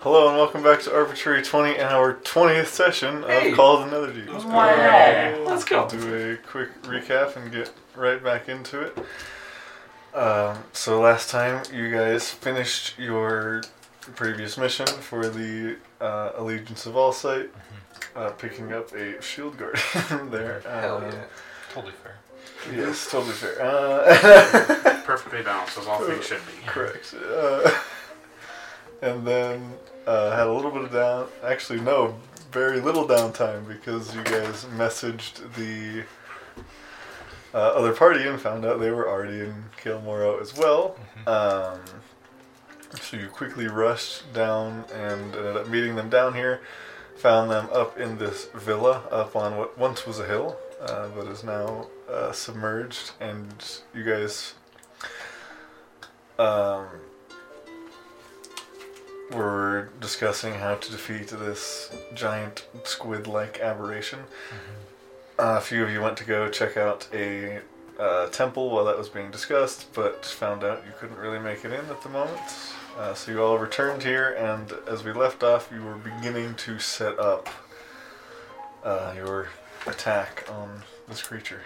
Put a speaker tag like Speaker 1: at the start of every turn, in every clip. Speaker 1: Hello and welcome back to Arbitrary 20 and our 20th session
Speaker 2: Hey.
Speaker 1: of Call of the Nether Deep.
Speaker 2: Let's go.
Speaker 3: Wow.
Speaker 2: Let's go.
Speaker 1: Uh, do a quick recap and get right back into it. Um, so last time you guys finished your previous mission for the uh, Allegiance of Allsight, uh, picking up a shield guard there.
Speaker 2: Mm-hmm. Hell
Speaker 1: Um,
Speaker 2: yeah.
Speaker 3: Totally fair.
Speaker 1: Yes, totally fair. Uh,
Speaker 4: Perfectly balanced, as all things should be.
Speaker 1: Correct. Uh, and then uh, had a little bit of down. Actually, no, very little downtime because you guys messaged the uh, other party and found out they were already in Kilmoro as well. Um, so you quickly rushed down and ended up meeting them down here. Found them up in this villa up on what once was a hill, uh, but is now uh, submerged. And you guys um, we're discussing how to defeat this giant squid like aberration. Uh, a few of you went to go check out a uh, temple while that was being discussed, but found out you couldn't really make it in at the moment. Uh, so you all returned here, and as we left off, you were beginning to set up uh, your attack on this creature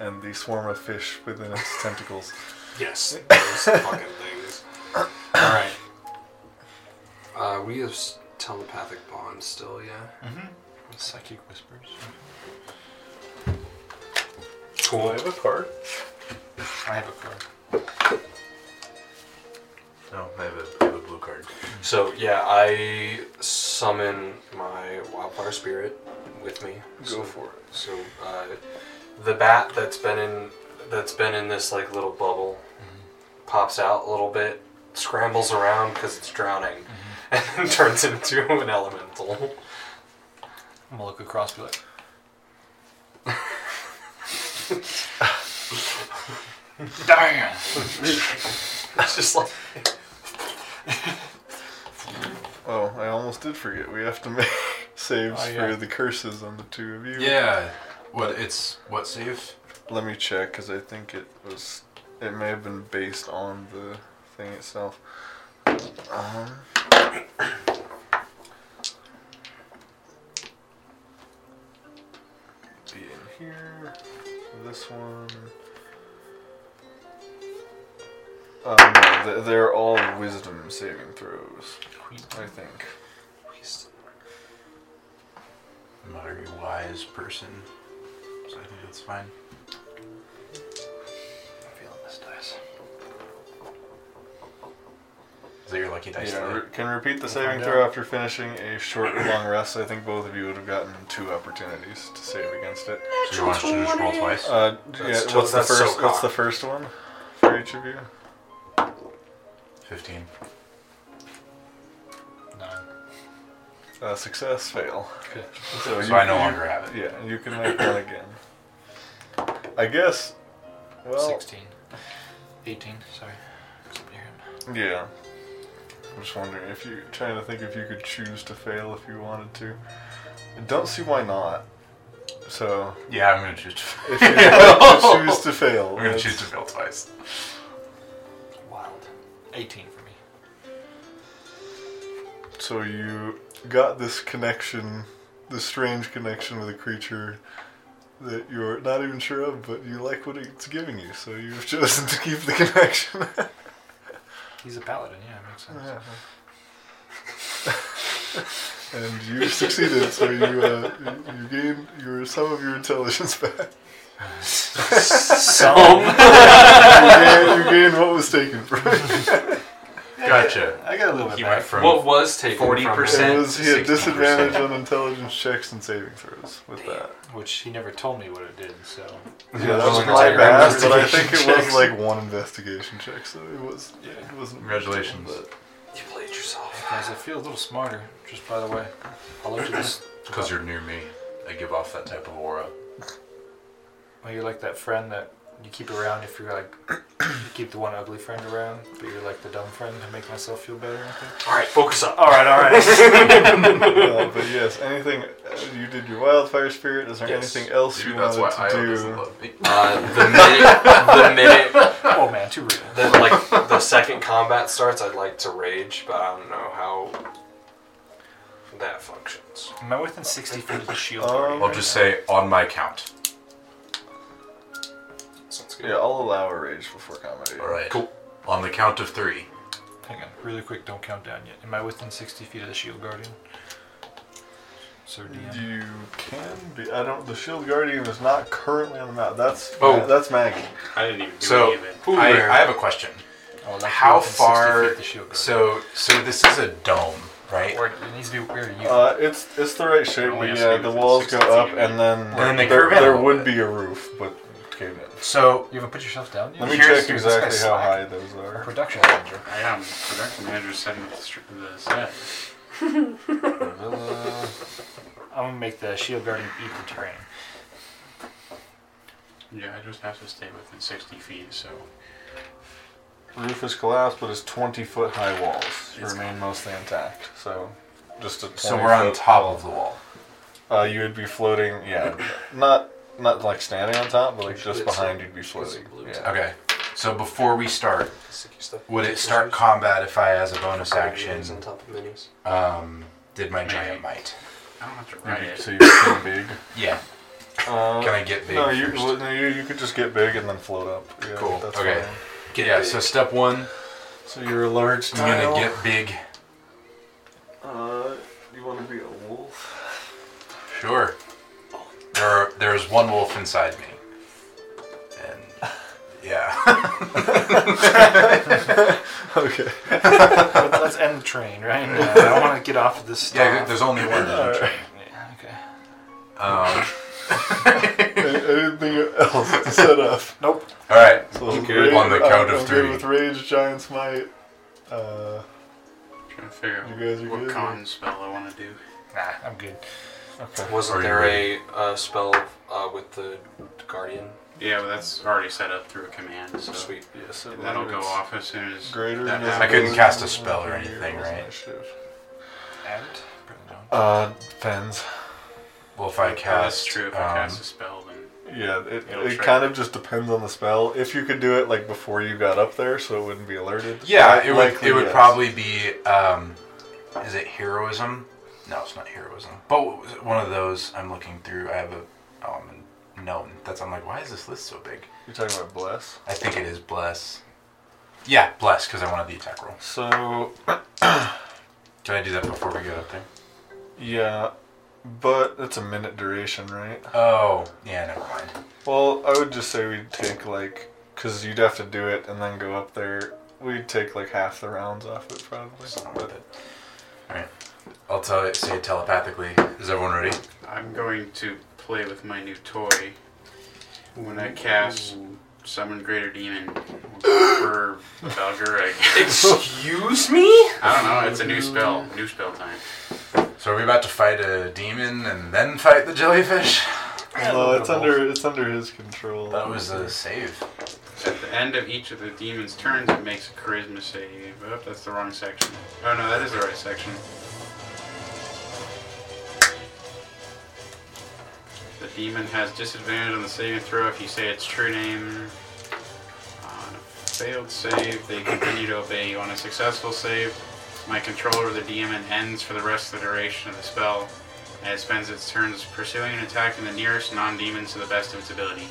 Speaker 1: and the swarm of fish within its tentacles.
Speaker 4: Yes.
Speaker 2: Those fucking things. Alright. Uh, we have s- telepathic bonds still, yeah?
Speaker 3: Mm-hmm. Psychic whispers.
Speaker 2: Cool.
Speaker 1: a card.
Speaker 3: I have a card.
Speaker 5: No, I have a, I have a blue card.
Speaker 2: So, yeah, I summon my wildfire spirit with me.
Speaker 1: Go
Speaker 2: So-
Speaker 1: for it.
Speaker 2: So, uh, the bat that's been in that's been in this like little bubble pops out a little bit, scrambles around because it's drowning, and then turns into an elemental.
Speaker 3: I'm gonna look across, be like,
Speaker 4: Damn!
Speaker 2: It's just like
Speaker 1: Oh, I almost did forget. We have to make saves
Speaker 3: Oh, yeah.
Speaker 1: for the curses on the two of you.
Speaker 5: Yeah. What it's what save?
Speaker 1: Let me check because I think it was. It may have been based on the thing itself. Um. Be in here. This one. Um, th- they're all wisdom saving throws, I think.
Speaker 5: I'm not a very wise person, so I think that's fine. I'm feeling this dice. Is that your lucky dice?
Speaker 1: Yeah,
Speaker 5: today?
Speaker 1: re- can repeat the
Speaker 3: We'll
Speaker 1: saving
Speaker 3: find
Speaker 1: throw after finishing a short or long rest. I think both of you would have gotten two opportunities to save against it.
Speaker 5: So you want us to just roll twice?
Speaker 1: Uh, yeah,
Speaker 2: That's to-
Speaker 1: what's the
Speaker 2: that's so
Speaker 1: first? what's
Speaker 2: cocked.
Speaker 1: the first one for each of you?
Speaker 5: Fifteen.
Speaker 3: no.
Speaker 1: Uh, success, fail.
Speaker 3: Okay.
Speaker 1: So,
Speaker 5: So I no longer have it.
Speaker 1: Yeah, you can make that again. I guess. Well,
Speaker 3: 16. 18, sorry. Something here.
Speaker 1: yeah. I'm just wondering if you trying to think if you could choose to fail if you wanted to. I don't see why not. So
Speaker 5: Yeah, I'm gonna choose. To,
Speaker 1: if you want to choose to fail,
Speaker 5: I'm gonna
Speaker 1: that's-
Speaker 5: choose to fail twice.
Speaker 3: Wild. 18 for me.
Speaker 1: So you got this connection, this strange connection with a creature that you're not even sure of, but you like what it's giving you, so you've chosen to keep the connection.
Speaker 3: He's a paladin, yeah, it makes sense.
Speaker 1: and you succeeded, so you uh, you- you gain your some of your intelligence back.
Speaker 2: some.
Speaker 1: You gain, you gain what was taken from you.
Speaker 5: Gotcha.
Speaker 3: I got a little
Speaker 5: He went from
Speaker 2: What was taken? from him?
Speaker 5: 40%?
Speaker 1: It was he had
Speaker 5: 60%.
Speaker 1: disadvantage on intelligence checks and saving throws with that.
Speaker 3: Which he never told me what it did, so.
Speaker 1: Yeah, that was
Speaker 2: Just
Speaker 1: my
Speaker 2: like
Speaker 1: bad, but
Speaker 2: investigation
Speaker 1: I think it was
Speaker 2: checks.
Speaker 1: like one investigation check, so it was it wasn't
Speaker 5: Congratulations.
Speaker 1: but-
Speaker 2: You played yourself.
Speaker 3: Guys, I feel a little smarter, just by the way. I'll look at this.
Speaker 5: because you're near me. I give off that type of aura.
Speaker 3: Well, you're like that friend that you keep around if you're like, you keep the one ugly friend around, but you're like the dumb friend to make myself feel better. I think.
Speaker 2: All right, focus up.
Speaker 3: All right, all right.
Speaker 1: uh, but yes, anything uh, you did your wildfire spirit. Is there
Speaker 3: Yes.
Speaker 1: anything else you
Speaker 6: Dude, that's
Speaker 1: wanted
Speaker 6: why
Speaker 1: to
Speaker 6: Io doesn't
Speaker 1: do?
Speaker 6: love me.
Speaker 2: Uh, the minute, the minute,
Speaker 3: oh man, too real.
Speaker 2: the, like the second combat starts, I'd like to rage, but I don't know how that functions.
Speaker 3: Am I within 60 feet of the shield?
Speaker 1: Um,
Speaker 3: already
Speaker 6: I'll
Speaker 3: right
Speaker 6: just
Speaker 3: now?
Speaker 6: say on my count.
Speaker 2: Sounds good.
Speaker 1: Yeah, I'll allow a rage before comedy.
Speaker 6: All right.
Speaker 2: Cool.
Speaker 6: On the count of three.
Speaker 3: Hang on, really quick, don't count down yet. Am I within 60 feet of the shield guardian? Sir DM.
Speaker 1: You can be. I don't. The shield guardian is not currently on the map. That's
Speaker 2: Oh.
Speaker 1: that's Maggie.
Speaker 4: I didn't even do
Speaker 6: So
Speaker 4: any of it.
Speaker 6: I, I have a question.
Speaker 3: Oh, I'd like to be
Speaker 6: How
Speaker 3: within 60 feet
Speaker 6: far-
Speaker 3: of The shield guardian.
Speaker 6: So so this is a dome, right?
Speaker 3: Or it needs to be where you.
Speaker 1: Uh, it's it's the right shape.
Speaker 4: Only
Speaker 1: But
Speaker 4: has to
Speaker 1: yeah,
Speaker 4: be
Speaker 1: the
Speaker 4: within
Speaker 1: walls go
Speaker 4: 60
Speaker 1: up,
Speaker 4: feet.
Speaker 1: and then
Speaker 6: then they
Speaker 1: there,
Speaker 6: curve in a
Speaker 1: there
Speaker 6: little
Speaker 1: would
Speaker 6: bit.
Speaker 1: be a roof, but it came in.
Speaker 6: So
Speaker 3: you haven't put yourself down yet?
Speaker 1: Let me
Speaker 6: Here's-
Speaker 1: check
Speaker 6: this
Speaker 1: exactly
Speaker 6: guy's
Speaker 1: how
Speaker 6: slack.
Speaker 1: high those are.
Speaker 3: Production manager.
Speaker 4: I am production manager setting up the, str- the set.
Speaker 3: I'm gonna make the shield guardian eat the terrain.
Speaker 4: Yeah, I just have to stay within 60 feet, so.
Speaker 1: Roof is collapsed, but it's 20 foot high walls
Speaker 4: It's-
Speaker 1: remain mostly intact. So just a 20
Speaker 6: so we're on
Speaker 1: foot-
Speaker 6: top of the wall.
Speaker 1: Uh, you would be floating. Yeah, not not like standing on top, but like just
Speaker 2: It's
Speaker 1: behind
Speaker 2: like-
Speaker 1: you'd be floating.
Speaker 2: it's like-
Speaker 1: Yeah.
Speaker 6: Okay. So before we start,
Speaker 2: Stick your stuff-
Speaker 6: would it start combat if I, as a bonus action,
Speaker 2: Minis on top of minis.
Speaker 6: um, did my giant might?
Speaker 4: I don't have to
Speaker 1: You'd
Speaker 4: write
Speaker 1: be-
Speaker 4: it.
Speaker 1: So you become big.
Speaker 6: Yeah.
Speaker 1: Uh,
Speaker 6: Can I get big
Speaker 1: no, you,
Speaker 6: first?
Speaker 1: well, no, you you could just get big and then float up. Yeah,
Speaker 6: Cool,
Speaker 1: That's
Speaker 6: okay.
Speaker 1: fine.
Speaker 2: Get
Speaker 6: yeah.
Speaker 2: big.
Speaker 6: So step one,
Speaker 1: So you're a large.
Speaker 6: I'm gonna
Speaker 1: tile.
Speaker 6: get big.
Speaker 1: Uh, you want to be a wolf?
Speaker 6: Sure. There, are, there is one wolf inside me, and yeah.
Speaker 1: Okay.
Speaker 3: Let's, let's end the train right now. I want to get off of this stuff.
Speaker 6: yeah. There's only one.
Speaker 1: All right.
Speaker 3: Yeah, okay.
Speaker 6: Um,
Speaker 1: A- Anything else to set up?
Speaker 3: Nope.
Speaker 6: all right.
Speaker 1: So
Speaker 4: I'm
Speaker 1: rage-
Speaker 4: good.
Speaker 6: On the
Speaker 1: I'm-
Speaker 6: count of
Speaker 1: I'm
Speaker 6: three.
Speaker 1: Good with rage, giants might. Uh,
Speaker 4: trying to figure out
Speaker 1: you guys are
Speaker 4: what
Speaker 1: good.
Speaker 4: con spell I want to do.
Speaker 3: Nah, I'm good.
Speaker 1: Okay.
Speaker 6: Are
Speaker 2: Wasn't
Speaker 6: you
Speaker 2: there a uh, spell uh, with the guardian?
Speaker 4: Yeah, but that's already set up through a command, so.
Speaker 2: Sweet.
Speaker 1: Yeah, so
Speaker 4: And that'll
Speaker 1: like
Speaker 4: go
Speaker 1: it's
Speaker 4: off as soon as.
Speaker 1: Greater.
Speaker 4: That-
Speaker 1: than-
Speaker 4: I
Speaker 6: couldn't cast a spell or anything, right?
Speaker 3: And Brendan Jones.
Speaker 1: Uh, depends.
Speaker 6: Well, if I
Speaker 4: Oh,
Speaker 6: cast,
Speaker 4: that's true. If I
Speaker 6: um,
Speaker 4: cast a spell, then
Speaker 1: Yeah, it,
Speaker 4: It'll
Speaker 1: it
Speaker 4: trigger.
Speaker 1: kind of just depends on the spell. If you could do it like before you got up there, so it wouldn't be alerted.
Speaker 6: yeah,
Speaker 1: li-
Speaker 6: it would.
Speaker 1: likely
Speaker 6: It would
Speaker 1: yes.
Speaker 6: probably be. Um, is it heroism? No, it's not heroism. But what was it? one of those I'm looking through. I have a. Oh, I'm in known. That's. I'm like, why is this list so big?
Speaker 1: You're talking about bless.
Speaker 6: I think it is bless. Yeah, bless because I wanted the attack roll.
Speaker 1: So
Speaker 6: Can I do that before we get up there?
Speaker 1: yeah, but it's a minute duration, right?
Speaker 6: Oh, yeah, never mind.
Speaker 1: Well, I would just say we'd take like, cause you'd have to do it and then go up there. We'd take like half the rounds off it probably.
Speaker 6: It's not worth
Speaker 1: But
Speaker 6: it. Alright. I'll tell it, say it telepathically. Is everyone ready?
Speaker 4: I'm going to play with my new toy. When I cast Summon Greater Demon for Belgura again.
Speaker 2: Excuse me?
Speaker 4: I don't know, it's a new spell. New spell time.
Speaker 6: So are we about to fight a demon and then fight the jellyfish?
Speaker 1: no, it's under it's under his control.
Speaker 6: That was a save.
Speaker 4: At the end of each of the demon's turns, it makes a charisma save. Oh, that's the wrong section. Oh no, that is the right section. The demon has disadvantage on the saving throw if you say its true name. On a failed save, they continue to obey you. On a successful save, my control over the demon ends for the rest of the duration of the spell, and it spends its turns pursuing and attacking the nearest non-demon to the best of its ability.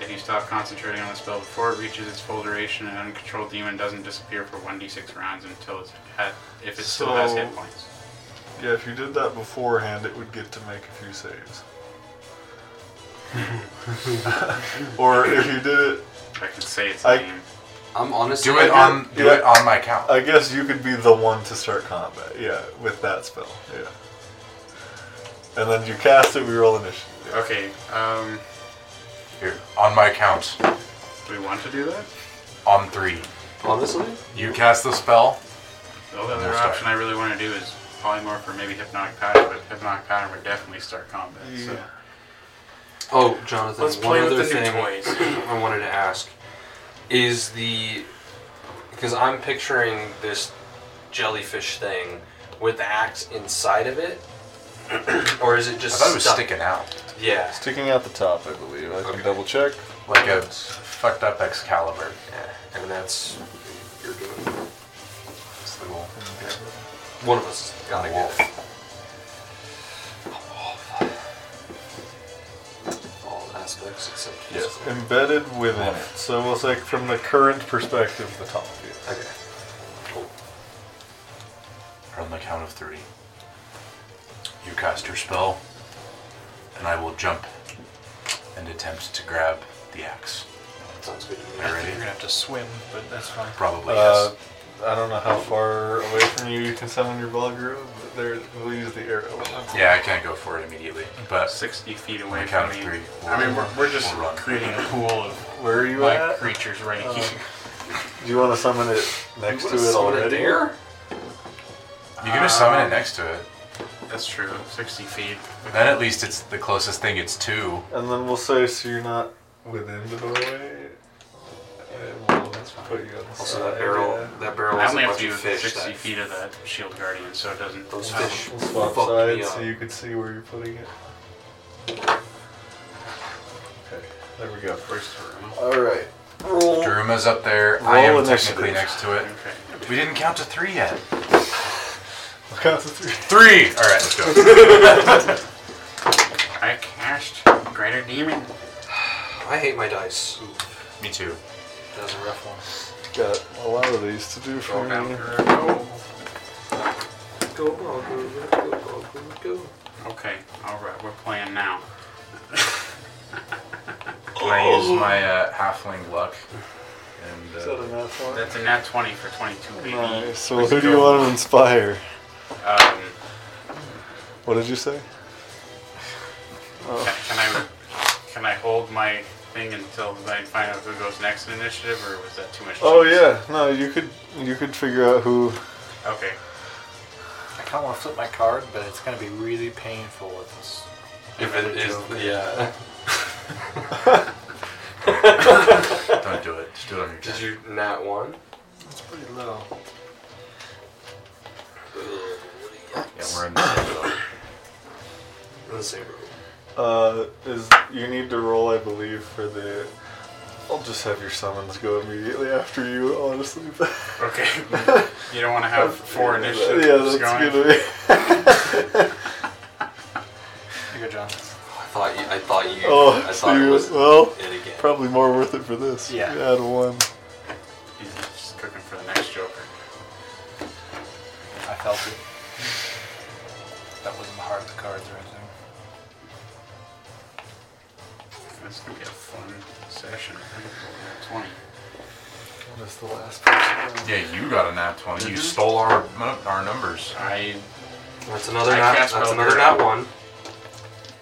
Speaker 4: If you stop concentrating on the spell before it reaches its full duration, an uncontrolled demon doesn't disappear for 1d6 rounds until it's had, if it still has hit
Speaker 1: So-
Speaker 4: points.
Speaker 1: Yeah, if you did that beforehand, it would get to make a few saves. or if you did it,
Speaker 4: I can say its
Speaker 1: I-
Speaker 4: name.
Speaker 2: I'm honestly.
Speaker 6: Do it on do it on my count.
Speaker 1: I guess you could be the one to start combat. Yeah, with that spell. Yeah. And then you cast it. We roll initiative.
Speaker 4: Okay, um,
Speaker 6: Here. On my count.
Speaker 4: do we want to do that?
Speaker 6: On three.
Speaker 2: Honestly?
Speaker 6: You cast the spell.
Speaker 4: The only other
Speaker 6: We'll start.
Speaker 4: option I really want to do is polymorph or maybe hypnotic pattern, but hypnotic pattern would definitely start combat. So
Speaker 2: Oh, Jonathan,
Speaker 4: Let's
Speaker 2: one
Speaker 4: play with
Speaker 2: other
Speaker 4: the new
Speaker 2: thing
Speaker 4: toys.
Speaker 2: I wanted to ask is the because I'm picturing this jellyfish thing with the axe inside of it, or is it
Speaker 6: I
Speaker 2: just
Speaker 6: thought it was
Speaker 2: stuck-
Speaker 6: sticking out
Speaker 2: Yeah,
Speaker 1: Sticking out the top, I believe. I
Speaker 2: Okay.
Speaker 1: can double check.
Speaker 6: like a fucked up Excalibur.
Speaker 2: yeah, and that's you're doing.
Speaker 6: It's the wolf.
Speaker 2: One of us has gotta get it. All aspects except
Speaker 1: Yes,
Speaker 2: physical.
Speaker 1: embedded within it. So we'll say from the current perspective, the top view.
Speaker 2: Okay. Cool.
Speaker 6: On the count of three, you cast your spell, and I will jump and attempt to grab the axe.
Speaker 2: Sounds good to
Speaker 6: Am I
Speaker 2: me.
Speaker 3: You're
Speaker 6: ready?
Speaker 3: gonna have to swim, but that's fine.
Speaker 6: Probably
Speaker 1: Uh,
Speaker 6: yes.
Speaker 1: I don't know how far away from you you can summon your Balgru, but there we'll use the arrow.
Speaker 6: Yeah, I can't go for it immediately, but
Speaker 4: 60 feet
Speaker 6: on
Speaker 4: away
Speaker 6: the count
Speaker 4: from
Speaker 6: of
Speaker 4: me.
Speaker 6: three,
Speaker 4: I mean, we're, we're just
Speaker 6: we'll run.
Speaker 4: creating a pool of
Speaker 1: Where are you
Speaker 4: like
Speaker 1: at?
Speaker 4: creatures right
Speaker 1: Uh,
Speaker 4: here.
Speaker 1: Do you want to summon it next to it already?
Speaker 6: you're gonna summon it next to it.
Speaker 4: That's true. 60 feet.
Speaker 6: Then at least it's the closest thing it's to.
Speaker 1: And then we'll say so you're not within the doorway. And we'll put you on the
Speaker 2: Also,
Speaker 1: side,
Speaker 2: that barrel,
Speaker 1: yeah.
Speaker 2: that barrel
Speaker 4: I
Speaker 2: is a
Speaker 4: only have
Speaker 2: bunch
Speaker 4: to do
Speaker 2: of fish.
Speaker 4: 60
Speaker 2: that-
Speaker 4: feet of that shield guardian, so it doesn't.
Speaker 2: Those
Speaker 4: count.
Speaker 2: fish.
Speaker 1: We'll swap
Speaker 2: Fuck me
Speaker 1: sides so
Speaker 2: up.
Speaker 1: you can see where you're putting it. Okay, there we go.
Speaker 4: Where's the room?
Speaker 1: All right. Roll.
Speaker 6: Druma's up there. I am
Speaker 1: Roll
Speaker 6: technically
Speaker 1: initiative.
Speaker 6: next to it.
Speaker 4: Okay.
Speaker 6: We didn't count to three yet.
Speaker 1: I'll count to three.
Speaker 6: Three. All right, let's go.
Speaker 4: I cast Greater Demon.
Speaker 2: I hate my dice.
Speaker 6: Me too.
Speaker 2: That's a rough one.
Speaker 1: Got a lot of these to do for
Speaker 4: Roll down
Speaker 1: me.
Speaker 4: for a roll.
Speaker 2: Go, ball, go, go, go, go, go.
Speaker 4: Okay, alright, we're playing now.
Speaker 6: Can I use my uh, halfling luck? And
Speaker 1: Is that
Speaker 6: uh,
Speaker 1: a math one?
Speaker 4: That's a nat 20 for 22, baby.
Speaker 1: Nice. So who do you want to inspire?
Speaker 4: Um,
Speaker 1: What did you say?
Speaker 4: can, can I can I hold my thing until I find out who goes next in initiative, or was that too much?
Speaker 1: Oh
Speaker 4: choice?
Speaker 1: yeah, no, you could you could figure out who.
Speaker 4: Okay.
Speaker 7: I kind of want to flip my card, but it's going to be really painful with this.
Speaker 2: If it is, yeah.
Speaker 6: don't do it. Just do it on your
Speaker 2: Did
Speaker 6: turn.
Speaker 2: you nat one?
Speaker 7: It's pretty low.
Speaker 6: Yeah, we're in the same boat.
Speaker 2: Let's say roll.
Speaker 1: Uh, is you need to roll, I believe, for the. I'll just have your summons go immediately after you. Honestly,
Speaker 4: Okay. you don't want to have four initiatives
Speaker 1: yeah, that's
Speaker 4: going.
Speaker 1: gonna be.
Speaker 7: Here you go, John.
Speaker 2: I thought you. I thought you.
Speaker 1: Oh,
Speaker 2: I
Speaker 1: so
Speaker 2: thought it
Speaker 1: you-
Speaker 2: was
Speaker 1: well,
Speaker 2: it again.
Speaker 1: probably more worth it for this.
Speaker 7: Yeah.
Speaker 1: Add one.
Speaker 4: He's just cooking for the next joker.
Speaker 7: I felt it. That wasn't the heart of the cards or anything.
Speaker 4: That's gonna be a fun session. I think, roll a Nat 20.
Speaker 1: What is the last person?
Speaker 6: Yeah, you got a nat 20. You
Speaker 4: Mhm.
Speaker 6: stole our mo- our numbers.
Speaker 4: I
Speaker 2: That's another
Speaker 4: I
Speaker 2: nat.
Speaker 4: cast
Speaker 2: That's
Speaker 4: Mel
Speaker 2: another
Speaker 4: Gray.
Speaker 2: nat one.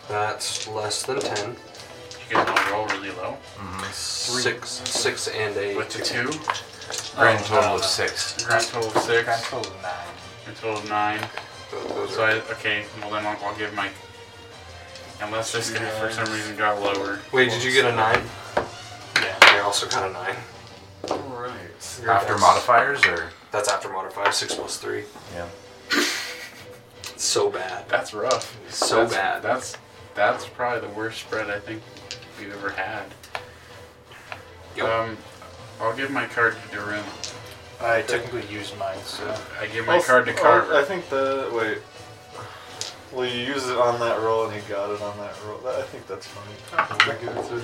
Speaker 2: That's less than ten.
Speaker 4: you guys want to roll really low
Speaker 2: Six, six, and a.
Speaker 4: with the two.
Speaker 6: Grand
Speaker 4: Oh,
Speaker 6: total
Speaker 4: no,
Speaker 6: of
Speaker 4: no.
Speaker 6: six.
Speaker 4: Grand total of six.
Speaker 7: I told him nine.
Speaker 4: Grand total of nine.
Speaker 2: Those
Speaker 4: So
Speaker 2: are-
Speaker 4: I, okay, well then I'll, I'll give my. Unless this guy for some reason got lower.
Speaker 2: Wait, did you get a nine?
Speaker 7: Yeah.
Speaker 2: I also got a nine.
Speaker 1: Right.
Speaker 6: After modifiers or?
Speaker 2: That's after modifier. Six plus three.
Speaker 6: Yeah.
Speaker 2: So bad.
Speaker 4: That's rough.
Speaker 2: So
Speaker 4: that's,
Speaker 2: bad.
Speaker 4: That's that's probably the worst spread I think we've ever had.
Speaker 2: Yep.
Speaker 4: Um, I'll give my card to Durin.
Speaker 7: I technically used mine, so.
Speaker 4: I give
Speaker 1: Oh,
Speaker 4: my card to Carver.
Speaker 1: I think the wait. Well, you use it on that roll, and he got it on that roll. I think that's funny. I give it to.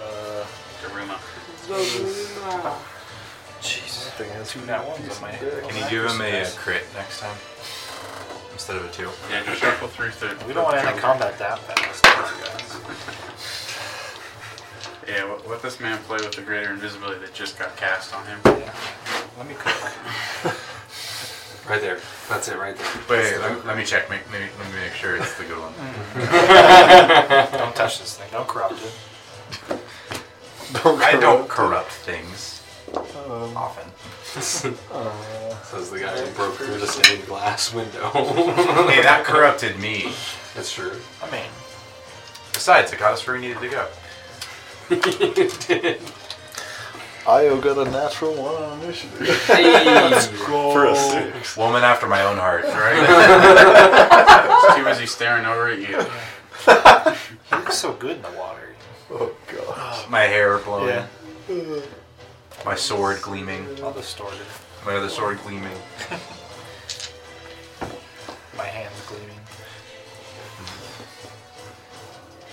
Speaker 1: Uh,
Speaker 4: Daruma.
Speaker 7: Jeez.
Speaker 1: that thing has
Speaker 7: Two nat ones on my head.
Speaker 1: dick.
Speaker 6: Can you give him a, uh crit next time? Instead of a two?
Speaker 4: Yeah, just shuffle through third.
Speaker 7: We don't want to end the combat that fast.
Speaker 4: Yeah, let- let this man play with the greater invisibility that just got cast on him.
Speaker 7: Yeah. Let me cook.
Speaker 2: Right there. That's it. Right there.
Speaker 6: Wait, let, let me check. Make, maybe, let me make sure it's the good one.
Speaker 7: Don't touch this thing. Don't corrupt it.
Speaker 1: Don't
Speaker 6: I don't
Speaker 1: corrupt.
Speaker 6: corrupt things
Speaker 1: Um,
Speaker 6: often.
Speaker 1: uh,
Speaker 2: Says the guy who broke through the stained glass window.
Speaker 6: hey, that corrupted me.
Speaker 2: That's true.
Speaker 7: I mean,
Speaker 6: Besides, it got us where we needed to go.
Speaker 1: Io got a natural one on initiative. For a six.
Speaker 6: Woman after my own heart.
Speaker 4: Right? Just too busy staring over at you.
Speaker 7: He looks so good in the water.
Speaker 1: Oh god.
Speaker 6: My hair blowing.
Speaker 7: Yeah.
Speaker 6: My sword gleaming.
Speaker 7: I'll distort it.
Speaker 6: My other sword gleaming.
Speaker 7: My hands gleaming.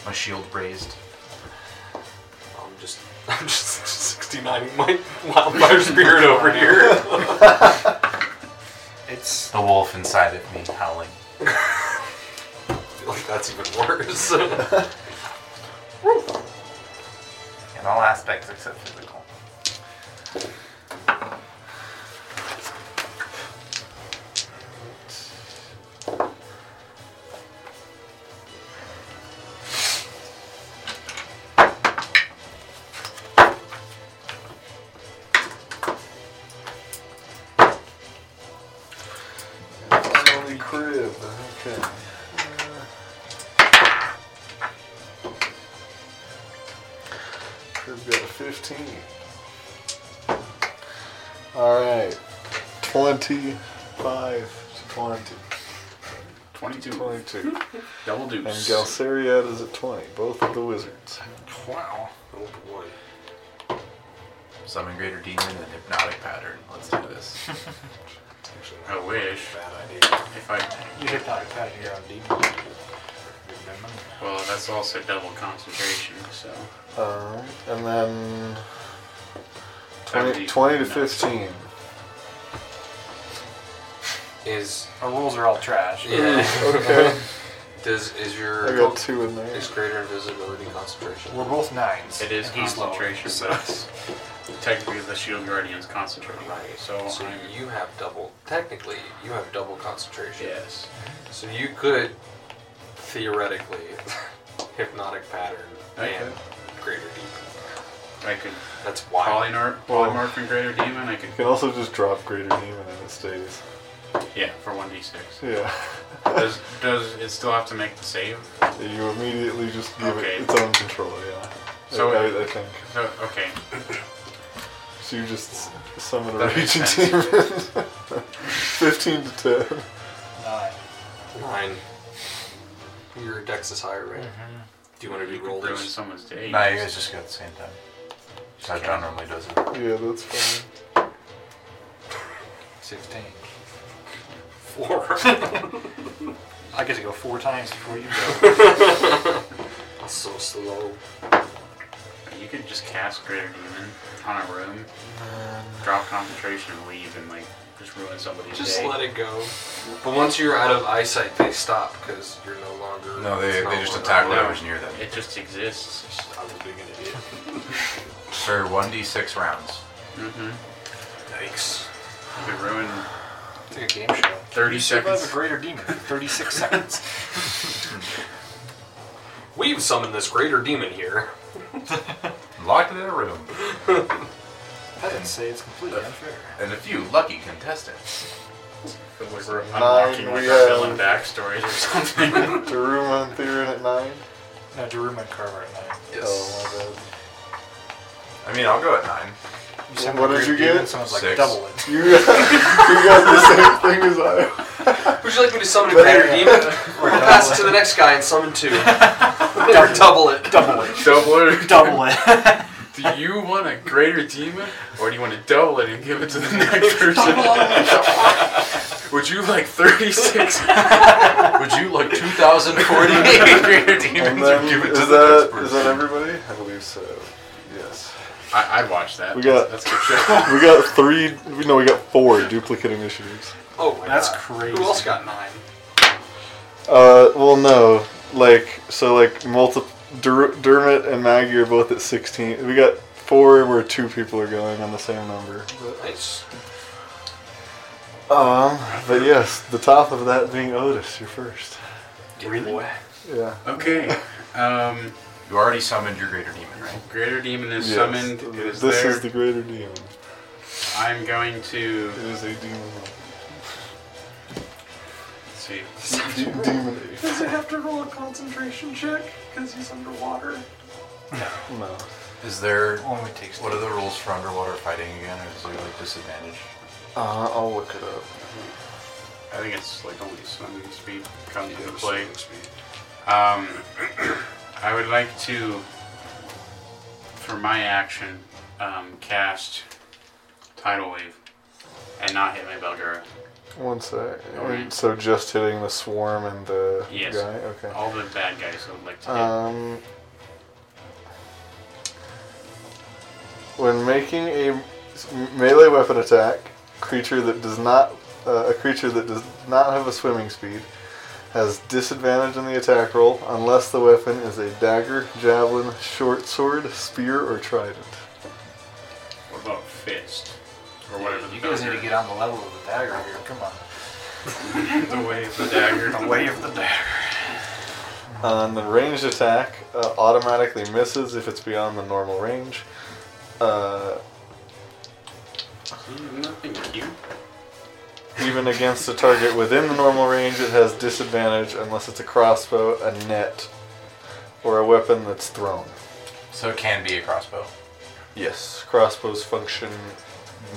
Speaker 6: My shield raised.
Speaker 2: I'm just, I'm just 69 my wildfire spirit over here.
Speaker 7: It's
Speaker 6: The wolf inside of me howling.
Speaker 2: I feel like that's even worse. Oh,
Speaker 6: In all aspects except physical.
Speaker 1: Only crib. Okay. Crib got a 15. Alright. 25 to 20.
Speaker 4: 22.
Speaker 1: 22.
Speaker 4: Double
Speaker 1: And
Speaker 4: deuce.
Speaker 1: Galceriad is at 20. Both of the wizards.
Speaker 3: Wow.
Speaker 2: oh boy.
Speaker 6: Summon greater demon and hypnotic pattern. Let's do this.
Speaker 2: Actually,
Speaker 4: I wish.
Speaker 2: bad idea.
Speaker 4: If I,
Speaker 7: you hit that out of your own demon. Remember?
Speaker 4: well, that's also double concentration, so.
Speaker 1: Um, and then
Speaker 4: that would
Speaker 1: 20,
Speaker 4: be
Speaker 1: 20 to
Speaker 4: nuts.
Speaker 1: 15.
Speaker 2: Is
Speaker 7: Our rules are all trash.
Speaker 2: yeah.
Speaker 1: Okay.
Speaker 2: Does is
Speaker 1: I
Speaker 2: your
Speaker 1: got two in there.
Speaker 2: is greater invisibility concentration?
Speaker 7: We're both nines.
Speaker 4: It is
Speaker 7: He's lower.
Speaker 4: concentration, but it's technically the shield guardian's concentrating.
Speaker 2: Right.
Speaker 4: So,
Speaker 2: So
Speaker 4: I'm,
Speaker 2: you have double. Technically, you have double concentration.
Speaker 4: yes.
Speaker 2: So you could theoretically hypnotic pattern and
Speaker 4: Okay.
Speaker 2: greater demon.
Speaker 4: I could
Speaker 2: That's wild.
Speaker 4: polymorph, polymorph from Greater Demon. I could,
Speaker 1: You can also just drop Greater Demon and it stays.
Speaker 4: yeah, for 1d6.
Speaker 1: Yeah.
Speaker 4: Does, does it still have to make the save?
Speaker 1: You immediately just give
Speaker 4: Okay.
Speaker 1: it its own control, yeah.
Speaker 4: So-
Speaker 1: I, I think.
Speaker 4: So, okay.
Speaker 1: So you just s- summon a
Speaker 4: That
Speaker 1: raging
Speaker 4: makes
Speaker 1: demon. 15 to 10.
Speaker 7: Nine.
Speaker 2: Nine. Your dex is higher, right? Do you want to
Speaker 4: Mm-hmm. You
Speaker 2: do
Speaker 4: could ruin
Speaker 2: rollers?
Speaker 4: someone's day.
Speaker 6: Nah, you guys just go at the same time. That's how John normally does it.
Speaker 1: Yeah, that's fine.
Speaker 7: Sixteen.
Speaker 2: Four.
Speaker 7: I get to go four times before you go.
Speaker 2: so slow.
Speaker 4: You could just cast Greater Demon on a room, drop concentration, and leave, and like just ruin somebody's
Speaker 2: Um, Just
Speaker 4: day.
Speaker 2: let it go. But once you're out of eyesight, they stop because you're no longer.
Speaker 6: No, they,
Speaker 2: it's not
Speaker 6: they just
Speaker 2: one
Speaker 6: attack
Speaker 2: of-
Speaker 6: whatever's near them.
Speaker 4: It just exists.
Speaker 2: I was being an idiot.
Speaker 6: For 1d6 rounds.
Speaker 4: Mm-hmm.
Speaker 2: Yikes.
Speaker 4: You could ruin
Speaker 7: It's like a game show.
Speaker 4: 30
Speaker 7: Survive a
Speaker 4: seconds.
Speaker 7: greater demon for 36 seconds.
Speaker 2: We've summoned this greater demon here.
Speaker 6: Locked in a room.
Speaker 7: Peasants say it's completely unfair.
Speaker 6: And a few lucky contestants.
Speaker 4: But like we're unlocking like
Speaker 1: we
Speaker 4: our
Speaker 1: have-
Speaker 4: villain backstories or something.
Speaker 1: Daruma and Theron at 9?
Speaker 7: No, Daruma and Carver at nine.
Speaker 1: Oh,
Speaker 6: I mean, I'll go at 9.
Speaker 7: You said
Speaker 1: What
Speaker 7: we're
Speaker 1: did
Speaker 7: greater
Speaker 1: you get?
Speaker 7: demon, Someone's like
Speaker 6: Six.
Speaker 7: double it.
Speaker 1: my bad. You got, you got the same thing as I.
Speaker 2: Would you like me to summon a greater demon? We're gonna pass it to the next guy and summon two. Double it.
Speaker 7: Double it.
Speaker 4: double it.
Speaker 7: Double it.
Speaker 4: Do you want a greater demon, or do you want to double it and give it to the next person? Would you like 36
Speaker 6: Would you like 2040 greater
Speaker 1: And
Speaker 6: demons or
Speaker 1: then,
Speaker 6: give it to
Speaker 1: is, that,
Speaker 6: the next
Speaker 1: is that
Speaker 6: person?
Speaker 1: everybody? I believe so. Yes.
Speaker 4: I, I'd watch that.
Speaker 1: We got-
Speaker 4: That's good show.
Speaker 1: We got three, no, we got four duplicate initiatives.
Speaker 2: Oh my
Speaker 7: That's
Speaker 2: god.
Speaker 7: crazy.
Speaker 2: Who else got nine?
Speaker 1: Uh, well, no. Like, so, like, multi- Dur- Dermot and Maggie are both at 16. We got four where two people are going on the same number.
Speaker 2: Nice.
Speaker 1: Um, but yes, the top of that being Otis, you're first.
Speaker 7: Really?
Speaker 1: Yeah.
Speaker 4: Okay. Um,
Speaker 6: You already summoned your greater demon, right?
Speaker 4: greater demon is
Speaker 1: Yes.
Speaker 4: summoned. It is
Speaker 1: this
Speaker 4: there.
Speaker 1: is the greater demon.
Speaker 4: I'm going to
Speaker 1: It is a demon.
Speaker 4: Let's save.
Speaker 1: Demon
Speaker 2: Does it have to roll a concentration check because he's underwater?
Speaker 1: No.
Speaker 6: Is there.
Speaker 3: Only takes.
Speaker 6: What are the rules for underwater fighting again? Is there like disadvantage?
Speaker 1: Uh, I'll look it up.
Speaker 4: I think it's like only swimming speed comes into
Speaker 2: Yeah,
Speaker 4: play.
Speaker 2: swimming speed.
Speaker 4: Um, I would like to, for my action, um, cast Tidal Wave and not hit my Belgara.
Speaker 1: One sec.
Speaker 4: Alright.
Speaker 1: So just hitting the swarm and the
Speaker 4: Yes.
Speaker 1: guy? Okay.
Speaker 4: All the bad guys would like to hit.
Speaker 1: Um, when making a melee weapon attack, creature that does not uh, a creature that does not have a swimming speed has disadvantage on the attack roll unless the weapon is a dagger, javelin, short sword, spear, or trident.
Speaker 4: what about Fist? Or whatever
Speaker 7: You
Speaker 4: the
Speaker 7: guys need to
Speaker 4: Belgara-
Speaker 7: get on the level of the dagger here. Come on.
Speaker 4: the wave, the dagger.
Speaker 7: The way of the dagger.
Speaker 1: On the ranged attack, uh, automatically misses if it's beyond the normal range. Uh,
Speaker 4: Hmm, Nothing cute.
Speaker 1: Even against a target within the normal range, it has disadvantage unless it's a crossbow, a net, or a weapon that's thrown.
Speaker 6: So it can be a crossbow.
Speaker 1: Yes, crossbows function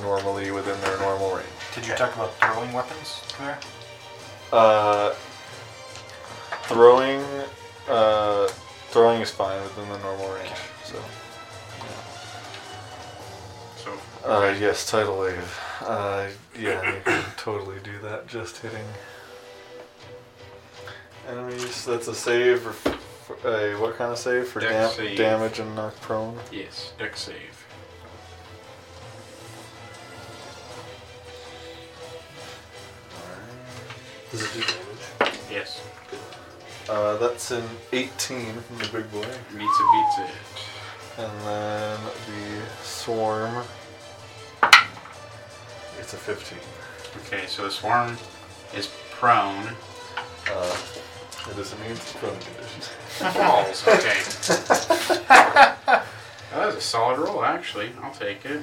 Speaker 1: normally within their normal range.
Speaker 7: Did you talk about throwing weapons there?
Speaker 1: Uh, throwing, uh, throwing is fine within the normal range. So,
Speaker 4: So,
Speaker 1: uh, yes, tidal wave. Uh, yeah, you can totally do that. Just hitting enemies. That's a save. Or f- a what kind of save for
Speaker 4: Dex
Speaker 1: dam-
Speaker 4: save.
Speaker 1: damage and knock prone?
Speaker 4: yes, deck save.
Speaker 2: Does it do damage?
Speaker 4: Yes,
Speaker 1: Uh, that's an 18 from the big boy.
Speaker 4: meets it, beats it.
Speaker 1: And then the swarm. It's a 15.
Speaker 4: Okay, so the swarm is prone.
Speaker 1: Uh, it is immune to prone conditions.
Speaker 4: Balls, okay. that was a solid roll, actually. I'll take it.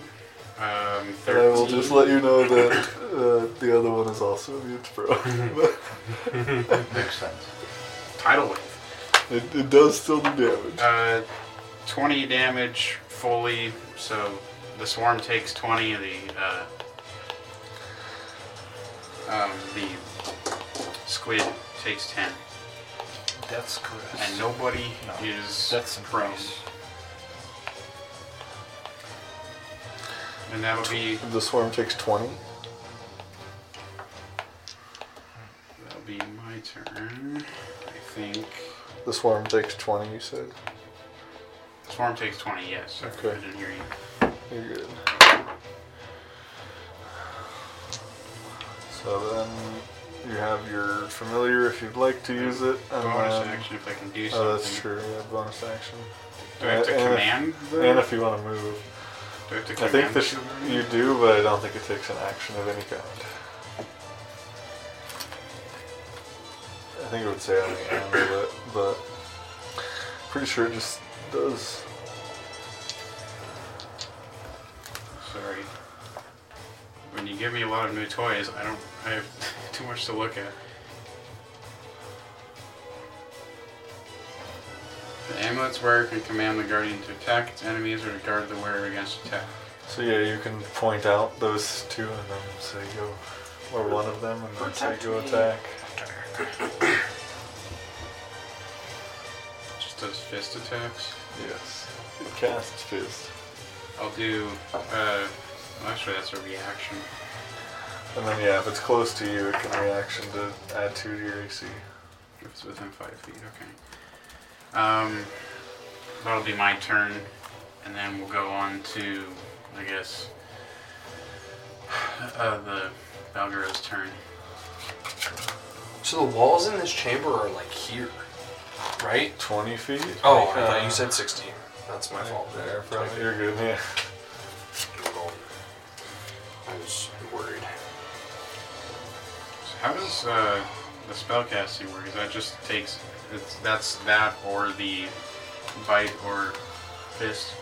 Speaker 4: Um, 13.
Speaker 1: And I will just let you know that uh, the other one is also immune to prone.
Speaker 6: Makes sense.
Speaker 4: Tidal wave.
Speaker 1: it, it does still do damage.
Speaker 4: Uh, 20 damage fully, so the swarm takes 20 of the, uh, um, the squid takes 10.
Speaker 7: Death's caress.
Speaker 4: And nobody
Speaker 7: No.
Speaker 4: is
Speaker 7: That's some
Speaker 4: prone.
Speaker 7: praise.
Speaker 4: And that would be,
Speaker 1: The swarm takes 20.
Speaker 4: that'll be my turn, I think.
Speaker 1: The swarm takes 20, you said.
Speaker 4: Swarm takes 20, yes. I-
Speaker 1: Okay.
Speaker 4: I didn't hear you.
Speaker 1: You're good. So then you have your familiar if you'd like to use it. And
Speaker 4: Bonus
Speaker 1: then-
Speaker 4: action if I can do something.
Speaker 1: Um, Oh, that's true. Yeah, bonus action.
Speaker 4: Do I have to
Speaker 1: Uh, and if-
Speaker 4: command the.
Speaker 1: And if you want to move,
Speaker 4: do I have to
Speaker 1: I
Speaker 4: command
Speaker 1: think this
Speaker 4: the-
Speaker 1: you do, but I don't think it takes an action of any kind. I think it would say on the end of it, but pretty sure it just does.
Speaker 4: Sorry. When you give me a lot of new toys, I don't. I have too much to look at. The amulet's wearer can command the guardian to attack its enemies or to guard the wearer against attack.
Speaker 1: So yeah, you can point out those two and then say go, or one of them and then say go attack.
Speaker 4: Just does fist attacks.
Speaker 1: Yes. It casts fist.
Speaker 4: I'll do. Uh, well, actually, that's a reaction.
Speaker 1: And then yeah, if it's close to you, it can reaction to add two to your AC.
Speaker 4: If it's within five feet, okay. Um, that'll be my turn, and then we'll go on to, I guess, uh, the Valgaro's turn.
Speaker 2: So the walls in this chamber are like here, right?
Speaker 1: Twenty feet.
Speaker 2: Oh, I thought you said 60. That's my fault.
Speaker 1: There, probably. You're good. Yeah.
Speaker 2: I was worried.
Speaker 4: So how does uh, the spellcasting work? Is that just takes it's that's that or the bite or fist?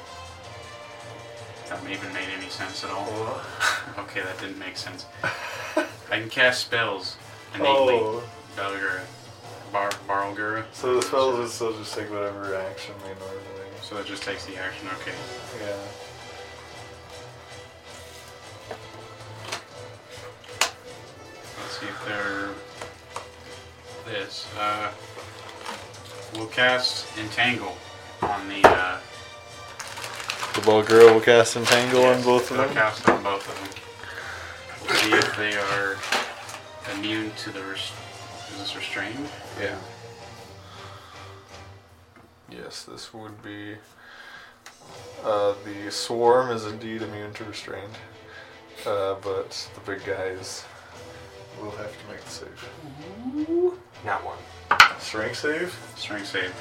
Speaker 4: That even made any sense at all. Okay, that didn't make sense. I can cast spells innately.
Speaker 1: Oh,
Speaker 4: Balgura. Bar, Barlgura.
Speaker 1: So the spells would still just take whatever action they normally.
Speaker 4: So it just takes the action, okay.
Speaker 1: Yeah.
Speaker 4: Let's see if they're this. Uh, we'll cast Entangle on the. Uh,
Speaker 1: The ball girl will cast entangle on both of
Speaker 4: we'll
Speaker 1: them.
Speaker 4: cast on both of them. We'll see if they are immune to the. Rest- is this restrained?
Speaker 1: Yeah. Yes, this would be. Uh, the swarm is indeed immune to restraint, uh, but the big guys will have to make the save.
Speaker 2: Not one.
Speaker 1: Strength save,
Speaker 4: Strength save.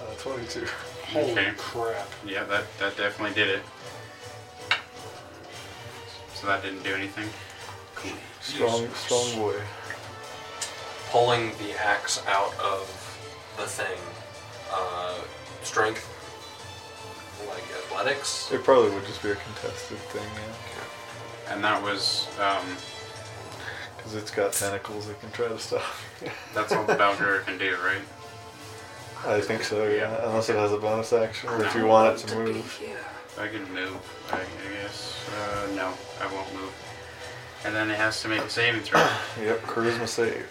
Speaker 1: uh, 22.
Speaker 3: Holy
Speaker 4: Okay.
Speaker 3: crap.
Speaker 4: Yeah, that, that definitely did it. So that didn't do anything.
Speaker 1: Strong, strong boy.
Speaker 2: Pulling the axe out of the thing. Uh, strength. Like athletics.
Speaker 1: It probably would just be a contested thing, yeah.
Speaker 4: And that was um,
Speaker 1: Because it's got tentacles it can try to stop.
Speaker 4: that's all the Balgura can do, right?
Speaker 1: I think so, yeah.
Speaker 4: Yeah.
Speaker 1: Unless it has a bonus action, or if you want it to move.
Speaker 4: I can move, I, I guess. Uh, no, I won't move. And then it has to make a saving throw.
Speaker 1: Yep, charisma save.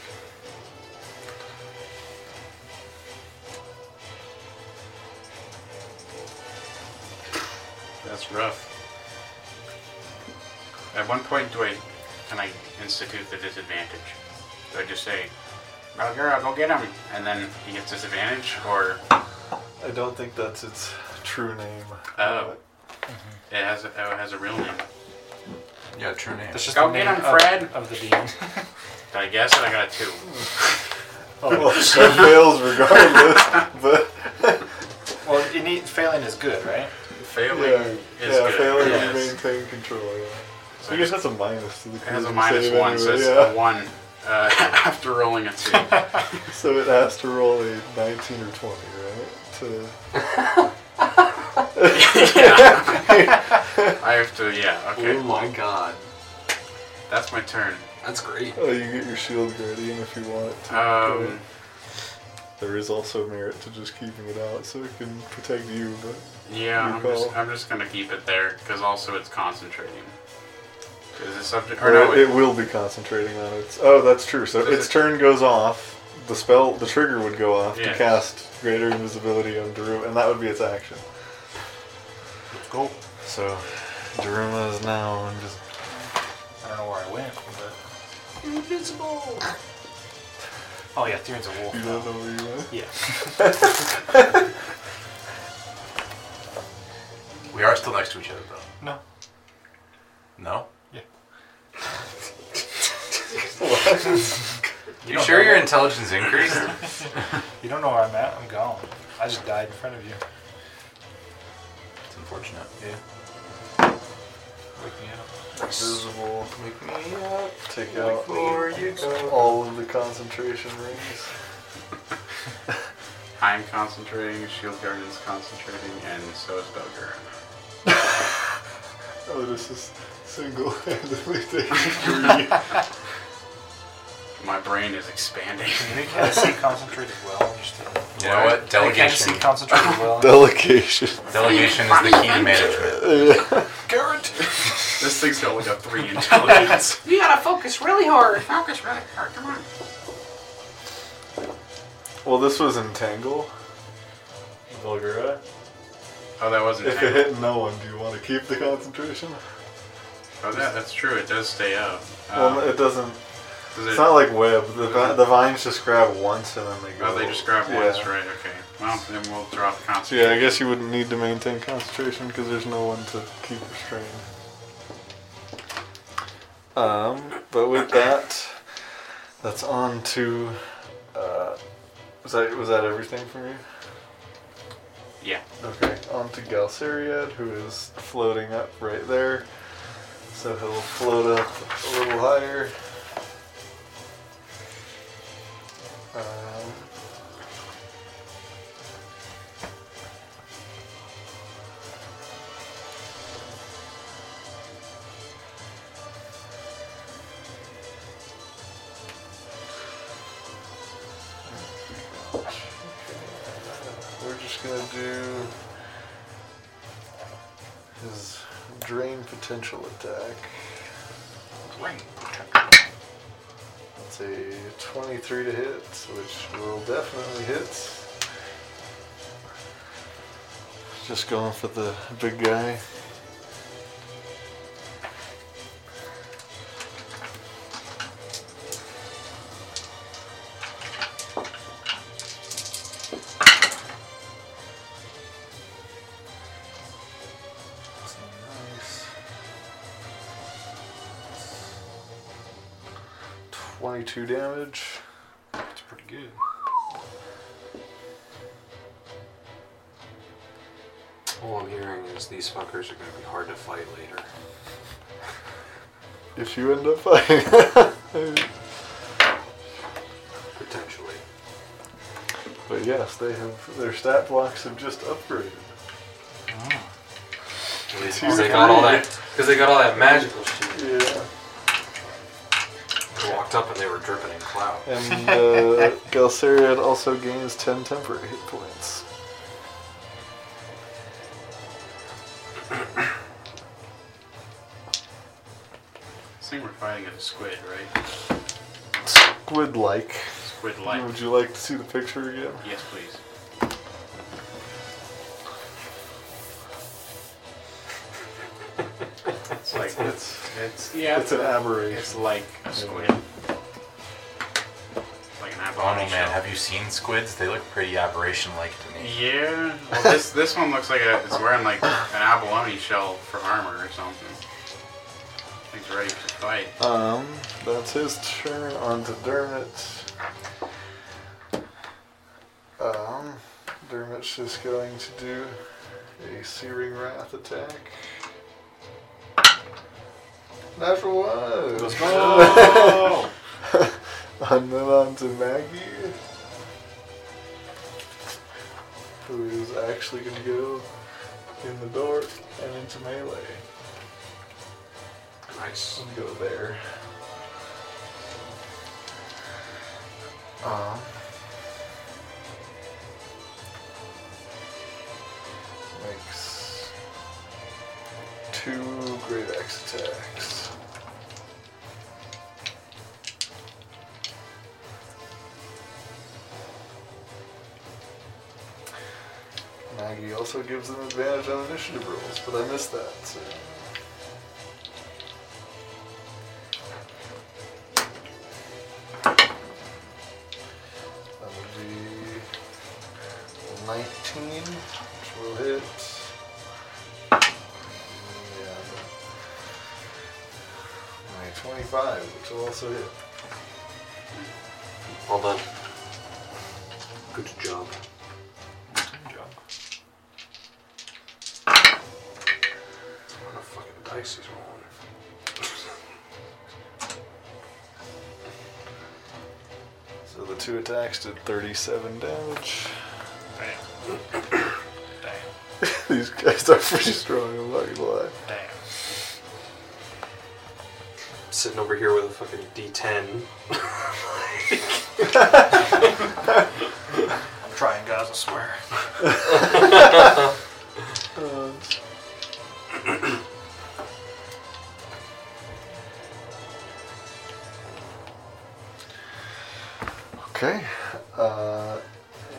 Speaker 4: That's rough. At one point, do I can I institute the disadvantage? Do I just say, Balgura, go get him, and then he gets disadvantage, or
Speaker 1: I don't think that's its true name.
Speaker 4: Oh. it has a, oh, it has a real name?
Speaker 6: Yeah, true name.
Speaker 3: That's just
Speaker 4: Go
Speaker 3: the
Speaker 4: get
Speaker 3: name
Speaker 4: him,
Speaker 3: of-
Speaker 4: Fred.
Speaker 3: Of, the demon.
Speaker 4: Did I guess it? I got a two.
Speaker 1: Oh, well, it fails regardless. But
Speaker 7: Well, it need, failing is good, right?
Speaker 4: Failing
Speaker 1: yeah,
Speaker 4: is
Speaker 1: yeah
Speaker 4: good.
Speaker 1: failing
Speaker 7: Yes.
Speaker 1: you maintain control. Yeah.
Speaker 4: So
Speaker 1: I guess that's a minus to the
Speaker 4: It has a
Speaker 1: charisma
Speaker 4: minus
Speaker 1: save
Speaker 4: one, so
Speaker 1: anyway,
Speaker 4: it's a
Speaker 1: yeah.
Speaker 4: one uh, after rolling a two.
Speaker 1: So it has to roll a 19 or 20, right? To
Speaker 4: I have to, yeah, okay.
Speaker 5: Oh my god.
Speaker 4: That's my turn.
Speaker 2: That's great.
Speaker 1: oh, you get your shield guardian if you want it. To.
Speaker 4: Um,
Speaker 1: There is also merit to just keeping it out, so it can protect you. But
Speaker 4: yeah, I'm
Speaker 1: Your
Speaker 4: just,
Speaker 1: call.
Speaker 4: I'm just gonna keep it there because also it's concentrating. Is it subject? Or
Speaker 1: Or
Speaker 4: no,
Speaker 1: Uh, it,
Speaker 4: it,
Speaker 1: it will be concentrating on its. Oh, that's true. So
Speaker 4: Does
Speaker 1: its
Speaker 4: it-
Speaker 1: turn goes off. The spell, the trigger would go off
Speaker 4: Yes.
Speaker 1: to cast greater invisibility on Daruma, and that would be its action.
Speaker 3: Go.
Speaker 1: So, Daruma is now invisible.
Speaker 7: I don't know where I went, but. Invisible! Oh, yeah, Theron's a wolf.
Speaker 1: You
Speaker 7: now.
Speaker 1: don't know where you went.
Speaker 7: Yeah.
Speaker 6: We are still next to each other, though.
Speaker 7: No.
Speaker 6: No?
Speaker 7: You,
Speaker 6: You
Speaker 7: don't
Speaker 6: sure
Speaker 7: know
Speaker 6: your
Speaker 7: where-
Speaker 6: intelligence increased?
Speaker 7: You don't know where I'm at. I'm gone. I just died in front of you.
Speaker 6: it's unfortunate.
Speaker 7: Wake me up.
Speaker 1: Invisible. Make me up. Take out all of the concentration rings.
Speaker 4: I'm concentrating. Shield Guardian's concentrating, and so is Belgura.
Speaker 1: Oh, this is single-handedly taking three.
Speaker 4: My brain is expanding.
Speaker 7: You can't see concentrated well. when You're still.
Speaker 6: You know what?
Speaker 7: You can't see
Speaker 6: Delegation.
Speaker 7: concentrated well.
Speaker 1: Delegation.
Speaker 6: Delegation is the key to management.
Speaker 4: this thing's gonna look up three intelligence. you gotta focus really hard. Focus really hard. Come on.
Speaker 1: Well, this was entangle. Vulgura.
Speaker 4: Oh, that wasn't.
Speaker 1: If it hit no one, do you want to keep the concentration?
Speaker 4: Oh, that, that's true. It does stay up. Um,
Speaker 1: Well, it doesn't.
Speaker 4: does
Speaker 1: It's
Speaker 4: it-
Speaker 1: not like web. The, vi- the vines just grab once and then they go.
Speaker 4: Oh, they just grab
Speaker 1: yeah.
Speaker 4: once, right? Okay. Well, then we'll drop the
Speaker 1: So yeah,
Speaker 4: concentration.
Speaker 1: I guess you wouldn't need to maintain concentration because there's no one to keep restrained. Um, but with that, that's on to. Uh, was that was that everything from you?
Speaker 4: Yeah.
Speaker 1: Okay, on to Galceriad, who is floating up right there. So he'll float up a little higher. Um, gonna do his drain potential attack. That's a 23 to hit, which will definitely hit. Just going for the big guy. That's not nice. 22 damage.
Speaker 3: It's pretty good.
Speaker 2: All I'm hearing is these fuckers are gonna be hard to fight later.
Speaker 1: If you end up fighting.
Speaker 2: Potentially.
Speaker 1: but yes, they have their stat blocks have just upgraded.
Speaker 2: Because they got all that. Because they got all that magical shit.
Speaker 1: Yeah.
Speaker 2: They walked up and they were dripping in cloud.
Speaker 1: And uh, Galceriad also gains 10 temporary hit points.
Speaker 4: This thing we're fighting is a squid, right?
Speaker 1: Squid like.
Speaker 4: Squid like.
Speaker 1: Would you like to see the picture again?
Speaker 4: Yes, please. It's like it's it's yeah.
Speaker 1: It's an
Speaker 4: It's
Speaker 1: aberration.
Speaker 4: like a squid. Like an
Speaker 6: Oh
Speaker 4: abalone
Speaker 6: no, man,
Speaker 4: shell.
Speaker 6: have you seen squids? They look pretty aberration-like to me.
Speaker 4: Yeah. Well, this this one looks like a, it's wearing like an abalone shell for armor or something. I think it's ready for the fight.
Speaker 1: Um, that's his turn on to Dermot. Um, Dermot's just going to do a Searing Wrath attack. Natural one! and then on to Maggie, who is actually going to go in the door and into melee.
Speaker 2: Nice.
Speaker 1: Let's go there. Um, makes two great axe attacks. Maggie also gives them advantage on initiative rolls, but I missed that. So. That would be 19, which will hit. Yeah. Alright, 25, which will also hit.
Speaker 2: Well done. Good job.
Speaker 3: Good job.
Speaker 2: What a fucking dice he's rolling.
Speaker 1: So the two attacks did 37 damage.
Speaker 3: Damn. Damn.
Speaker 1: These guys are pretty strong, I'm not gonna lie.
Speaker 3: Damn.
Speaker 2: sitting over here with a fucking D10.
Speaker 3: I'm trying, guys. I swear.
Speaker 1: Uh, Okay. Uh,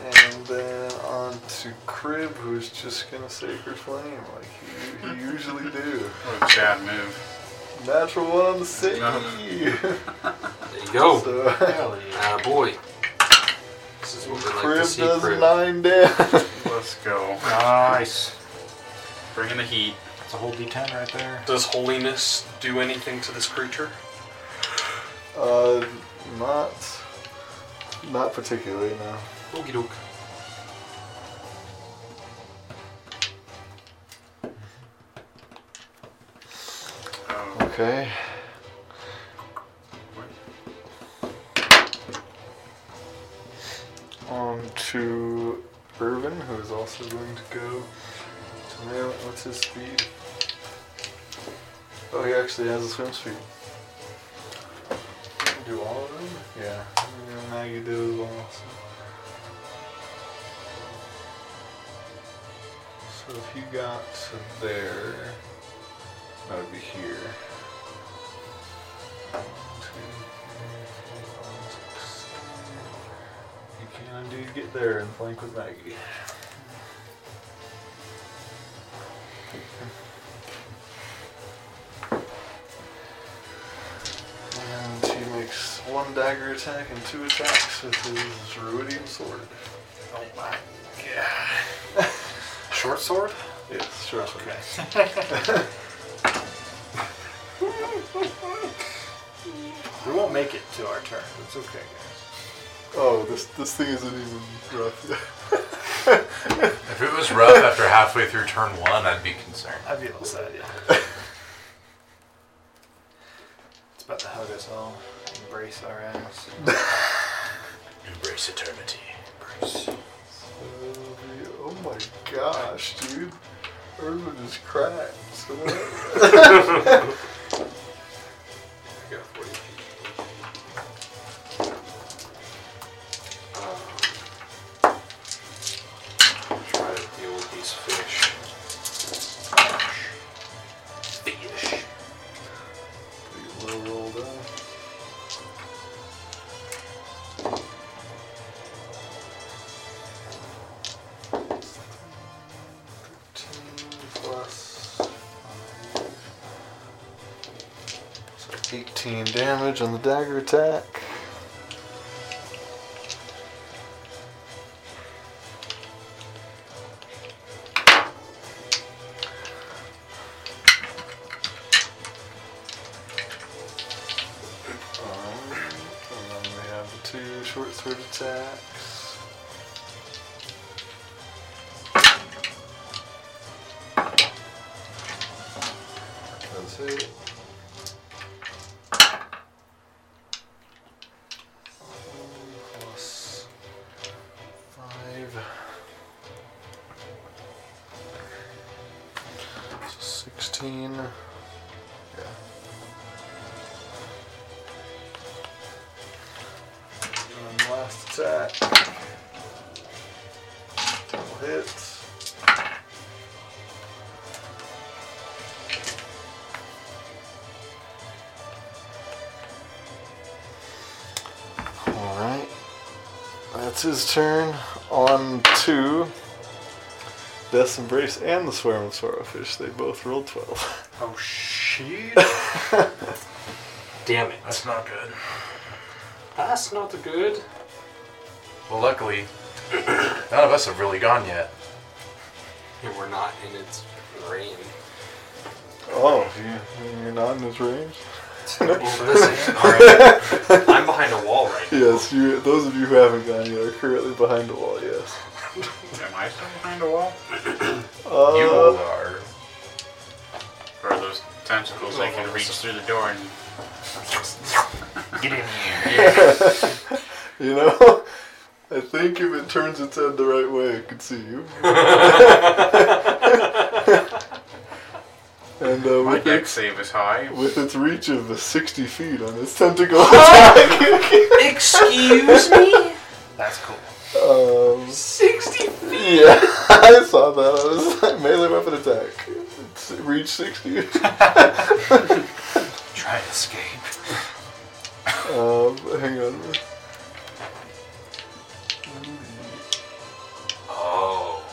Speaker 1: and then on to Crib, who's just gonna Sacred Flame, like he, he usually do.
Speaker 4: What a bad move.
Speaker 1: Natural one to see.
Speaker 2: There you go.
Speaker 1: so,
Speaker 2: Ah, boy. This is what we like to
Speaker 1: Crib
Speaker 2: see.
Speaker 1: does
Speaker 2: Crib.
Speaker 1: nine damage.
Speaker 4: Let's go.
Speaker 3: Nice.
Speaker 4: Bring in the heat.
Speaker 3: That's a whole D10 right there.
Speaker 2: Does holiness do anything to this creature?
Speaker 1: Uh, not, not particularly. No.
Speaker 2: Okie doke.
Speaker 4: Oh,
Speaker 1: Okay. On to Irvin, who is also going to go to Mail. What's his speed? Oh, he actually has a swim speed. Do all of them? Yeah. yeah Maggie did as well. so. So if you got to there, that would be here. One, two, three, four, five, six, seven. You can indeed get there and flank with Maggie. And he makes one dagger attack and two attacks with his Druidian sword.
Speaker 7: Oh my god. Short sword?
Speaker 1: Yes, sure. Okay.
Speaker 7: We won't make it to our turn. It's okay, guys.
Speaker 1: Oh, this this thing isn't even rough.
Speaker 6: If it was rough after halfway through turn one, I'd be concerned.
Speaker 7: I'd be upset, yeah. it's about to hug us all, embrace our ass.
Speaker 6: Embrace eternity.
Speaker 1: oh my gosh, dude. Urban is cracked. So what?
Speaker 2: You got 40 feet. Um, Try to deal with these fish. Fish.
Speaker 1: Pretty low roll down. Thirteen plus five. So Eighteen damage on the dagger attack. Um, and then we have the two short sword attacks. That's it. Plus five. So Sixteen. Yeah. And then last attack. Double hits. Alright. That's his turn. On to Death's Embrace and the Swarm of Sorrowfish. They both rolled 12.
Speaker 7: Oh shit.
Speaker 2: Damn it.
Speaker 6: That's not good.
Speaker 2: That's not good.
Speaker 6: Well, luckily, none of us have really gone yet.
Speaker 2: And we're not in its rain.
Speaker 1: Oh, you, you're not in his range?
Speaker 2: Well, this is, all right. I'm behind a wall right now.
Speaker 1: Yes, you. those of you who haven't gone yet are currently behind a wall, yes.
Speaker 4: Am I still behind a wall?
Speaker 1: Uh,
Speaker 6: you all are.
Speaker 4: Or are those tentacles that can reach through the door and
Speaker 1: You know, I think if it turns its head the right way, it could see you. and uh,
Speaker 4: my
Speaker 1: with,
Speaker 4: deck
Speaker 1: its,
Speaker 4: save is high?
Speaker 1: with its reach of uh, 60 feet on its tentacle attack.
Speaker 2: Excuse me?
Speaker 7: That's cool.
Speaker 1: um,
Speaker 2: 60
Speaker 1: yeah, I saw that. I was like, melee weapon attack. It's reach 60.
Speaker 6: Try and escape.
Speaker 1: um, hang on.
Speaker 2: Oh.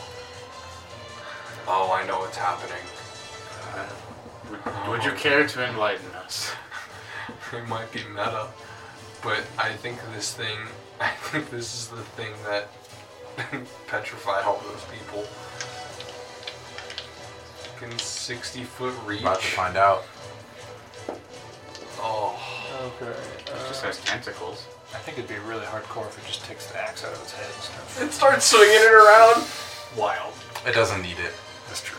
Speaker 2: Oh, I know what's happening.
Speaker 4: Would, would you care to enlighten us?
Speaker 2: It might be meta, but I think this thing, I think this is the thing that petrified all those people. Fucking 60 foot reach.
Speaker 6: About to find out.
Speaker 2: Oh,
Speaker 1: Okay.
Speaker 4: It just has tentacles.
Speaker 3: I think it'd be really hardcore if it just takes the axe out of its head and stuff.
Speaker 2: it starts swinging it around. Wild.
Speaker 6: It doesn't need it.
Speaker 3: That's true.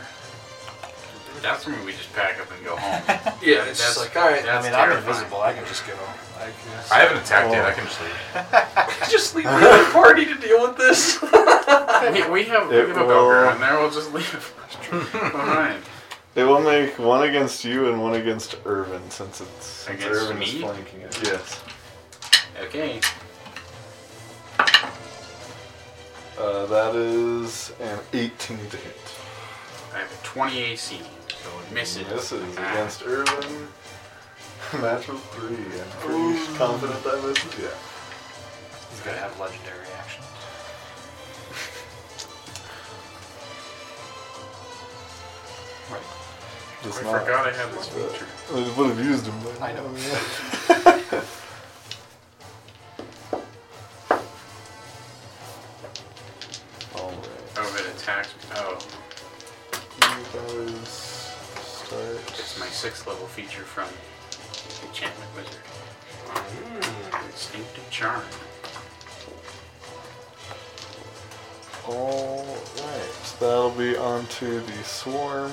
Speaker 4: That's when we just pack up and go home.
Speaker 2: Yeah, it's
Speaker 4: That's-
Speaker 2: just like, alright,
Speaker 4: That's
Speaker 3: I mean, I'm
Speaker 4: terrifying.
Speaker 3: invisible. I can just go. I guess.
Speaker 6: I haven't attacked yet. I can just leave.
Speaker 2: just leave me the party to deal with this.
Speaker 4: we, we have, we
Speaker 1: It
Speaker 4: have a Belger
Speaker 1: will-
Speaker 4: in there, we'll just leave. Alright.
Speaker 1: It will make one against you and one against Irvin since it's since
Speaker 4: Against
Speaker 1: Irvin is
Speaker 4: me?
Speaker 1: flanking it. Yes.
Speaker 4: Okay.
Speaker 1: Uh, that is an 18 to hit.
Speaker 4: I have a 20 AC, so it misses.
Speaker 1: This is
Speaker 4: Ah.
Speaker 1: against Irvin. Natural three. I'm pretty confident that was yeah.
Speaker 3: He's got to have legendary actions.
Speaker 1: Uh,
Speaker 3: Right.
Speaker 1: Just
Speaker 4: I
Speaker 1: not-
Speaker 4: forgot I had this feature.
Speaker 1: I would have used him. But
Speaker 7: I know.
Speaker 1: All
Speaker 4: Oh, it attacks. Oh,
Speaker 1: right. You guys start.
Speaker 4: it's my sixth level feature from Enchantment Wizard. Mm, instinctive charm.
Speaker 1: All right. So that'll be onto the swarm,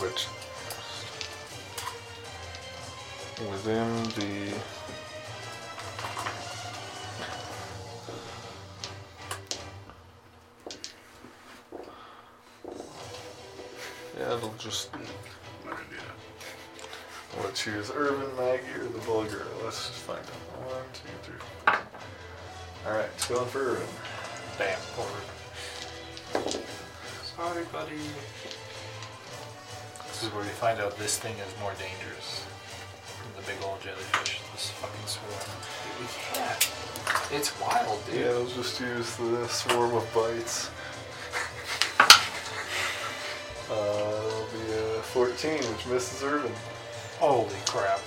Speaker 1: which within the yeah, it'll just
Speaker 4: I'm gonna do that.
Speaker 1: We'll choose Urban Maggie or the Bulgar. Let's just find out. One, two, three. All right, it's going for Urban.
Speaker 3: Damn. Forward.
Speaker 2: Sorry, buddy.
Speaker 7: This is where we find out this thing is more dangerous than the big old jellyfish. This fucking swarm.
Speaker 2: We can't. It's wild, dude.
Speaker 1: Yeah, we'll just use the swarm of bites. Uh, it'll be a 14, which misses Urban.
Speaker 7: Holy crap.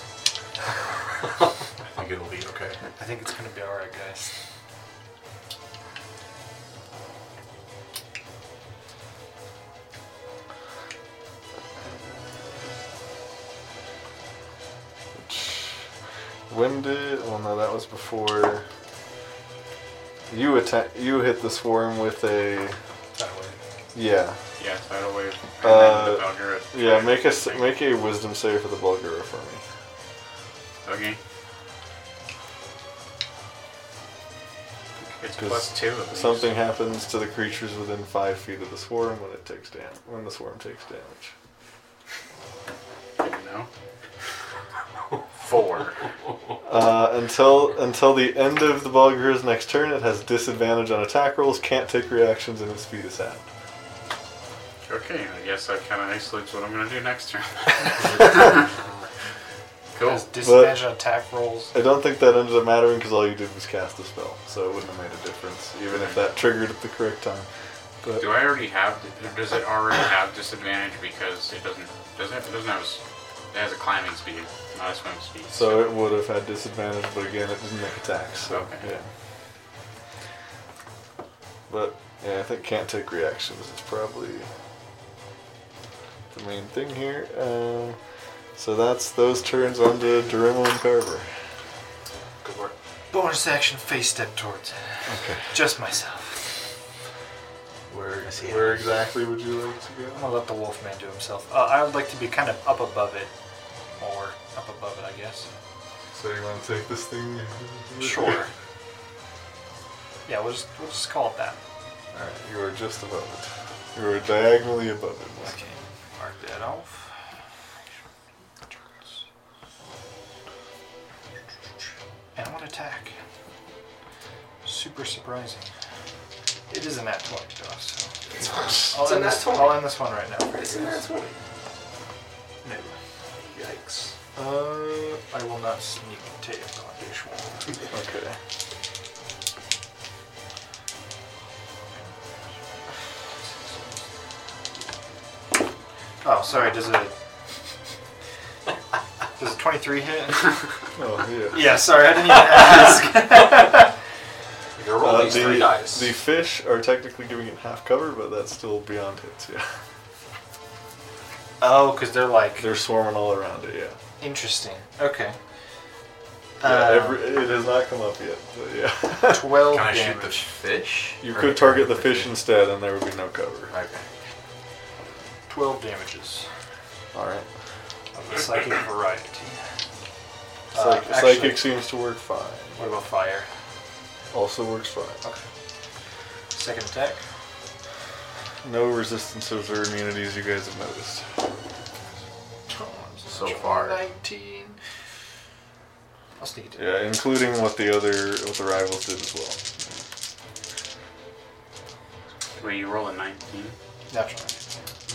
Speaker 6: I think it'll be okay.
Speaker 7: I think it's gonna be alright, guys.
Speaker 1: Which, when did? Well, Oh, no, that was before. You attack. You hit the swarm with a.
Speaker 7: That way.
Speaker 1: Yeah,
Speaker 4: Yeah, tidal wave. And then the
Speaker 1: Uh,
Speaker 4: Belgara.
Speaker 1: yeah. Make a s- make a wisdom save for the Bulgar for me.
Speaker 4: Okay. It's
Speaker 1: Does
Speaker 4: plus two. At least.
Speaker 1: Something happens to the creatures within five feet of the swarm when it takes dam- when the swarm takes damage.
Speaker 4: No. Four.
Speaker 1: Uh, until until the end of the Bulgar's next turn, it has disadvantage on attack rolls, can't take reactions, and its speed is halved.
Speaker 4: Okay, I guess that kind of isolates what I'm gonna do next turn. cool.
Speaker 7: Has disadvantage on attack rolls.
Speaker 1: I don't think that ended up mattering because all you did was cast a spell, so it wouldn't have made a difference, even if that triggered at the correct time. But
Speaker 4: Do I already have? or Does it already have disadvantage because it doesn't? Doesn't it? Doesn't have? s- It has a climbing speed, not a swim speed.
Speaker 1: so it would have had disadvantage, but again, it didn't make attacks. So
Speaker 4: Okay.
Speaker 1: yeah. But yeah, I think can't take reactions is probably the main thing here. Um, so that's those turns onto Durimo and Carver.
Speaker 2: Good work.
Speaker 7: Bonus action face step towards it.
Speaker 1: Okay.
Speaker 7: Just myself.
Speaker 5: Where is he?
Speaker 1: Where exactly would you like to
Speaker 7: I'm
Speaker 1: go?
Speaker 7: gonna let the wolfman do himself. Uh, I would like to be kind of up above it. Or up above it, I guess.
Speaker 1: So you want to take this thing?
Speaker 7: Sure. Yeah, we'll just, we'll just call it that.
Speaker 1: Alright, you are just above it. You are diagonally above it.
Speaker 7: Okay, mark that off. And one attack. Super surprising. It is a nat 20 to us, so. I'll,
Speaker 2: It's a
Speaker 7: end
Speaker 2: nat
Speaker 7: this,
Speaker 2: 20.
Speaker 7: I'll end this one right now. for you
Speaker 2: It's a nat
Speaker 7: guys.
Speaker 2: 20.
Speaker 7: No.
Speaker 2: Yikes.
Speaker 7: Uh, I will not sneak attack on this one.
Speaker 1: Okay.
Speaker 7: Oh, sorry, does a. Does a 23 hit?
Speaker 1: Oh, yeah.
Speaker 7: yeah, sorry, I didn't even ask.
Speaker 2: You're rolling
Speaker 1: Uh,
Speaker 2: these
Speaker 1: the,
Speaker 2: three dice.
Speaker 1: the fish are technically giving it half cover, but that's still beyond hits, yeah.
Speaker 7: oh, because they're like.
Speaker 1: They're swarming all around it, yeah.
Speaker 7: Interesting. Okay.
Speaker 1: Yeah,
Speaker 7: Uh,
Speaker 1: every, it has not come up yet, but yeah.
Speaker 7: 12
Speaker 6: Can I shoot the
Speaker 7: damage.
Speaker 6: fish?
Speaker 1: you
Speaker 6: Or
Speaker 1: could
Speaker 6: can I
Speaker 1: target the
Speaker 6: hit
Speaker 1: fish instead, and there would be no cover.
Speaker 6: Okay.
Speaker 7: 12 damages
Speaker 1: All right.
Speaker 7: of the psychic variety. Uh,
Speaker 1: Psych-
Speaker 7: actually,
Speaker 1: psychic seems to work fine.
Speaker 7: What about fire?
Speaker 1: Also works fine.
Speaker 7: Okay. Second attack.
Speaker 1: No resistances or immunities you guys have noticed.
Speaker 6: So far.
Speaker 7: 19. I'll sneak it.
Speaker 1: Yeah, including what the other what the rivals did as well.
Speaker 4: Wait, you roll a 19.
Speaker 7: Natural.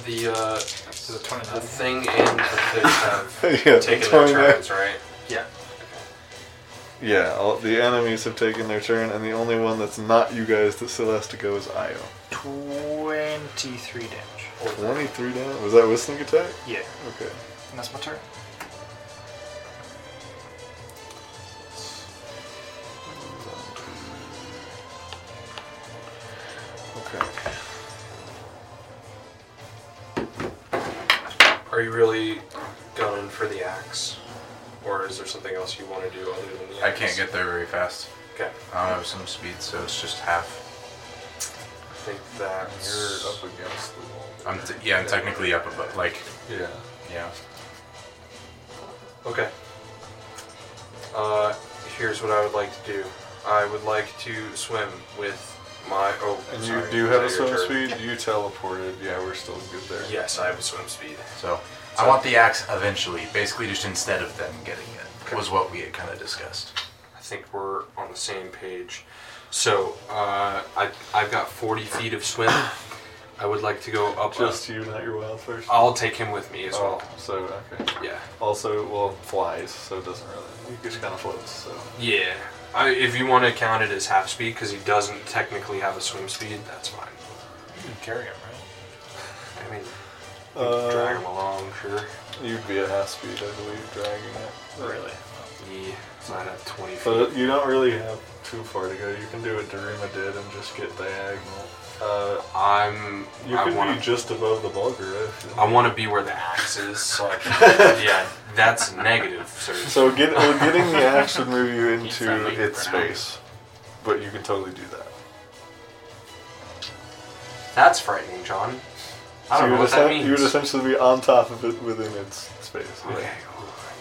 Speaker 2: The uh,
Speaker 4: That's
Speaker 3: The 29.
Speaker 2: the thing and the fish have
Speaker 1: yeah,
Speaker 2: taken their
Speaker 1: 29.
Speaker 2: turns, right?
Speaker 7: Yeah.
Speaker 1: Yeah, all, the enemies have taken their turn, and the only one that's not you guys that still has to go is Io.
Speaker 7: 23 damage.
Speaker 1: 23 down? Was that whistling attack?
Speaker 7: Yeah.
Speaker 1: Okay.
Speaker 7: And that's my turn.
Speaker 1: Okay.
Speaker 2: Are you really gunning for the axe, or is there something else you want to do other than the axe?
Speaker 6: I can't get there very fast.
Speaker 2: Okay.
Speaker 6: I don't have some speed, so it's just half.
Speaker 2: I think that
Speaker 6: You're up
Speaker 2: against the wall.
Speaker 6: I'm t- yeah, I'm technically up above. Like,
Speaker 2: Yeah.
Speaker 6: yeah.
Speaker 2: Okay. Uh, here's what I would like to do. I would like to swim with my. Oh,
Speaker 1: And you
Speaker 2: sorry,
Speaker 1: do
Speaker 2: is
Speaker 1: have
Speaker 2: that
Speaker 1: a
Speaker 2: your
Speaker 1: swim
Speaker 2: turn?
Speaker 1: speed. You teleported. Yeah, we're still good there.
Speaker 2: Yes, I have a swim speed.
Speaker 6: So, I want the axe eventually. Basically, just instead of them getting it was what we had kind of discussed.
Speaker 2: I think we're on the same page. So uh, I I've got 40 feet of swim. I would like to go up.
Speaker 1: Just you, not your wildfires.
Speaker 2: I'll take him with me as well.
Speaker 1: So okay.
Speaker 2: Yeah.
Speaker 1: Also, well, flies, so it doesn't really. He just kind of floats. So
Speaker 2: Yeah. I, if you want to count it as half speed, because he doesn't technically have a swim speed, that's fine.
Speaker 7: You can carry him, right?
Speaker 2: I mean, drag him
Speaker 1: uh,
Speaker 2: along, sure.
Speaker 1: you'd be at half speed, I believe, dragging it.
Speaker 7: Really?
Speaker 2: Yeah. So I'd have 20 feet.
Speaker 1: But you don't really have too far to go. You can do what Daruma did and just get diagonal. Uh,
Speaker 2: I'm.
Speaker 1: you
Speaker 2: I
Speaker 1: could
Speaker 2: want
Speaker 1: be
Speaker 2: to.
Speaker 1: just above the bulger. If you
Speaker 2: I want to be where the axe is. So I can, yeah, that's negative, sir.
Speaker 1: So get, well, getting the axe would move you
Speaker 4: He's
Speaker 1: into
Speaker 4: friendly
Speaker 1: its
Speaker 4: for now.
Speaker 1: space, but you can totally do that.
Speaker 2: That's frightening, John. I
Speaker 1: So
Speaker 2: don't
Speaker 1: you
Speaker 2: know
Speaker 1: would
Speaker 2: what that
Speaker 1: essen-
Speaker 2: means.
Speaker 1: You would essentially be on top of it within its space. yeah.
Speaker 2: Okay,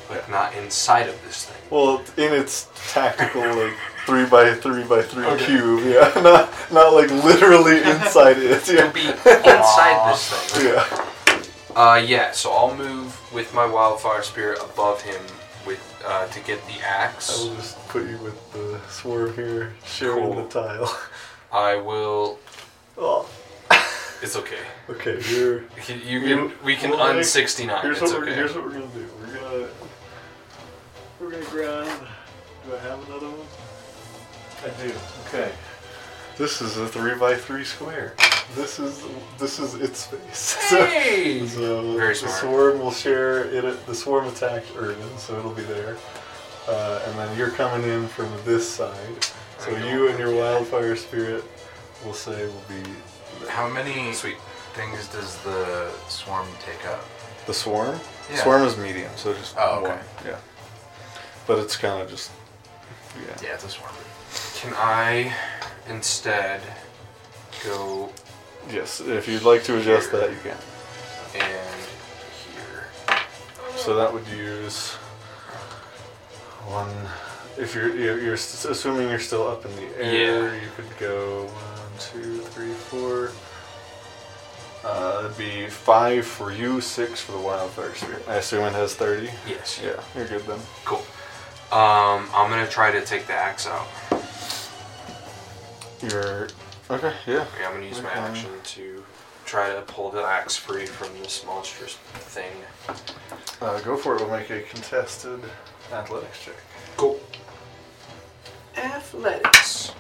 Speaker 2: like not inside of this thing.
Speaker 1: Well, in its tactical like three by three by three cube, yeah, not not like literally inside it.
Speaker 2: To
Speaker 1: Yeah,
Speaker 2: be inside this thing.
Speaker 1: yeah.
Speaker 2: Uh, yeah. So I'll move with my wildfire spirit above him with uh, to get the
Speaker 1: I
Speaker 2: axe.
Speaker 1: will just put you with the swerve here, sharing
Speaker 2: Cool.
Speaker 1: the tile.
Speaker 2: I will.
Speaker 1: Oh,
Speaker 2: It's okay.
Speaker 1: okay. Here,
Speaker 2: You, you
Speaker 1: You-
Speaker 2: can. We can
Speaker 1: well, like,
Speaker 2: un sixty nine.
Speaker 1: here's
Speaker 2: It's
Speaker 1: what we're
Speaker 2: okay.
Speaker 1: here's what we're gonna do. We're gonna we're gonna grind. Do I have another one? I do. Okay. This is a three by three square. This is this is its space. So-
Speaker 2: Hey!
Speaker 1: So
Speaker 2: Very
Speaker 1: the
Speaker 2: smart.
Speaker 1: swarm will share it. The swarm attacked Irvin, so it'll be there. Uh, and then you're coming in from this side, so
Speaker 2: I know.
Speaker 1: you and your wildfire spirit will say will be
Speaker 6: How many
Speaker 2: Sweet.
Speaker 6: things does the swarm take up?
Speaker 1: the swarm.
Speaker 6: Yeah.
Speaker 1: Swarm is medium, so just
Speaker 6: Oh, okay.
Speaker 1: one. Yeah, but it's kind of just yeah.
Speaker 6: Yeah, it's a swarm.
Speaker 2: Can I instead go
Speaker 1: Yes, if you'd like to adjust that, you can.
Speaker 2: and here?
Speaker 1: So that would use one. If you're you're, you're s- assuming you're still up in the air, you could go one, two, three, four. Uh, that'd be five for you, six for the wildfire spirit. I assume it has thirty.
Speaker 2: Yes.
Speaker 1: Yeah, you're good then.
Speaker 2: Cool. Um, I'm gonna try to take the axe out.
Speaker 1: You're okay. Yeah.
Speaker 2: Yeah, I'm gonna use my
Speaker 1: Okay.
Speaker 2: action to try to pull the axe free from this monstrous thing.
Speaker 1: Uh, go for it. We'll make a contested athletics check.
Speaker 2: Cool. Athletics.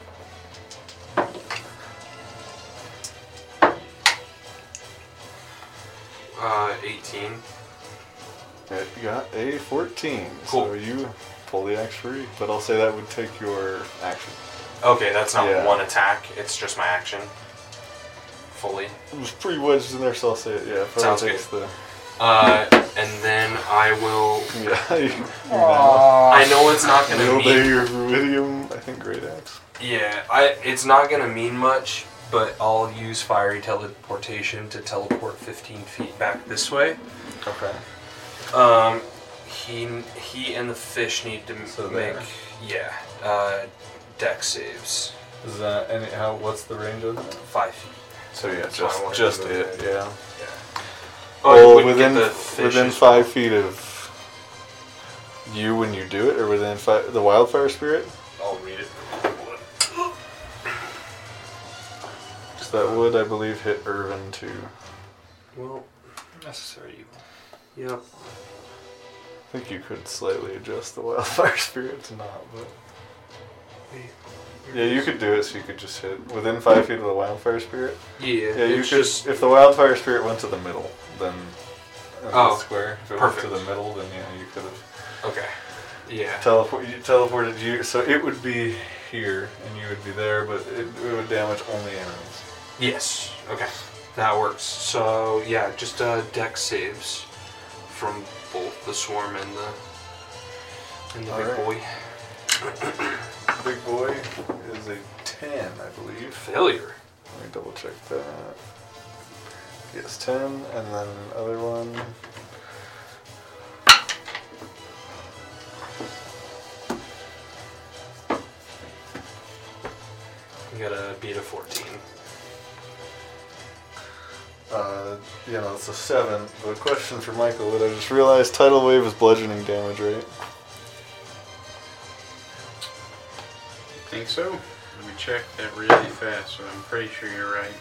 Speaker 2: Uh, 18.
Speaker 1: It got a fourteen. So
Speaker 2: Cool.
Speaker 1: you pull the axe free, but I'll say that would take your action.
Speaker 2: Okay, that's not
Speaker 1: Yeah.
Speaker 2: one attack. It's just my action. Fully.
Speaker 1: It was pretty wedged in there, so I'll say it. Yeah, probably
Speaker 2: Sounds
Speaker 1: takes the.
Speaker 2: Uh, and then I will.
Speaker 1: Yeah, you, you
Speaker 7: Uh, Oh.
Speaker 2: I know it's not gonna
Speaker 1: know,
Speaker 2: mean
Speaker 1: they are Ruidium, I think, great axe.
Speaker 2: Yeah, I it's not gonna mean much, but I'll use fiery teleportation to teleport 15 feet back this way.
Speaker 1: Okay.
Speaker 2: Um, he he and the fish need to m-
Speaker 1: So
Speaker 2: make
Speaker 1: there.
Speaker 2: yeah uh, deck saves
Speaker 1: Is that any? How? What's the range of that?
Speaker 2: five feet.
Speaker 1: So yeah,
Speaker 2: That's why I wanted to move it.
Speaker 1: Yeah.
Speaker 2: Yeah.
Speaker 1: Well,
Speaker 2: it Oh, wouldn't get
Speaker 1: Oh, within
Speaker 2: the fish
Speaker 1: within
Speaker 2: as well.
Speaker 1: five feet of you when you do it, or within fi- the wildfire spirit.
Speaker 2: I'll read it.
Speaker 1: six. That would, I believe, hit Irvin too.
Speaker 2: Well,
Speaker 7: Necessary evil.
Speaker 2: yep.
Speaker 1: I think you could slightly adjust the wildfire spirit to not, but yeah, you could do it. So you could just hit within five feet of the wildfire spirit.
Speaker 2: Yeah,
Speaker 1: Yeah, you
Speaker 2: it's
Speaker 1: could.
Speaker 2: just
Speaker 1: If the wildfire spirit went to the middle, then of the
Speaker 2: Oh,
Speaker 1: square. If it
Speaker 2: perfect.
Speaker 1: went to the middle, then yeah, you could have
Speaker 2: okay. Yeah.
Speaker 1: teleport. You teleported you, so it would be here, and you would be there, but it, it would damage only enemies.
Speaker 2: Yes. Okay. That works. So yeah, just uh, deck saves from both the swarm and the and the big
Speaker 1: Alright.
Speaker 2: boy.
Speaker 1: Big boy is a ten, I believe.
Speaker 2: Failure.
Speaker 1: Let me double check that. Yes, ten, and then other one.
Speaker 2: You gotta beat a fourteen.
Speaker 1: Uh, you know, it's a seven. But a question for Michael: Would I just realized tidal wave is bludgeoning damage, right?
Speaker 4: Think so? Let me check that really fast, but I'm pretty sure you're right.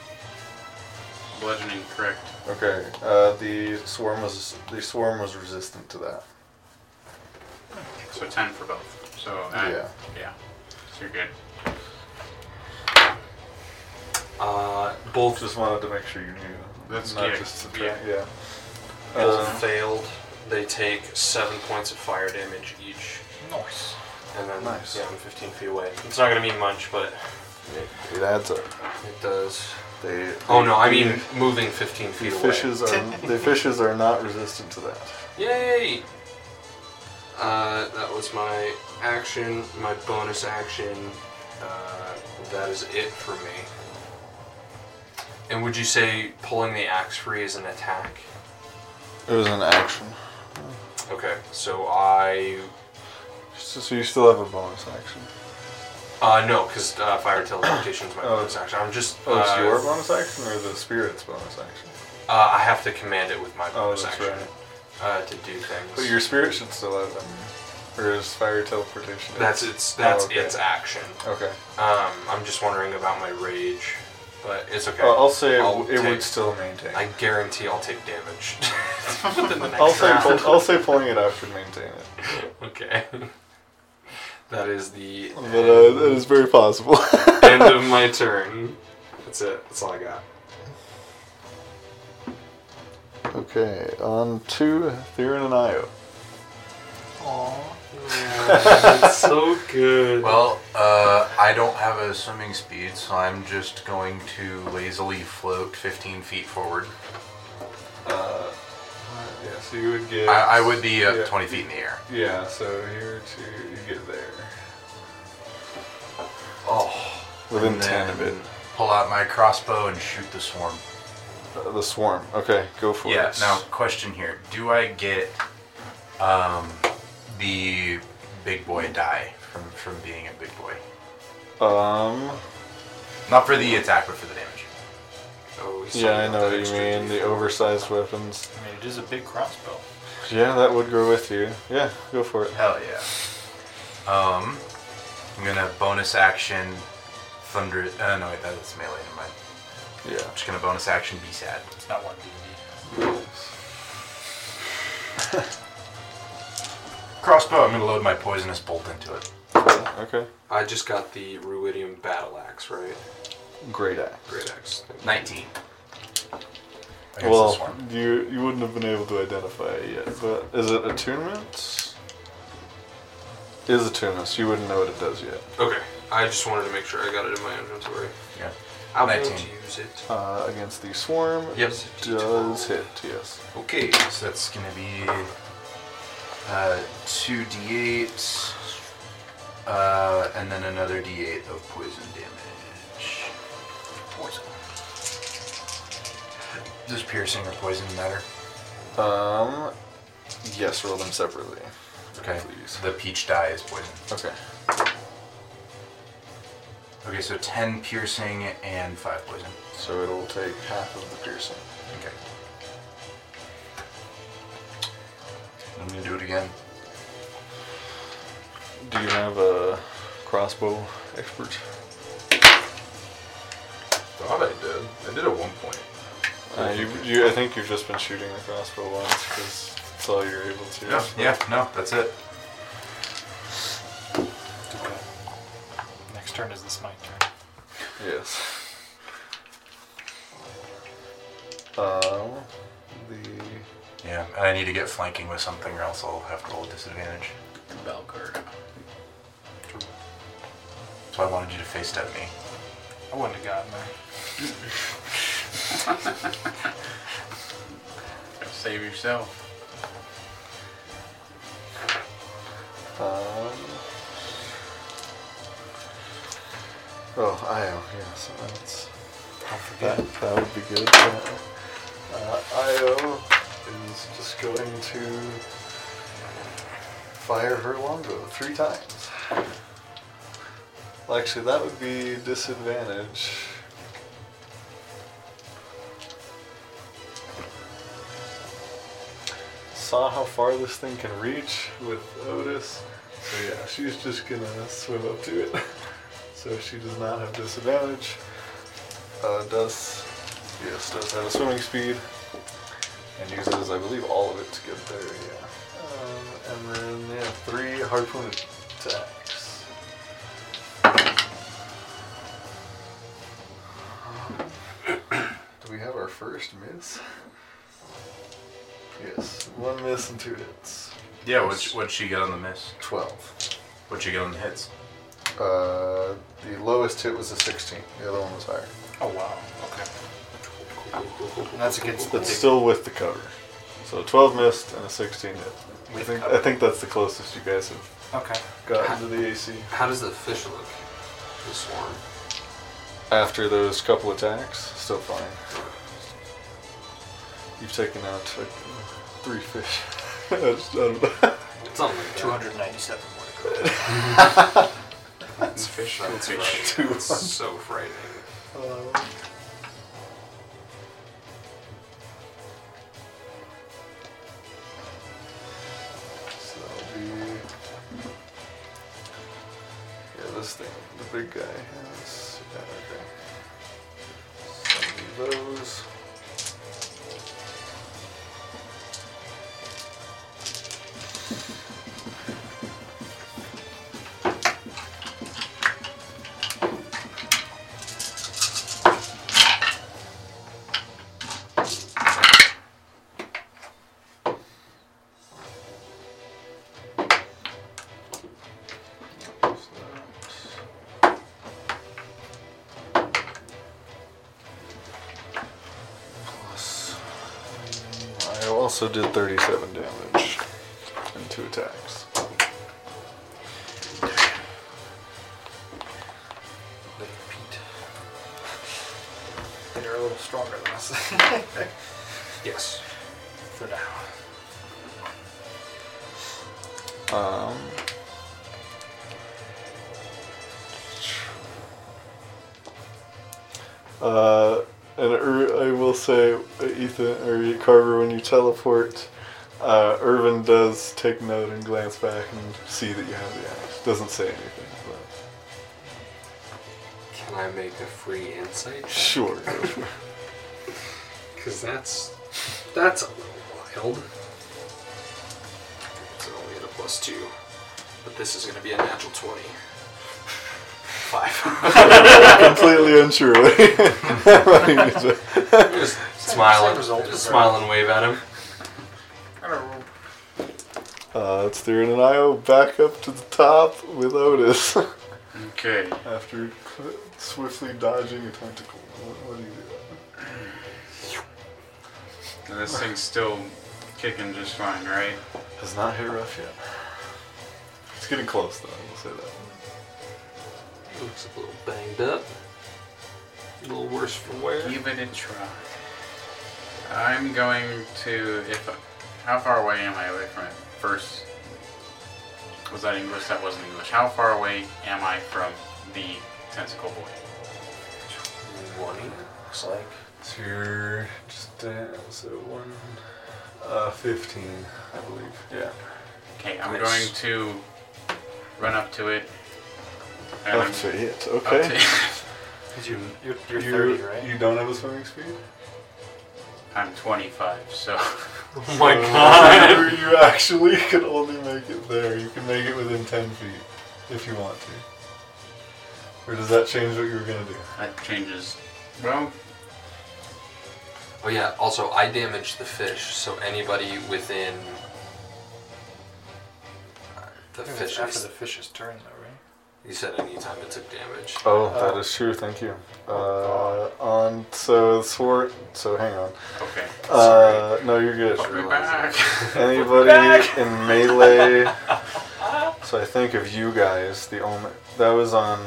Speaker 4: Bludgeoning, correct.
Speaker 1: Okay. Uh, the swarm was the swarm was resistant to that.
Speaker 4: So 10 for both. So, uh,
Speaker 1: Yeah.
Speaker 4: yeah. So you're good.
Speaker 2: Uh, both
Speaker 1: Just wanted to make sure you knew.
Speaker 4: That's
Speaker 1: not
Speaker 4: yeah,
Speaker 1: just the
Speaker 4: yeah.
Speaker 1: yeah.
Speaker 2: both
Speaker 1: Um,
Speaker 2: failed. They take seven points of fire damage each,
Speaker 7: Nice.
Speaker 2: and then
Speaker 1: Nice.
Speaker 2: yeah, I'm 15 feet away. It's not gonna mean much, but
Speaker 1: it adds up.
Speaker 2: it does.
Speaker 1: They.
Speaker 2: Oh no, I
Speaker 1: the-
Speaker 2: mean moving 15
Speaker 1: The
Speaker 2: feet away.
Speaker 1: fishes are the fishes are not resistant to that.
Speaker 2: Yay! Uh, that was my action, my bonus action. Uh, that is it for me. And would you say pulling the axe free is an attack?
Speaker 1: It was an action.
Speaker 2: Okay, so I.
Speaker 1: So, so you still have a bonus action.
Speaker 2: Uh, no, because uh, fire teleportation is my
Speaker 1: Oh.
Speaker 2: bonus action. I'm just.
Speaker 1: Oh, it's
Speaker 2: uh,
Speaker 1: your bonus action or the spirit's bonus action?
Speaker 2: Uh, I have to command it with my
Speaker 1: Oh,
Speaker 2: bonus
Speaker 1: that's
Speaker 2: action
Speaker 1: right.
Speaker 2: uh, to do things.
Speaker 1: But your spirit should still have them. Or is fire teleportation?
Speaker 2: that's its that's
Speaker 1: Oh, okay.
Speaker 2: its action.
Speaker 1: Okay.
Speaker 2: Um, I'm just wondering about my rage, but it's okay.
Speaker 1: Uh, I'll say it,
Speaker 2: I'll
Speaker 1: w- it
Speaker 2: take-
Speaker 1: would still maintain.
Speaker 2: I guarantee I'll take damage. Within the next
Speaker 1: I'll say,
Speaker 2: round.
Speaker 1: pull, I'll say pulling it out should maintain it.
Speaker 2: Okay. That is the
Speaker 1: But uh, that is very possible.
Speaker 2: end of my turn. That's it. That's all I got.
Speaker 1: okay, on to Theron and Io.
Speaker 7: Aww.
Speaker 2: That's so good.
Speaker 6: Well, uh, I don't have a swimming speed, so I'm just going to lazily float 15 feet forward.
Speaker 1: Uh, yeah, so you would get.
Speaker 6: I, I would be up
Speaker 1: yeah.
Speaker 6: 20 feet in the air.
Speaker 1: Yeah, so here to you get there.
Speaker 6: Oh,
Speaker 1: Within
Speaker 6: and
Speaker 1: 10 of
Speaker 6: then
Speaker 1: it.
Speaker 6: Pull out my crossbow and shoot the swarm.
Speaker 1: Uh, the swarm. Okay, go for
Speaker 6: Yeah.
Speaker 1: it.
Speaker 6: Now, question here: Do I get um, the big boy die from from being a big boy?
Speaker 1: Um.
Speaker 6: Not for the attack, but for the damage.
Speaker 2: Oh, we still
Speaker 1: Yeah, I
Speaker 2: got
Speaker 1: know
Speaker 2: that
Speaker 1: what you
Speaker 2: extra
Speaker 1: mean. The
Speaker 2: D4.
Speaker 1: oversized weapons.
Speaker 7: I mean, it is a big crossbow.
Speaker 1: Yeah, that would go with you. Yeah, go for it.
Speaker 6: Hell yeah. Um, I'm gonna bonus action thunder. Uh, no, wait, that's melee. Never mind.
Speaker 1: Yeah.
Speaker 6: I'm just gonna bonus action be sad.
Speaker 7: It's not one D&D.
Speaker 6: Crossbow. I'm gonna load my poisonous bolt into it.
Speaker 1: Okay.
Speaker 2: I just got the Ruidium battle axe, right?
Speaker 1: Great act.
Speaker 2: Great axe.
Speaker 6: 19. Against the
Speaker 1: Well,
Speaker 6: swarm.
Speaker 1: you you wouldn't have been able to identify it yet. But is it attunement? It Is attunement? So you wouldn't know what it does yet.
Speaker 2: Okay. I just wanted to make sure I got it in my inventory.
Speaker 6: Yeah.
Speaker 2: I won't
Speaker 6: 19.
Speaker 2: use it.
Speaker 1: Uh, against the swarm,
Speaker 2: Yep.
Speaker 1: it does hit. Yes.
Speaker 6: Okay, so that's gonna be uh, two d8, uh, and then another d8 of poison damage. Poison. Does piercing or poison matter?
Speaker 1: Um. Yes. Roll them separately.
Speaker 6: Okay.
Speaker 1: Please.
Speaker 6: So the peach die is poison.
Speaker 1: Okay.
Speaker 6: Okay, so 10 piercing and 5 poison.
Speaker 1: So it'll take half of the piercing.
Speaker 6: Okay. I'm gonna do it again.
Speaker 1: Do you have a crossbow expert?
Speaker 2: Thought I did.
Speaker 8: did. I did at one point.
Speaker 1: Uh, you, you, I think you've just been shooting the crossbow once because that's all you're able to.
Speaker 6: No, yeah, no, that's it.
Speaker 7: Next turn is this my turn.
Speaker 1: Yes. Um, the
Speaker 6: Yeah, and I need to get flanking with something or else I'll have to roll a disadvantage.
Speaker 4: Belkar.
Speaker 6: So I wanted you to face step me.
Speaker 7: I wouldn't have gotten there.
Speaker 4: Save yourself.
Speaker 1: um, oh, Io. Yeah, so that's
Speaker 7: Don't forget.
Speaker 1: that. That would be good. Uh, uh, Io is just going to fire her longbow three times. Well, actually, that would be disadvantage. Saw how far this thing can reach with Otis. So yeah, she's just gonna swim up to it. So she does not have disadvantage. Uh, does yes, does have a swimming speed. And uses, I believe, all of it to get there, yeah. Um, and then yeah, three harpoon attacks. Do we have our first miss? Yes, one miss and two hits.
Speaker 6: Yeah, what'd, she- what'd she get on the miss?
Speaker 1: Twelve.
Speaker 6: What'd she get on the hits?
Speaker 1: Uh, the lowest hit was a 16. The other one was higher.
Speaker 7: Oh wow. Okay. And that's against the
Speaker 1: That's
Speaker 7: big
Speaker 1: still with the cover. So 12 missed and a 16 hit. I
Speaker 7: With
Speaker 1: think,
Speaker 7: cover.
Speaker 1: I think that's the closest you guys have
Speaker 7: Okay.
Speaker 1: gotten to the AC.
Speaker 2: How does the fish look? The swarm.
Speaker 1: After those couple attacks, still fine. You've taken out like, three fish. I just- I don't know.
Speaker 2: It's only like that.
Speaker 7: 297 more to go.
Speaker 2: That's fish. That's fish.
Speaker 1: Two.
Speaker 2: so frightening.
Speaker 1: Um, so that'll be. Yeah, this thing, the big guy has. uh, Yeah, okay. So that'll be those. Plus. I also did 37 damage and two attacks.
Speaker 7: Little Pete. They're a little stronger than us
Speaker 2: Yes.
Speaker 7: for now.
Speaker 1: Um, uh, and Ir- I will say, uh, Ethan or Carver, when you teleport, uh, Irvin does take note and glance back and see that you have the axe. Doesn't say anything. But
Speaker 2: Can I make a free insight?
Speaker 1: sure.
Speaker 2: Because that's that's a little wild. It's only at a plus two, but this is going to be a natural twenty. Five.
Speaker 1: Completely unsure. That's
Speaker 2: just smile and
Speaker 7: result
Speaker 2: just
Speaker 7: as
Speaker 2: smile and wave at him.
Speaker 7: I don't know.
Speaker 1: uh, it's Theron and Io back up to the top with Otis.
Speaker 4: Okay.
Speaker 1: After swiftly dodging a tentacle, what, what do you do?
Speaker 4: Now this thing's still kicking just fine, right?
Speaker 1: Has not hit rough yet. It's getting close though, I will say that.
Speaker 2: He looks a little banged up. A little worse for wear.
Speaker 4: Give it a try. I'm going to if how far away am I away from it? First was that English? That wasn't English. How far away am I from the tentacle boy?
Speaker 2: Twenty. Looks like.
Speaker 1: So you're just uh, so one, uh, fifteen, I believe. Yeah.
Speaker 4: Okay, I'm
Speaker 2: Nice.
Speaker 4: going to run up to it. And
Speaker 1: Up to hit. Okay.
Speaker 4: up to-
Speaker 7: Because you're, you're, you're
Speaker 1: you
Speaker 7: 30, right?
Speaker 1: you don't have a swimming speed?
Speaker 4: I'm 25, so
Speaker 2: Oh my god.
Speaker 1: you you actually can only make it there. You can make it within 10 feet if you want to. Or does that change what you were going to do?
Speaker 4: that changes. Well,
Speaker 2: Oh yeah. Also, I damaged the fish, so anybody within uh, the
Speaker 7: I think
Speaker 2: fish.
Speaker 7: that's after the fish's turn, though, right?
Speaker 2: You said anytime it took damage.
Speaker 1: Oh,
Speaker 7: Oh.
Speaker 1: that is true. Thank you. Uh, on so sword. So hang on.
Speaker 4: okay.
Speaker 1: Uh, no, you're good.
Speaker 2: Sorry.
Speaker 4: We're back.
Speaker 1: Anybody in melee? So I think of you guys. The only that was um, on.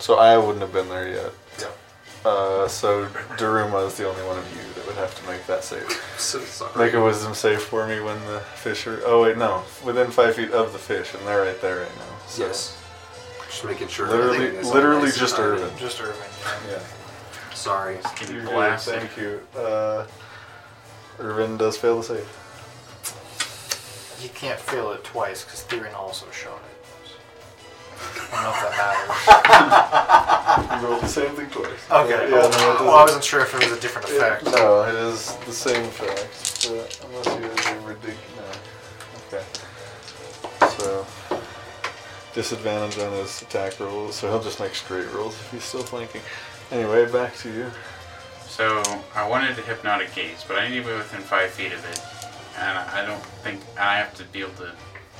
Speaker 1: So I wouldn't have been there yet. Uh, so Daruma is the only one of you that would have to make that save.
Speaker 2: So sorry.
Speaker 1: Make a wisdom save for me when the fish are. Oh wait, no, within five feet of the fish, and they're right there right now. So.
Speaker 2: Yes. Just making sure.
Speaker 1: Literally,
Speaker 2: everything is
Speaker 1: literally
Speaker 2: nice and
Speaker 1: just
Speaker 2: tidy.
Speaker 1: Irvin.
Speaker 7: Just Irvin.
Speaker 1: Yeah.
Speaker 2: Sorry.
Speaker 4: Give me
Speaker 1: You're good,
Speaker 4: blast.
Speaker 1: Thank you. Uh, Irvin does fail to save.
Speaker 7: You can't fail it twice because Theron also shot it. I don't know if that
Speaker 1: You rolled the same thing twice.
Speaker 7: matters.
Speaker 1: Yeah,
Speaker 7: okay.
Speaker 1: Oh, no, it doesn't-
Speaker 7: well, I wasn't sure if it was a different
Speaker 1: it-
Speaker 7: effect.
Speaker 1: no, it is the same effect. But unless you guys are ridiculous. No. Okay. So, disadvantage on his attack rolls, so he'll just make straight rolls if he's still flanking. Anyway, back to you.
Speaker 4: So I wanted to hypnotic gaze, but I need to be within five feet of it, and I don't think I have to be able to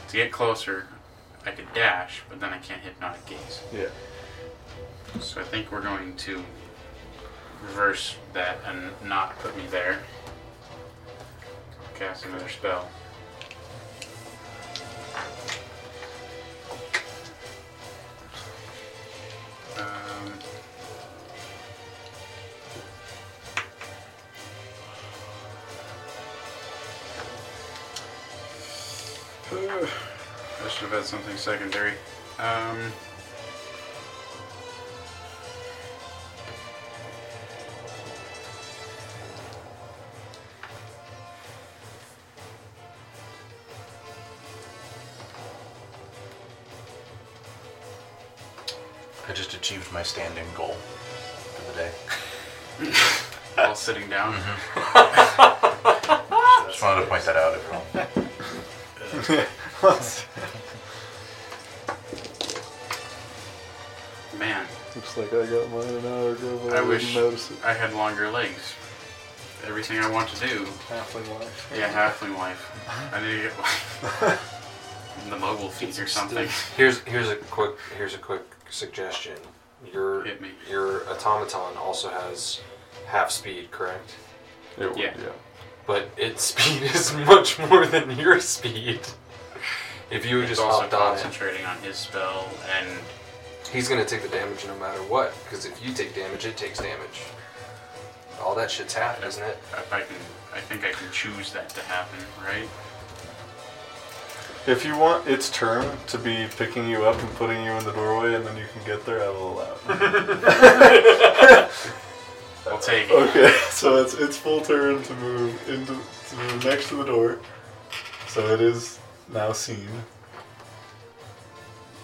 Speaker 4: to get closer. I could dash, but then I can't hypnotic gaze.
Speaker 1: Yeah.
Speaker 4: So I think we're going to reverse that and not put me there. Cast another spell. Um, I should have had something secondary. Um,
Speaker 5: I just achieved my standing goal for the day.
Speaker 4: while sitting down.
Speaker 2: Mm-hmm.
Speaker 5: Just wanted to point that out, everyone.
Speaker 4: Man,
Speaker 1: Looks like I got mine an hour ago, but I,
Speaker 4: I
Speaker 1: didn't
Speaker 4: wish
Speaker 1: notice it.
Speaker 4: I had longer legs. Everything I want to do.
Speaker 1: Halfling life.
Speaker 4: Yeah, halfling life. I need to get the muggle feet or something.
Speaker 2: Here's here's a quick here's a quick suggestion. Your
Speaker 4: Hit me.
Speaker 2: your automaton also has half speed, correct?
Speaker 1: It would,
Speaker 4: Yeah.
Speaker 1: yeah.
Speaker 2: But its speed is much more than your speed. If you
Speaker 4: It's
Speaker 2: just
Speaker 4: also
Speaker 2: hopped on it,
Speaker 4: concentrating on his spell and
Speaker 2: he's gonna take the damage no matter what. Because if you take damage, it takes damage. All that shit's half, isn't it?
Speaker 4: if I can I think I can choose that to happen, right?
Speaker 1: If you want its turn to be picking you up and putting you in the doorway and then you can get there, I will allow it.
Speaker 4: I'll take it.
Speaker 1: okay, so it's its full turn to move into to move next to the door. So it is now seen.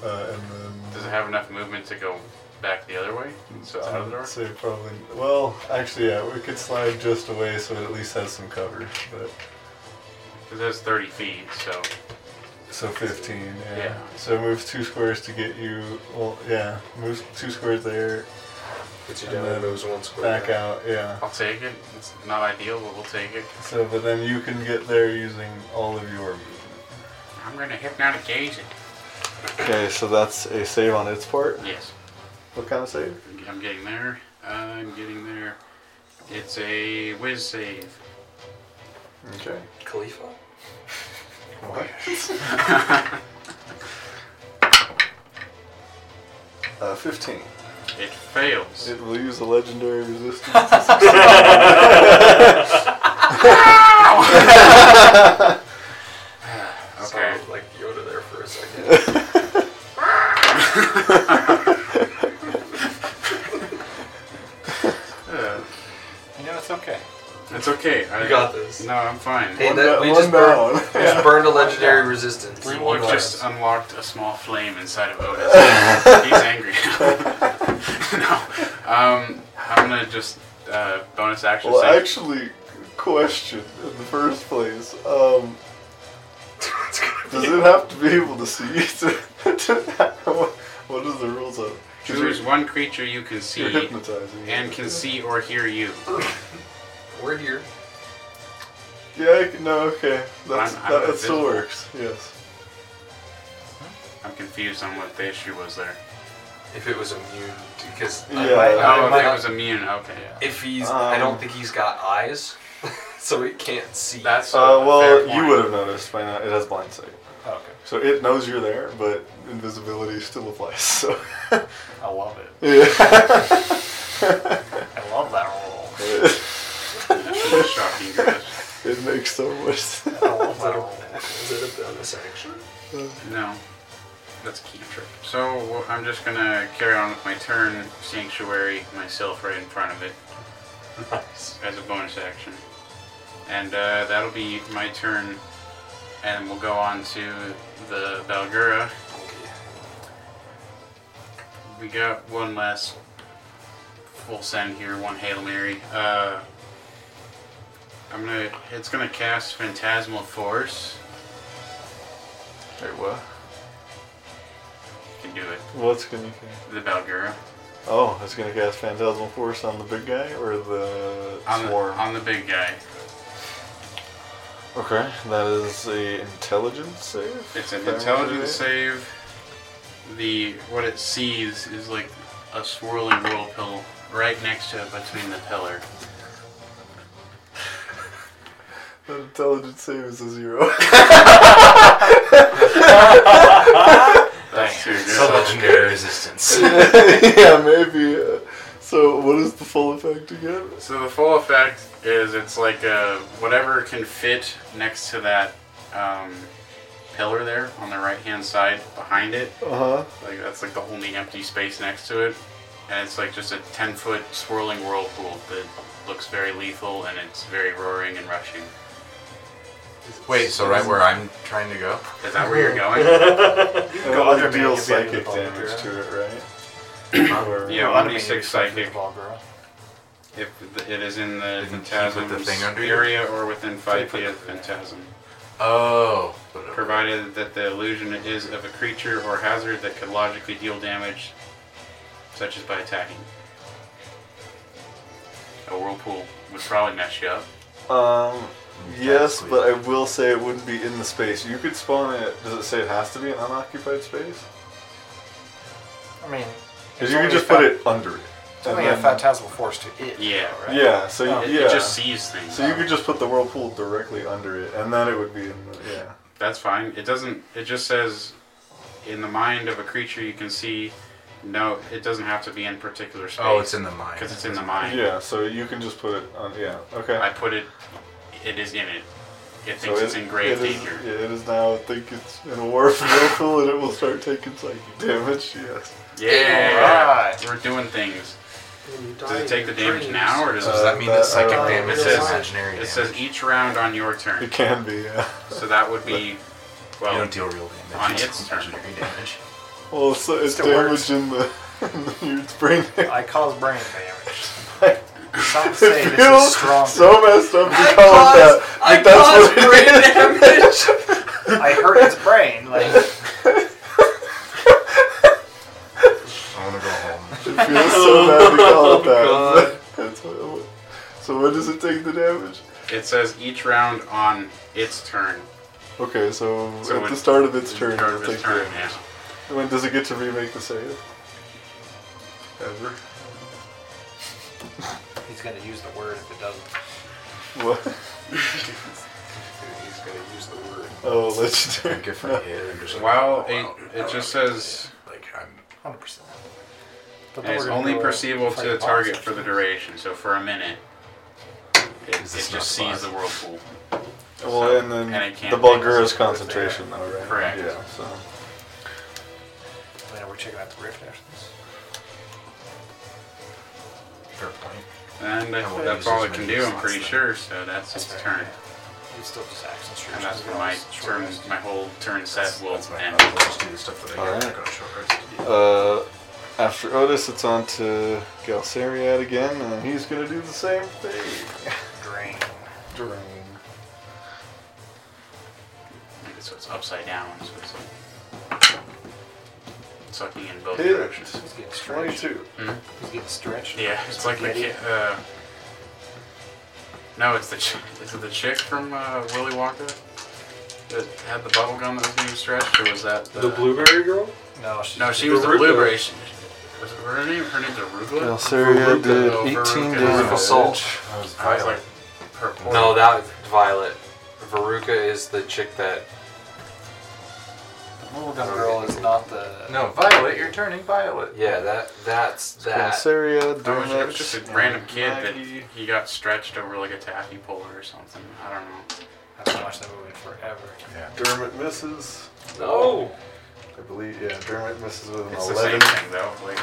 Speaker 1: Uh, and then
Speaker 4: Does it have enough movement to go back the other way? So it's out
Speaker 1: I
Speaker 4: of the door?
Speaker 1: would say probably well, actually yeah, we could slide just away so it at least has some cover. But
Speaker 4: Because that's 30 feet, so
Speaker 1: so fifteen, yeah.
Speaker 4: Yeah.
Speaker 1: So it moves two squares to get you well yeah, moves two squares there,
Speaker 2: Gets you
Speaker 1: And
Speaker 2: down and
Speaker 1: then
Speaker 2: moves one square.
Speaker 1: back out, yeah.
Speaker 4: I'll take it. It's not ideal, but we'll take it.
Speaker 1: So, but then you can get there using all of your movement.
Speaker 4: I'm gonna hypnotic gaze it.
Speaker 1: Okay, so that's a save on its part.
Speaker 4: Yes.
Speaker 1: What kind of save?
Speaker 4: I'm getting there. I'm getting there. It's a whiz save.
Speaker 1: Okay.
Speaker 2: Khalifa.
Speaker 1: Uh, 15.
Speaker 4: It fails.
Speaker 1: It will use a legendary resistance.
Speaker 4: Okay.
Speaker 2: Sounded like Yoda there for a second.
Speaker 4: Uh,
Speaker 7: You know, it's okay.
Speaker 4: it's okay. I
Speaker 2: You got this.
Speaker 4: No, I'm fine.
Speaker 2: Hey,
Speaker 1: One
Speaker 2: that,
Speaker 1: da-
Speaker 2: we
Speaker 1: one
Speaker 2: just burned,
Speaker 1: down.
Speaker 2: we just burned a legendary resistance.
Speaker 4: Three
Speaker 2: One
Speaker 4: more I've just
Speaker 2: glass.
Speaker 4: unlocked a small flame inside of Otis. He's angry now. no. Um, I'm gonna just uh, bonus action.
Speaker 1: Well,
Speaker 4: save.
Speaker 1: actually, question in the first place. Um, does it have to be able to see? to, to, what is the rules of? Because
Speaker 4: choose
Speaker 1: you're,
Speaker 4: one creature you can see
Speaker 1: you're hypnotizing.
Speaker 4: and can see or hear you.
Speaker 2: We're here.
Speaker 1: Yeah. I can, no. Okay. That's,
Speaker 4: I'm- I'm
Speaker 1: that, that still
Speaker 4: invisible.
Speaker 1: works. Yes.
Speaker 4: I'm confused on what the issue was there.
Speaker 2: If it was immune, because
Speaker 1: Yeah.
Speaker 2: I,
Speaker 1: Oh,
Speaker 2: I,
Speaker 4: Oh,
Speaker 2: don't
Speaker 4: I think it
Speaker 2: think-
Speaker 4: was immune. Okay, yeah.
Speaker 2: if he's, I don't
Speaker 1: Um,
Speaker 2: think he's got eyes, so he can't see.
Speaker 4: That's a
Speaker 1: Uh,
Speaker 4: fair
Speaker 1: well,
Speaker 4: point.
Speaker 1: you would have noticed by now. It has blind sight,
Speaker 7: Oh, okay.
Speaker 1: so it knows you're there, but invisibility still applies. So.
Speaker 7: I love it.
Speaker 1: yeah.
Speaker 7: I love that roll.
Speaker 1: it,
Speaker 4: That's shocking. Chris.
Speaker 1: it makes so much. sense.
Speaker 7: I
Speaker 2: Is
Speaker 7: love
Speaker 2: that
Speaker 7: that
Speaker 2: a,
Speaker 7: roll.
Speaker 2: is that a bonus action?
Speaker 4: No, that's a key trick. So well, I'm just gonna carry on with my turn, sanctuary myself right in front of it
Speaker 2: Nice.
Speaker 4: as a bonus action, and uh, that'll be my turn. And we'll go on to the Valgura. We got one last full send here, one Hail Mary. Uh, I'm gonna. It's gonna cast Phantasmal Force.
Speaker 1: Wait, what?
Speaker 4: Can do it.
Speaker 1: What's gonna cast?
Speaker 4: The Balgura.
Speaker 1: Oh, it's gonna cast Phantasmal Force on the big guy or the
Speaker 4: On the,
Speaker 1: swarm?
Speaker 4: on the big guy.
Speaker 1: okay, that is a intelligence save.
Speaker 4: It's an
Speaker 1: If I remember
Speaker 4: intelligence save. The what it sees is like a swirling whirlpool right next to it between the pillar.
Speaker 1: right. That intelligence save is a zero.
Speaker 4: That's too
Speaker 6: So
Speaker 4: good.
Speaker 6: legendary resistance.
Speaker 1: yeah, maybe. Uh, so, what is the full effect again?
Speaker 4: So the full effect is it's like a, whatever can fit next to that um, pillar there on the right hand side behind it.
Speaker 1: Uh huh.
Speaker 4: Like that's like the only empty space next to it, and it's like just a ten foot swirling whirlpool that looks very lethal and it's very roaring and rushing.
Speaker 6: Wait, so right where I'm trying to go?
Speaker 4: Is that where you're going?
Speaker 1: And it
Speaker 7: other
Speaker 1: would deal
Speaker 7: man, you'll be
Speaker 1: psychic
Speaker 7: able to
Speaker 1: damage
Speaker 7: bump
Speaker 1: to it, right? Or-
Speaker 4: yeah,
Speaker 7: Automated
Speaker 4: 1d6
Speaker 7: stuff with
Speaker 4: psychic.
Speaker 7: Valgura.
Speaker 4: If th- it is in the
Speaker 6: Didn't you put
Speaker 4: phantasm
Speaker 6: the thing under you?
Speaker 4: area or within five
Speaker 6: put
Speaker 4: feet of
Speaker 6: the-
Speaker 4: the phantasm,
Speaker 6: Oh.
Speaker 4: provided that the illusion is of a creature or hazard that could logically deal damage, such as by attacking. A whirlpool would probably mess you up.
Speaker 1: Um, yes,
Speaker 6: Exactly.
Speaker 1: but I will say it wouldn't be in the space. You could spawn it. Does it say it has to be an unoccupied space?
Speaker 7: I mean,
Speaker 1: Because
Speaker 7: it's
Speaker 1: you
Speaker 7: only
Speaker 1: could just
Speaker 7: a fa-
Speaker 1: put it under it.
Speaker 7: It's
Speaker 1: and
Speaker 7: only a
Speaker 1: then-
Speaker 7: phantasmal force to it.
Speaker 4: Yeah, right.
Speaker 1: Yeah. So
Speaker 7: Oh.
Speaker 1: you-
Speaker 4: It,
Speaker 1: yeah.
Speaker 4: it just sees things.
Speaker 1: so you could just put the whirlpool directly under it, and then it would be in the yeah.
Speaker 4: That's fine. It doesn't. It just says, in the mind of a creature you can see. No, it doesn't have to be in particular space.
Speaker 6: Oh, it's in the mind.
Speaker 4: because it's in the mind.
Speaker 1: Yeah. So you can just put it on. Yeah. Okay.
Speaker 4: I put it. It is in it. It
Speaker 1: so
Speaker 4: thinks it's
Speaker 1: it-
Speaker 4: in grave
Speaker 1: it is-
Speaker 4: danger.
Speaker 1: yeah, it is now. I think it's in a war for whirlpool, and it will start taking psychic damage. Yes.
Speaker 4: Yeah,
Speaker 7: Alright.
Speaker 4: we're doing things.
Speaker 2: When you die
Speaker 4: Does it
Speaker 2: in
Speaker 4: take the
Speaker 2: your
Speaker 4: damage
Speaker 2: dreams-
Speaker 4: now, or does
Speaker 6: So does that mean that
Speaker 1: Uh,
Speaker 6: psychic
Speaker 1: uh,
Speaker 2: it
Speaker 6: damage is
Speaker 2: says-
Speaker 6: imaginary
Speaker 4: it,
Speaker 6: damage?
Speaker 4: it says each round on your turn?
Speaker 1: It can be. Yeah.
Speaker 4: So that would be,
Speaker 6: you
Speaker 4: well,
Speaker 6: don't deal real
Speaker 4: on
Speaker 6: damage.
Speaker 4: its
Speaker 6: It's
Speaker 4: turn.
Speaker 6: imaginary damage.
Speaker 1: Well, so it's
Speaker 7: Still
Speaker 1: damage
Speaker 7: works.
Speaker 1: in the in the brain.
Speaker 7: I cause brain damage. Some say this
Speaker 1: feels
Speaker 7: is strong.
Speaker 1: so messed up to
Speaker 2: I
Speaker 1: call it that.
Speaker 2: caused, I
Speaker 1: but that's
Speaker 2: caused
Speaker 1: what it is.
Speaker 2: brain damage.
Speaker 7: I hurt its brain. Like
Speaker 6: I want to go home.
Speaker 1: It feels so bad to call it that. That's what- so when does it take the damage?
Speaker 4: it says each round on its turn.
Speaker 1: Okay, so,
Speaker 4: So
Speaker 1: at
Speaker 4: when-
Speaker 1: the start of its turn,
Speaker 4: Start
Speaker 1: it'll
Speaker 4: of
Speaker 1: take
Speaker 4: its
Speaker 1: the
Speaker 4: turn.
Speaker 1: damage.
Speaker 4: Yeah.
Speaker 1: When does it get to remake the save? Ever?
Speaker 7: he's gonna use the word if it doesn't.
Speaker 1: What?
Speaker 2: He's gonna use the word.
Speaker 1: Oh, legendary.
Speaker 6: Like if I hit or just
Speaker 4: Well, it, it just says
Speaker 6: like I'm
Speaker 7: Hundred percent.
Speaker 4: And it's only perceivable to the target for the duration, so for a minute, it, it
Speaker 6: Is this
Speaker 4: just
Speaker 6: not smart?
Speaker 4: sees the whirlpool.
Speaker 1: Well, and then
Speaker 4: and it can't
Speaker 1: the
Speaker 4: make
Speaker 1: Bulgura's
Speaker 4: it.
Speaker 1: concentration, though, right?
Speaker 4: Correct.
Speaker 1: Yeah, so.
Speaker 7: Wait, are we checking out the rift after this?
Speaker 6: fair point.
Speaker 4: And I-
Speaker 6: And we'll
Speaker 4: that's
Speaker 6: use
Speaker 4: all
Speaker 6: as
Speaker 4: it can
Speaker 6: many
Speaker 4: do, I'm
Speaker 6: slots
Speaker 4: pretty
Speaker 6: then.
Speaker 4: sure, so that's its
Speaker 7: fair.
Speaker 4: turn.
Speaker 7: It's still just action
Speaker 4: And
Speaker 7: surge.
Speaker 4: that's when my turn, my whole turn set will
Speaker 5: That's my
Speaker 4: end.
Speaker 5: I'll just do the stuff that I
Speaker 1: Alright.
Speaker 5: get. I got a short rest.
Speaker 1: Uh, after Otis, it's on to Galceriad again, and he's gonna do the same thing.
Speaker 7: Drain.
Speaker 1: Drain.
Speaker 4: So it's upside down. So it's like sucking in both
Speaker 1: Hit.
Speaker 4: directions.
Speaker 7: He's getting stretched.
Speaker 1: Twenty-two.
Speaker 7: He's getting stretched.
Speaker 4: Yeah, it's like the
Speaker 7: Spaghetti.
Speaker 4: kid. Uh, no, it's the chick. Is it the chick from uh, Willy Wonka that had the bubble gum that was being stretched, or was that the,
Speaker 8: The blueberry girl?
Speaker 7: No, she's
Speaker 4: No, she was the
Speaker 8: Veruca.
Speaker 4: blueberry. She, was it her name? Her name's Arugula.
Speaker 1: Galceriad did
Speaker 4: Veruca.
Speaker 1: eighteen
Speaker 4: Veruca.
Speaker 1: damage.
Speaker 2: Veruca Salt.
Speaker 5: That was
Speaker 4: I was
Speaker 5: violent.
Speaker 4: like, purple.
Speaker 2: No, that Violet. Veruca is the chick that.
Speaker 7: little dumb girl is not the.
Speaker 5: no, Violet, you're turning Violet.
Speaker 2: Yeah, that that's that.
Speaker 1: Galceriad,
Speaker 4: That was, it was just
Speaker 1: Dornach,
Speaker 4: a random kid that
Speaker 1: Maggie.
Speaker 4: he got stretched over like a taffy puller or something. I don't know.
Speaker 7: I haven't watched that movie in forever.
Speaker 1: Dermot misses.
Speaker 4: Oh.
Speaker 2: No.
Speaker 1: I believe, yeah, Dermot misses with an
Speaker 4: It's the same
Speaker 1: eleven.
Speaker 4: thing though. Like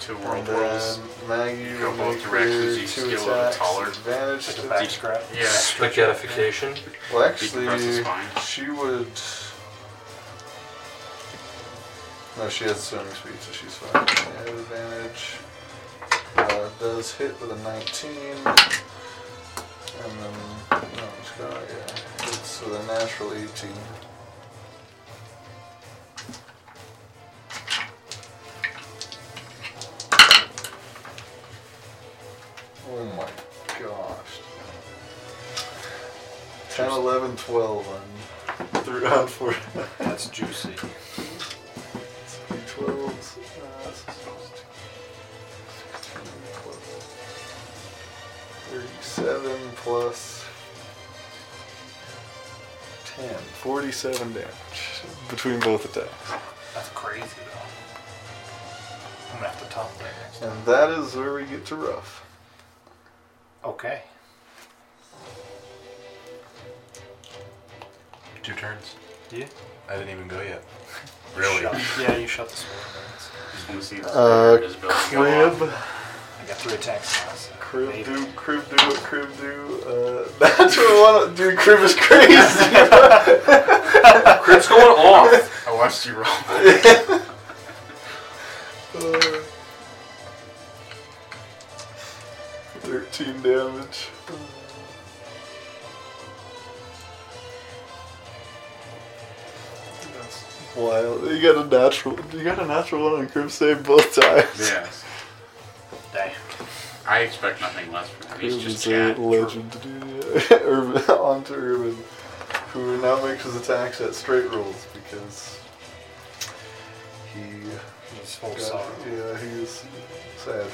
Speaker 4: two
Speaker 1: And
Speaker 4: world worlds.
Speaker 1: then Maggie
Speaker 4: Go
Speaker 1: will
Speaker 4: both
Speaker 1: make
Speaker 4: directions,
Speaker 1: her
Speaker 4: you
Speaker 1: two
Speaker 4: get a little
Speaker 1: attacks,
Speaker 4: taller.
Speaker 1: advantage
Speaker 7: Just
Speaker 1: to
Speaker 7: a
Speaker 1: the
Speaker 7: back scrap.
Speaker 4: Yeah.
Speaker 2: Spaghettification.
Speaker 1: Well,
Speaker 4: Beat
Speaker 1: actually,
Speaker 4: across the spine.
Speaker 1: she would. No, she has swimming speed, so she's fine. Yeah, advantage. Uh, does hit with a 19. And then. No, it's got, yeah. It's with a natural 18. Oh my gosh. 10, 11, 12 on, through, on 4.
Speaker 7: That's juicy.
Speaker 1: 12s. Uh, 37 plus 10. 47 damage between both attacks.
Speaker 7: That's crazy though. I'm gonna have to top that next time.
Speaker 1: And that is where we get to rough.
Speaker 7: Okay.
Speaker 5: Two turns.
Speaker 7: Yeah.
Speaker 5: I didn't even go yet. Really?
Speaker 7: Shut- yeah, you shut the sword. that's-
Speaker 4: Just want to see
Speaker 1: Uh,
Speaker 4: this building go off.
Speaker 1: Crib.
Speaker 7: I got three attacks now, so
Speaker 1: Crib
Speaker 7: maybe.
Speaker 1: do, crib do, what crib do. Uh, that's what one. Dude, crib is crazy.
Speaker 2: Crib's going off.
Speaker 4: Oh, I watched you roll.
Speaker 1: Uh, 13 damage. That's wild. You got a natural you got a natural one on crib save both times.
Speaker 4: yes.
Speaker 7: Damn.
Speaker 4: I expect nothing less from him.
Speaker 1: Crib
Speaker 4: He's just
Speaker 1: is
Speaker 4: Chad.
Speaker 1: a legend to do that. Urban on to Urban. Who now makes his attacks at straight rolls because he
Speaker 7: He's full
Speaker 1: God,
Speaker 7: sorrow.
Speaker 1: Yeah, he's sad.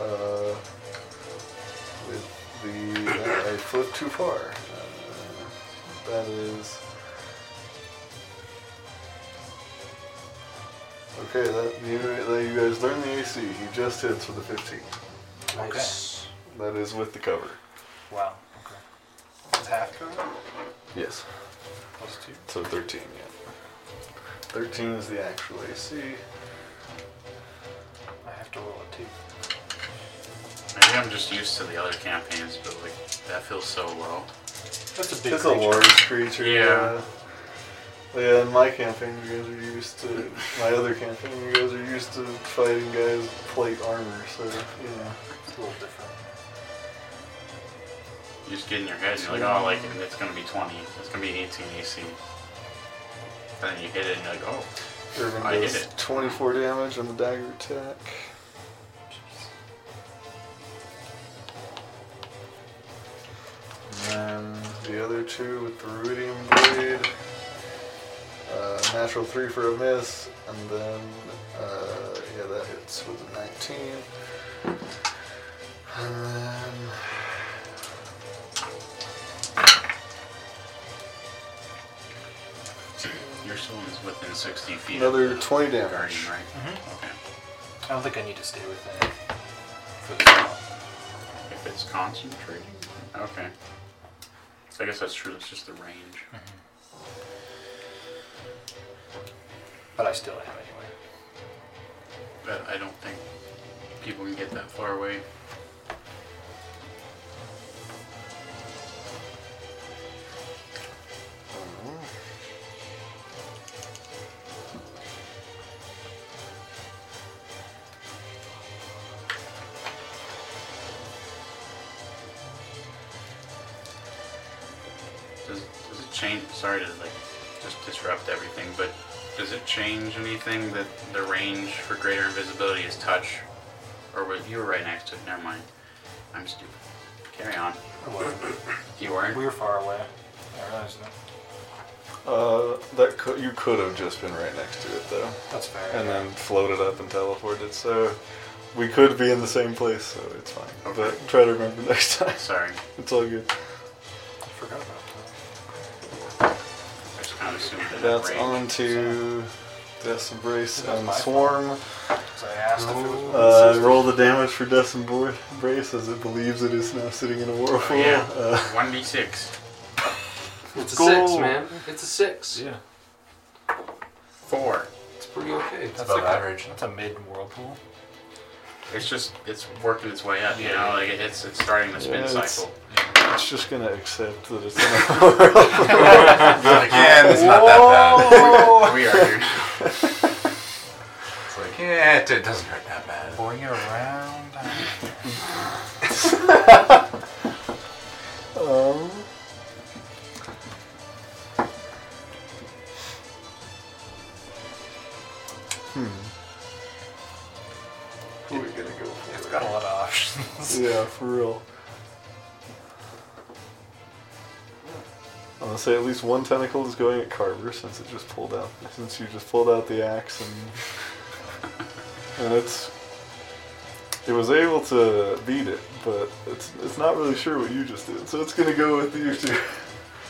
Speaker 1: Uh, with the I flipped too far. Uh, that is okay. That you, that you guys learn the AC. He just hits with a 15.
Speaker 2: Nice.
Speaker 1: That is with the cover.
Speaker 7: Wow. Okay. It's half cover?
Speaker 1: Yes.
Speaker 7: Plus two.
Speaker 1: So 13, yeah. 13 is the actual AC.
Speaker 7: I have to roll a two.
Speaker 4: Maybe I'm just used to the other campaigns, but like that feels so low.
Speaker 7: That's a big
Speaker 1: It's a
Speaker 7: creature.
Speaker 1: large creature.
Speaker 4: Yeah.
Speaker 1: yeah. Yeah, in my campaign, you guys are used to. My other campaign, you guys are used to fighting guys with plate armor, so, you know.
Speaker 7: It's a little different.
Speaker 4: You just get in your head and you're like, oh, like it's gonna be 20. It's gonna be 18 AC. Then you hit it and you're like, oh,
Speaker 1: Irvin
Speaker 4: I
Speaker 1: does
Speaker 4: hit it.
Speaker 1: 24 damage on the dagger attack. And then the other two with the Ruidium Blade. Uh, natural 3 for a miss. And then, uh, yeah, that hits with a 19. And then.
Speaker 4: your soul is within 60 feet. of
Speaker 1: Another
Speaker 4: the
Speaker 1: 20 damage.
Speaker 4: Guardian, right?
Speaker 7: Mhm.
Speaker 4: Okay.
Speaker 7: I don't think I need to stay with that for this round.
Speaker 4: If it's concentrating? Okay. So I guess that's true. It's just the range.
Speaker 7: But I still am anyway.
Speaker 4: But I don't think people can get that far away. change? Sorry to like just disrupt everything, but does it change anything that the range for greater invisibility is touch? Or was you were right next to it? Never mind. I'm stupid. Carry on. You weren't.
Speaker 7: We were far away. I realized that.
Speaker 1: Uh, that could, you could have just been right next to it though,
Speaker 7: That's fair.
Speaker 1: and then floated up and teleported. So we could be in the same place, so it's fine.
Speaker 4: Okay.
Speaker 1: But try to remember next time.
Speaker 4: Sorry.
Speaker 1: It's all good.
Speaker 7: I forgot about that.
Speaker 4: I just kind of assumed that
Speaker 1: That's
Speaker 4: range.
Speaker 1: on to Death Embrace
Speaker 7: That's
Speaker 1: and
Speaker 7: my
Speaker 1: Swarm.
Speaker 7: So I asked if it was.
Speaker 1: Uh, roll the damage for Death Embra- Embrace as it believes it is now sitting in a
Speaker 7: Oh,
Speaker 1: whirlpool.
Speaker 4: yeah.
Speaker 1: Uh,
Speaker 4: One d six.
Speaker 2: It's a
Speaker 1: Go.
Speaker 2: six, man. It's a six.
Speaker 3: Yeah.
Speaker 4: Four.
Speaker 2: It's pretty okay.
Speaker 3: That's
Speaker 6: above
Speaker 3: like
Speaker 6: average.
Speaker 3: A, that's a mid whirlpool.
Speaker 4: It's just it's working its way up. You know, like it's it's starting the spin
Speaker 1: Yeah, it's-
Speaker 4: cycle.
Speaker 1: it's just gonna accept that it's in a
Speaker 6: But again, it's not that bad.
Speaker 1: Oh.
Speaker 4: we are here.
Speaker 6: It's like, yeah, it, it doesn't hurt that bad.
Speaker 7: Bring it around.
Speaker 1: Um. Hmm. Who are we gonna go
Speaker 3: It's
Speaker 1: for?
Speaker 3: got a lot of options.
Speaker 1: Yeah, for real. I'm gonna say at least one tentacle is going at Carver since it just pulled out. Since you just pulled out the axe and and it's it was able to beat it, but it's it's not really sure what you just did. So it's gonna go with you two.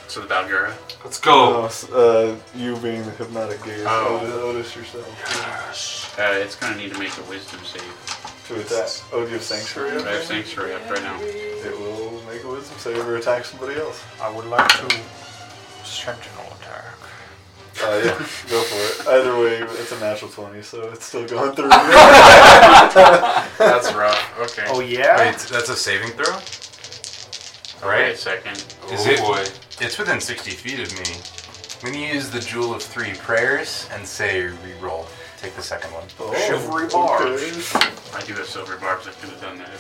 Speaker 4: So the Balgura.
Speaker 2: Let's go.
Speaker 1: No, s- uh, you being the hypnotic gaze.
Speaker 4: Oh.
Speaker 1: Otis, Otis yourself.
Speaker 4: Uh, it's gonna need to make a wisdom save.
Speaker 1: To attack. Oh, do you have sanctuary? up
Speaker 4: I have
Speaker 1: there?
Speaker 4: sanctuary up right now.
Speaker 2: Oh,
Speaker 1: It will make a wisdom save or attack somebody else.
Speaker 7: I would like to sentinel attack.
Speaker 1: Uh, yeah, go for it. Either way, it's a natural 20, so it's still going through.
Speaker 4: That's rough. Okay.
Speaker 7: Oh yeah.
Speaker 6: Wait, that's a saving throw?
Speaker 4: Wait a second.
Speaker 6: Is
Speaker 2: oh
Speaker 6: it-
Speaker 2: boy.
Speaker 6: It's within 60 feet of me. When you use the Jewel of Three Prayers and say re-roll, take the second one.
Speaker 1: oh,
Speaker 7: Chivalry Barge.
Speaker 1: okay.
Speaker 4: I do have silver barbs. I could have done that.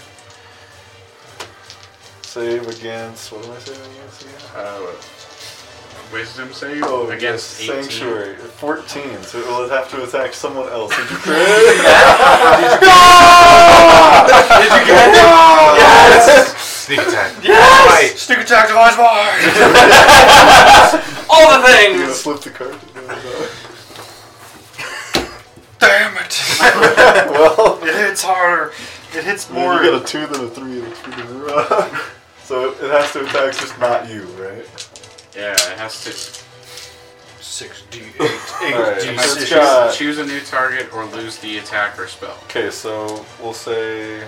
Speaker 1: Save against. What am I saving against again?
Speaker 4: Uh, wisdom save
Speaker 1: Oh,
Speaker 4: against
Speaker 1: yes,
Speaker 4: 18.
Speaker 1: Sanctuary. 14, so it will have to attack someone else. Did you crit?
Speaker 6: Did you get it? Yes! Sneak attack. Yes!
Speaker 7: Stick attack to my bar.
Speaker 2: All the
Speaker 1: You gonna
Speaker 2: things.
Speaker 1: flip the card?
Speaker 7: Damn it!
Speaker 1: well,
Speaker 7: It hits harder. It hits
Speaker 1: you
Speaker 7: more.
Speaker 1: got a 2 than a 3. That's pretty rough. So it has to attack just not you, right?
Speaker 4: Yeah, it has to
Speaker 7: Six D eight.
Speaker 1: Alright,
Speaker 7: D
Speaker 1: so
Speaker 7: six.
Speaker 1: it's got-
Speaker 4: choose a new target or lose the attack or spell.
Speaker 1: Okay, so we'll say.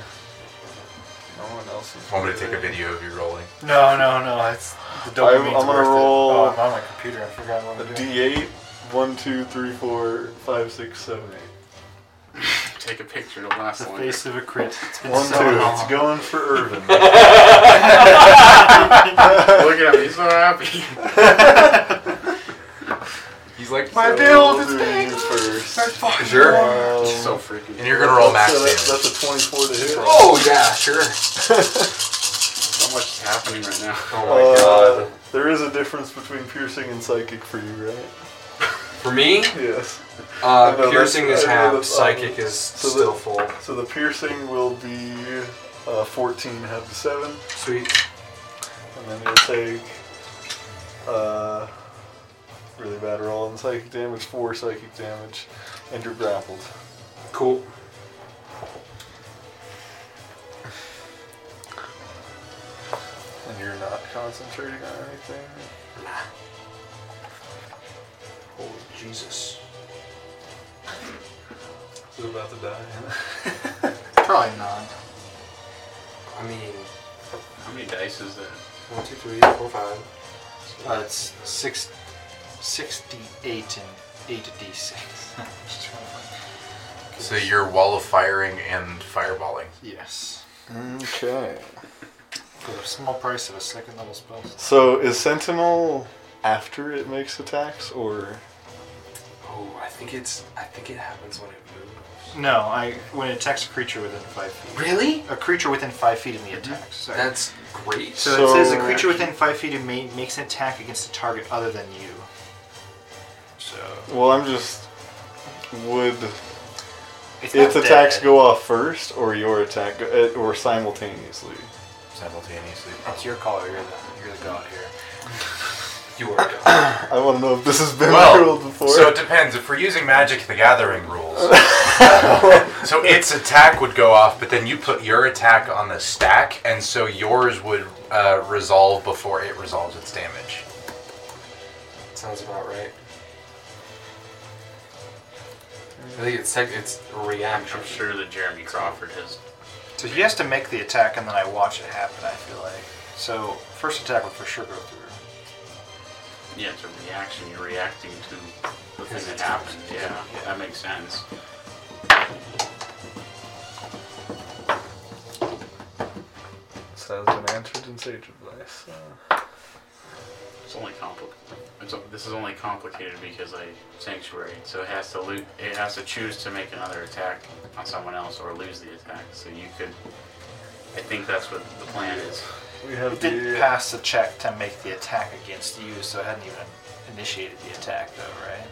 Speaker 1: No one else is.
Speaker 6: Want me to take a video of you rolling?
Speaker 7: No, no, no. It's the
Speaker 1: I'm-
Speaker 7: dopamine's
Speaker 1: I'm gonna
Speaker 7: worth it.
Speaker 1: roll-
Speaker 7: Oh, I'm on my computer. I forgot what
Speaker 1: A
Speaker 7: I'm doing.
Speaker 1: D8, 1, 2, 3, 4, 5, 6, 7, 8.
Speaker 4: Take a picture to last
Speaker 7: The
Speaker 4: one.
Speaker 7: face of a crit. It's been
Speaker 1: One,
Speaker 7: so
Speaker 1: two.
Speaker 7: long.
Speaker 1: It's going for Irvin.
Speaker 4: Look at him, he's so happy.
Speaker 6: He's like,
Speaker 1: My build is first.
Speaker 6: Sure.
Speaker 1: Um,
Speaker 4: so freaking.
Speaker 6: And you're gonna roll max
Speaker 1: so that-
Speaker 6: damage.
Speaker 1: That's a 24 to hit.
Speaker 2: Oh yeah, sure.
Speaker 4: So much is happening right now.
Speaker 2: Oh my
Speaker 1: Uh,
Speaker 2: god.
Speaker 1: there is a difference between piercing and psychic for you, right?
Speaker 2: For me,
Speaker 1: Yes.
Speaker 2: uh,
Speaker 1: I know,
Speaker 2: piercing
Speaker 1: that's-
Speaker 2: is
Speaker 1: I know
Speaker 2: half,
Speaker 1: that's, um,
Speaker 2: psychic is
Speaker 1: so
Speaker 2: still
Speaker 1: that-
Speaker 2: full.
Speaker 1: So the piercing will be uh, 14 half to 7,
Speaker 2: Sweet.
Speaker 1: and then you'll take uh, really bad roll on psychic damage, 4 psychic damage, and you're grappled.
Speaker 2: Cool.
Speaker 1: And you're not concentrating on anything.
Speaker 2: Holy Jesus.
Speaker 1: Is it about to die?
Speaker 7: Probably not.
Speaker 2: I mean,
Speaker 4: How many dice is that?
Speaker 2: one, two, three, four, five.
Speaker 7: Uh, it's six, six D eight and eight D six.
Speaker 6: So you're wall of firing and fireballing.
Speaker 7: yes.
Speaker 1: Okay.
Speaker 7: For the small price of a second level spell.
Speaker 1: So is Sentinel after it makes attacks, or
Speaker 2: Oh, I think it's. I think it happens when it moves.
Speaker 7: No, I when it attacks a creature within five feet.
Speaker 2: Really?
Speaker 7: A creature within five feet of me attacks. Sorry.
Speaker 2: That's great.
Speaker 7: so,
Speaker 1: So-
Speaker 7: it says a creature within five feet of me makes an attack against a target other than you. So
Speaker 1: Well, I'm just. Would
Speaker 7: it's,
Speaker 1: its
Speaker 7: not
Speaker 1: attacks
Speaker 7: dead.
Speaker 1: go off first, or your attack, go- eh, or simultaneously?
Speaker 6: Simultaneously.
Speaker 7: It's your call. You're the you're the god here.
Speaker 2: you are done.
Speaker 1: I want to know if this has been
Speaker 6: Well,
Speaker 1: ruled before.
Speaker 6: so it depends. If we're using Magic the Gathering rules, so its attack would go off, but then you put your attack on the stack, and so yours would uh, resolve before it resolves its damage.
Speaker 2: Sounds about right. I think it's tech, it's a reaction.
Speaker 4: I'm sure that Jeremy Crawford has.
Speaker 7: So he has to make the attack, and then I watch it happen. I feel like so first attack would for sure go through.
Speaker 4: Yeah, it's a reaction. You're reacting to the thing that happened. Yeah, that makes sense.
Speaker 1: Sounds an answered in sage advice.
Speaker 4: It's only complicated. This is only complicated because I sanctuary, so it has to lo- it has to choose to make another attack on someone else or lose the attack. So you could. I think that's what the plan is.
Speaker 1: we have
Speaker 7: It did
Speaker 1: the.
Speaker 7: pass the check to make the attack against you, so it hadn't even initiated the attack though, right?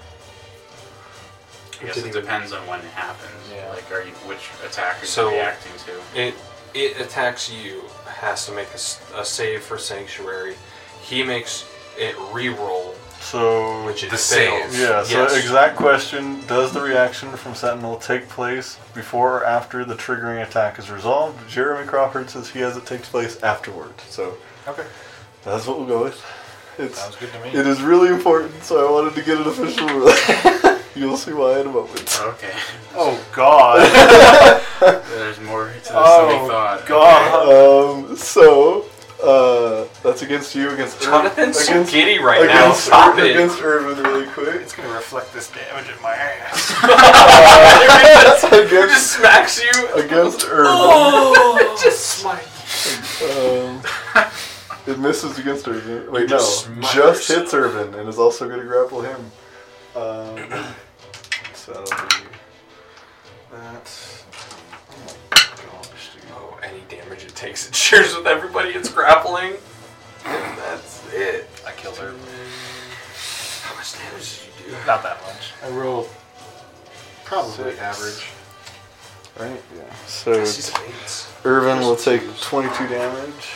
Speaker 4: I guess it depends on when it happens.
Speaker 7: Yeah.
Speaker 4: Like, are you which attack are
Speaker 2: So-
Speaker 4: you reacting to?
Speaker 2: It it attacks you. Has to make a, s- a save for sanctuary. He makes it re-roll,
Speaker 1: So
Speaker 2: which it
Speaker 6: The
Speaker 2: fails.
Speaker 6: save.
Speaker 1: Yeah, so
Speaker 2: Yes.
Speaker 1: exact question Does the reaction from Sentinel take place before or after the triggering attack is resolved? Jeremy Crawford says he has it takes place afterward. So
Speaker 7: Okay.
Speaker 1: that's what we'll go with. It's,
Speaker 7: Sounds good to me.
Speaker 1: it is really important, so I wanted to get an official rule. You'll see why in a moment.
Speaker 4: Okay.
Speaker 7: Oh God.
Speaker 4: There's more to this than
Speaker 7: Oh,
Speaker 4: we thought.
Speaker 7: God.
Speaker 1: Um, so, uh, that's against you, against Irv-
Speaker 2: Jonathan's so
Speaker 1: against,
Speaker 2: giddy right
Speaker 1: against,
Speaker 2: now. Stop
Speaker 1: Irv-
Speaker 2: it.
Speaker 1: against Irvin really quick.
Speaker 7: It's gonna reflect this damage in my ass.
Speaker 2: It
Speaker 1: against,
Speaker 2: just smacks you.
Speaker 1: against Irvin.
Speaker 2: Oh, just smite.
Speaker 1: Um, it misses against Irvin. Wait, no.
Speaker 2: just smacked
Speaker 1: Just
Speaker 2: yourself.
Speaker 1: hits Irvin and is also going to grapple him. Um, so that'll be. That's. Oh my gosh, dude.
Speaker 2: Oh, any damage it takes, it shares with everybody it's grappling. And that's it.
Speaker 7: I killed her.
Speaker 2: How much damage did you do?
Speaker 7: Not that much. I rolled probably
Speaker 1: Six.
Speaker 7: average.
Speaker 1: Right? Yeah. So
Speaker 2: She's eight.
Speaker 1: Irvin will take 22 damage.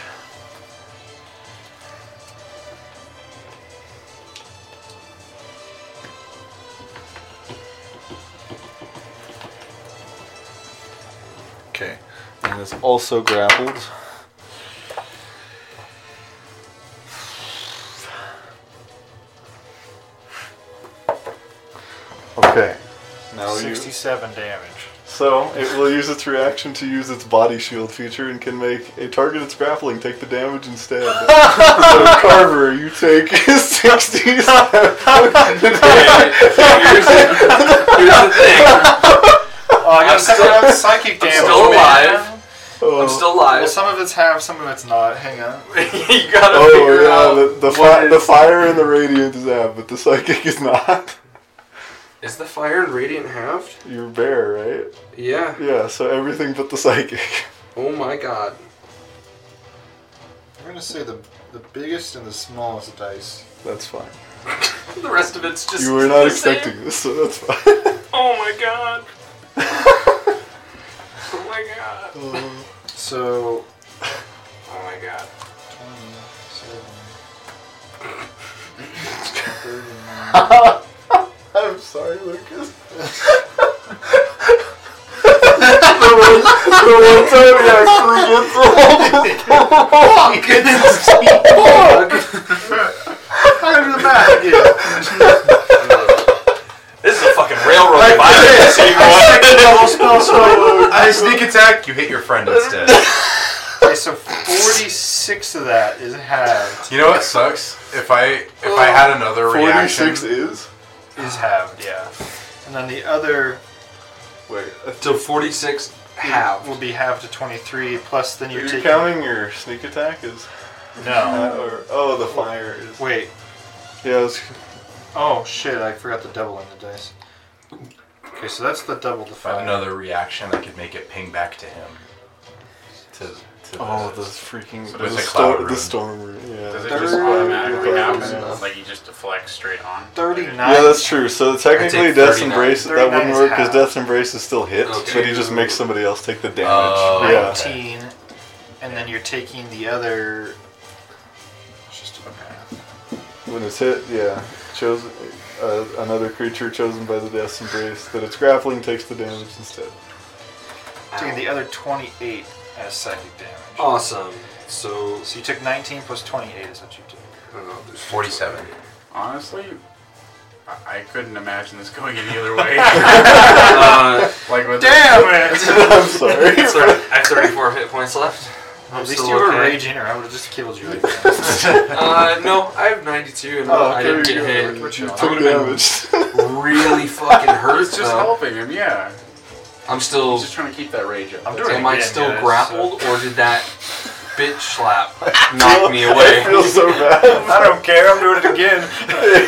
Speaker 1: Okay. And is also grappled. Okay. Now you.
Speaker 7: Sixty-seven damage.
Speaker 1: So, it will use its reaction to use its body shield feature and can make a target it's grappling take the damage instead. so, Carver, you take 60
Speaker 2: here's, here's the thing.
Speaker 7: Oh, I got
Speaker 2: I'm still-
Speaker 7: still, psychic
Speaker 2: I'm
Speaker 7: damage.
Speaker 2: still
Speaker 7: man.
Speaker 2: alive. I'm
Speaker 1: Oh,
Speaker 2: still alive.
Speaker 7: Well, some of it's half, some of it's not. Hang on.
Speaker 2: you gotta figure
Speaker 1: Oh, yeah,
Speaker 2: out.
Speaker 1: the, the, fi- the fire and the radiant is half, but the psychic is not.
Speaker 2: Is the fire and radiant halved?
Speaker 1: You're bear, right?
Speaker 2: Yeah.
Speaker 1: Yeah, so everything but the psychic.
Speaker 2: Oh my god.
Speaker 7: I'm gonna say the the biggest and the smallest dice.
Speaker 1: That's fine.
Speaker 2: The rest of it's just.
Speaker 1: You were not
Speaker 2: the same.
Speaker 1: expecting this, so that's fine.
Speaker 2: Oh my god. oh my god.
Speaker 7: So
Speaker 2: Oh my god.
Speaker 7: twenty-seven.
Speaker 1: I'm sorry, Lucas.
Speaker 2: This is a fucking railroad violence.
Speaker 6: I sneak attack. You hit your friend instead.
Speaker 7: Okay, so forty-six of that is halved.
Speaker 6: you know what sucks? If I if I had another
Speaker 1: 46
Speaker 6: reaction,
Speaker 1: is?
Speaker 7: Is halved, yeah. And then the other
Speaker 1: Wait, I
Speaker 2: So 46 halved.
Speaker 7: will be halved to twenty-three. Plus, then
Speaker 1: Are
Speaker 7: you're
Speaker 1: you
Speaker 7: taking
Speaker 1: counting your sneak attack? Is
Speaker 7: no.
Speaker 1: or oh, Uh, the fire is.
Speaker 7: Wait,
Speaker 1: Yeah, it's,
Speaker 7: Oh shit! I forgot to double in the dice. Okay, so that's the double the
Speaker 5: If I
Speaker 7: five.
Speaker 5: have another reaction, I could make it ping back to him. To, to
Speaker 1: Oh, the freaking
Speaker 5: So
Speaker 1: the,
Speaker 5: it's a cloud
Speaker 1: storm, the
Speaker 5: ruin.
Speaker 1: storm room. Yeah.
Speaker 4: Does it
Speaker 7: Thirty-
Speaker 4: just automatically
Speaker 1: Yeah.
Speaker 4: happen? Like you just deflect straight on?
Speaker 7: Thirty-nine.
Speaker 1: yeah, that's true. So technically,
Speaker 2: take
Speaker 1: Death's
Speaker 2: 39.
Speaker 1: Embrace that
Speaker 7: 39
Speaker 1: wouldn't
Speaker 7: is
Speaker 1: work because
Speaker 7: half.
Speaker 1: Death's Embrace is still hit,
Speaker 2: Okay.
Speaker 1: but he just makes somebody else take the damage.
Speaker 5: Oh,
Speaker 1: yeah.
Speaker 7: nineteen, and then you're taking the other. Let's just do the math.
Speaker 1: When it's hit, yeah, chosen uh, another creature chosen by the Death's Embrace that it's grappling takes the damage instead.
Speaker 7: Taking the other twenty-eight as psychic
Speaker 2: Oh.
Speaker 7: damage.
Speaker 2: Awesome. So,
Speaker 7: So you took nineteen plus twenty-eight is what you took.
Speaker 2: I don't know, there's-
Speaker 5: 47.
Speaker 4: Honestly, I, I couldn't imagine this going any other way.
Speaker 2: uh,
Speaker 4: like with
Speaker 7: Damn
Speaker 4: it!
Speaker 1: I'm sorry.
Speaker 2: so I have 34 hit points left. I'm
Speaker 7: At least
Speaker 2: still
Speaker 7: you were
Speaker 2: okay.
Speaker 7: raging, or I would have just killed you. Like that.
Speaker 2: Uh, no, I have 92 and
Speaker 1: Oh,
Speaker 2: I
Speaker 1: okay,
Speaker 2: didn't get
Speaker 1: yeah,
Speaker 2: hit.
Speaker 1: what
Speaker 2: I
Speaker 1: Took
Speaker 2: would've been
Speaker 1: damage.
Speaker 2: really fucking hurts.
Speaker 4: It's just helping him, yeah.
Speaker 2: I'm still.
Speaker 4: He's just trying to keep that rage up.
Speaker 7: I'm doing it
Speaker 2: Am I
Speaker 7: again,
Speaker 2: still
Speaker 7: guys,
Speaker 2: grappled, or did that bitch slap knock me away?
Speaker 1: I feel so bad.
Speaker 7: so- I don't care. I'm doing it again.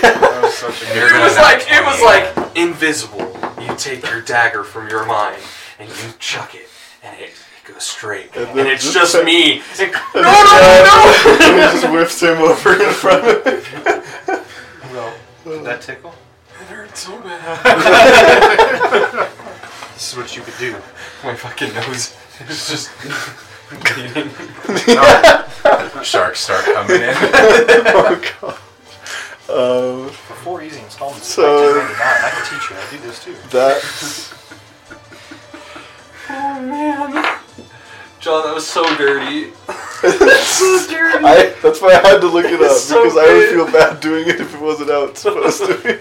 Speaker 4: That was such a good
Speaker 2: It was like it was like invisible. You take your dagger from your mind and you chuck it, and it, it goes straight,
Speaker 1: And
Speaker 2: and,
Speaker 1: then
Speaker 2: it's
Speaker 1: just
Speaker 2: just
Speaker 1: like-
Speaker 2: me. It- no, no,
Speaker 1: Yeah.
Speaker 2: no!
Speaker 1: He just whiffs him over in front of him.
Speaker 7: Well, did that tickle?
Speaker 2: It hurts so bad.
Speaker 7: This is what you could do.
Speaker 2: My fucking nose is just bleeding.
Speaker 5: Sharks start coming in.
Speaker 1: Oh god. Um,
Speaker 7: For four easy installments.
Speaker 1: So-
Speaker 7: So, I can teach you. I do this too.
Speaker 1: that
Speaker 2: Oh, John, that was so dirty.
Speaker 1: I that's why I had to look it up
Speaker 2: so
Speaker 1: because I would
Speaker 2: good.
Speaker 1: feel bad doing it if it wasn't how it's supposed to be.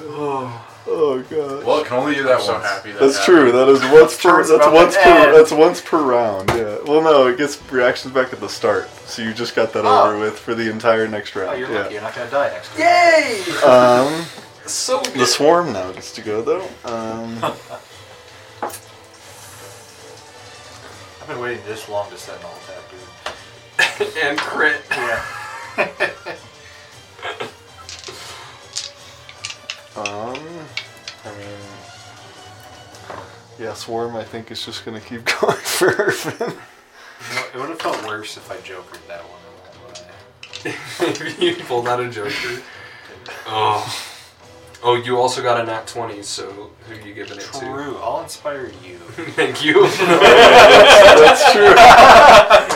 Speaker 2: Oh,
Speaker 1: oh god.
Speaker 5: Well, it can only do that
Speaker 4: I'm so
Speaker 5: once.
Speaker 4: happy that
Speaker 1: That's
Speaker 4: happened.
Speaker 1: true. That is once per.
Speaker 7: Turns
Speaker 1: That's
Speaker 7: about
Speaker 1: once
Speaker 7: to
Speaker 1: per.
Speaker 7: end.
Speaker 1: That's once per round. Yeah. Well, no, it gets reactions back at the start, so you just got that
Speaker 7: Oh.
Speaker 1: over with for the entire next round.
Speaker 7: Oh, you're lucky.
Speaker 1: yeah.
Speaker 7: You're not gonna die next week.
Speaker 2: yay!
Speaker 1: Um,
Speaker 2: So good.
Speaker 1: the swarm now gets to go though. Um,
Speaker 7: I've been waiting this long to set an all attack, dude.
Speaker 2: and crit.
Speaker 7: Yeah.
Speaker 1: um, I mean, yeah, swarm. I think is just gonna keep going for Irvin.
Speaker 7: You know, it would have felt worse if I jokered that one. than that one.
Speaker 2: you pulled out a joker. Oh. Oh, you also got a nat 20, so who are you giving it to?
Speaker 7: True. I'll inspire you.
Speaker 2: Thank you.
Speaker 1: That's true.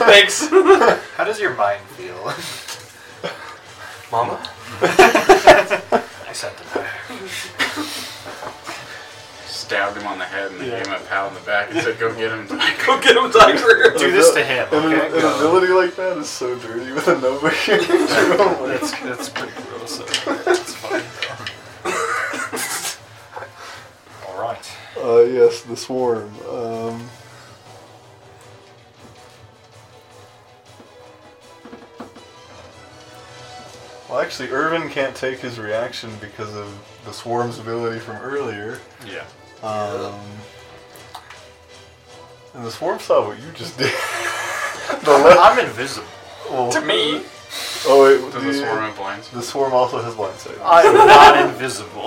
Speaker 2: Thanks.
Speaker 7: How does your mind feel?
Speaker 2: Mama?
Speaker 7: I sent it back.
Speaker 4: Stabbed him on the head and then gave him a pat on the back and said, "Go get him."
Speaker 2: Go get him, Tiger.
Speaker 7: Do this to him,
Speaker 1: An,
Speaker 7: okay?
Speaker 1: an ability like that is so dirty with a Nova
Speaker 5: Oh,
Speaker 1: character.
Speaker 7: That's, that's pretty gross. All right.
Speaker 1: Uh, yes, the swarm. Um, well, actually, Irvin can't take his reaction because of the swarm's ability from earlier.
Speaker 4: yeah.
Speaker 1: Um, and the swarm saw what you just did. the le-
Speaker 7: I'm invisible.
Speaker 1: well,
Speaker 2: to me.
Speaker 1: Oh wait,
Speaker 4: Does the swarm have blinds?
Speaker 1: the swarm also has blindsight.
Speaker 7: I'm not invisible.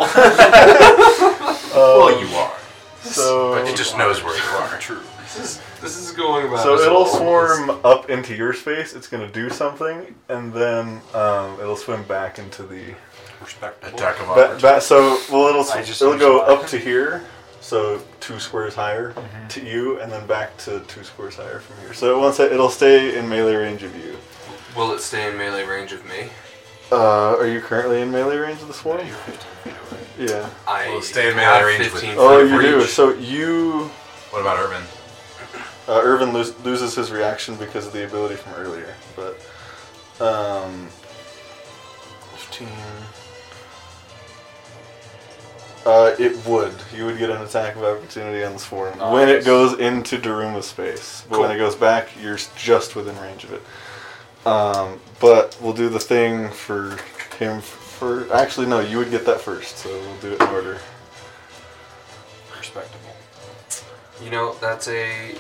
Speaker 5: Well, you are.
Speaker 1: so
Speaker 5: But it just knows where you are.
Speaker 7: True.
Speaker 2: This is, Uh, this is going about.
Speaker 1: So
Speaker 2: as
Speaker 1: it'll
Speaker 2: well.
Speaker 1: swarm up into your space. It's gonna do something, and then um, it'll swim back into the.
Speaker 3: Respectable.
Speaker 5: Attack of
Speaker 1: Ba-
Speaker 5: opportunity.
Speaker 1: ba- so well, it'll
Speaker 7: I
Speaker 1: s-
Speaker 7: just
Speaker 1: it'll go
Speaker 7: understood.
Speaker 1: up to here, so two squares higher to you, and then back to two squares higher from here. So once it, it'll stay in melee range of you.
Speaker 2: Will it stay in melee range of me?
Speaker 1: Uh, are you currently in melee range of the swarm? Yeah.
Speaker 2: I
Speaker 5: Will it stay in melee
Speaker 2: have
Speaker 5: range with
Speaker 2: 15
Speaker 5: you?
Speaker 2: foot
Speaker 1: Oh, you do.
Speaker 2: reach.
Speaker 1: So you,
Speaker 5: What about Irvin?
Speaker 1: uh, Irvin lose, loses his reaction because of the ability from earlier, but um, fifteen. Uh, it would. You would get an attack of opportunity on the swarm when it goes into Daruma's space. But when it goes back, you're s- just within range of it. Um, but we'll do the thing for him for. Actually, no, you would get that first, so we'll do it in order.
Speaker 7: Respectable.
Speaker 2: You know, that's a.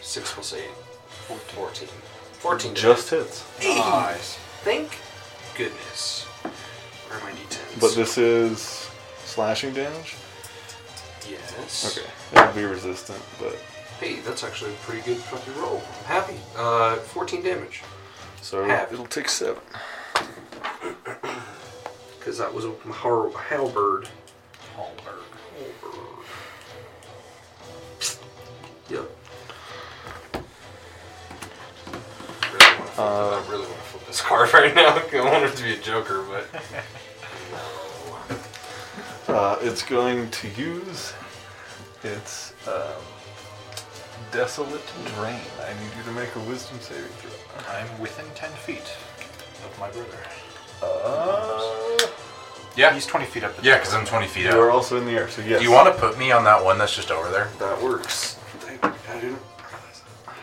Speaker 2: 6 plus 8. 14. 14.
Speaker 1: Just hits.
Speaker 7: Nice.
Speaker 2: Think?
Speaker 6: goodness.
Speaker 2: Where are my d10s?
Speaker 1: But this is slashing damage?
Speaker 2: Yes.
Speaker 1: Okay. It'll be resistant, but.
Speaker 2: Hey, that's actually a pretty good fucking roll. I'm happy. Uh, 14 damage.
Speaker 1: So
Speaker 2: Half.
Speaker 1: it'll take seven.
Speaker 2: Because that was a har- halberd. Halberd. Yep. Really wanna flip- I really want to flip this card right now. I want it to be a joker, but. No.
Speaker 1: Uh, it's going to use its um, desolate drain. I need you to make a wisdom saving throw.
Speaker 7: I'm within 10 feet of my brother.
Speaker 1: Uh,
Speaker 6: Yeah.
Speaker 7: He's 20 feet up. at
Speaker 6: Yeah,
Speaker 7: the
Speaker 6: because I'm 20 feet
Speaker 1: You are
Speaker 6: out.
Speaker 1: also in the air, so yes.
Speaker 6: Do you want to put me on that one that's just over there?
Speaker 2: That works. Thank you. I didn't realize that.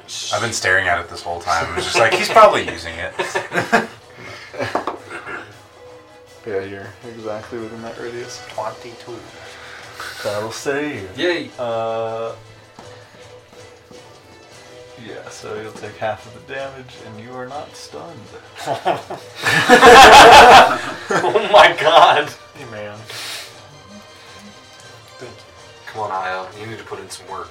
Speaker 2: Nice.
Speaker 6: I've been staring at it this whole time. I was just like, he's probably using it.
Speaker 1: Yeah, you're exactly within that radius.
Speaker 7: 22.
Speaker 1: That'll save.
Speaker 2: Yay!
Speaker 1: Uh, yeah, so you'll take half of the damage, and you are not stunned.
Speaker 2: Oh my god!
Speaker 7: Hey, man. Thank you.
Speaker 2: Come on, Io. You need to put in some work.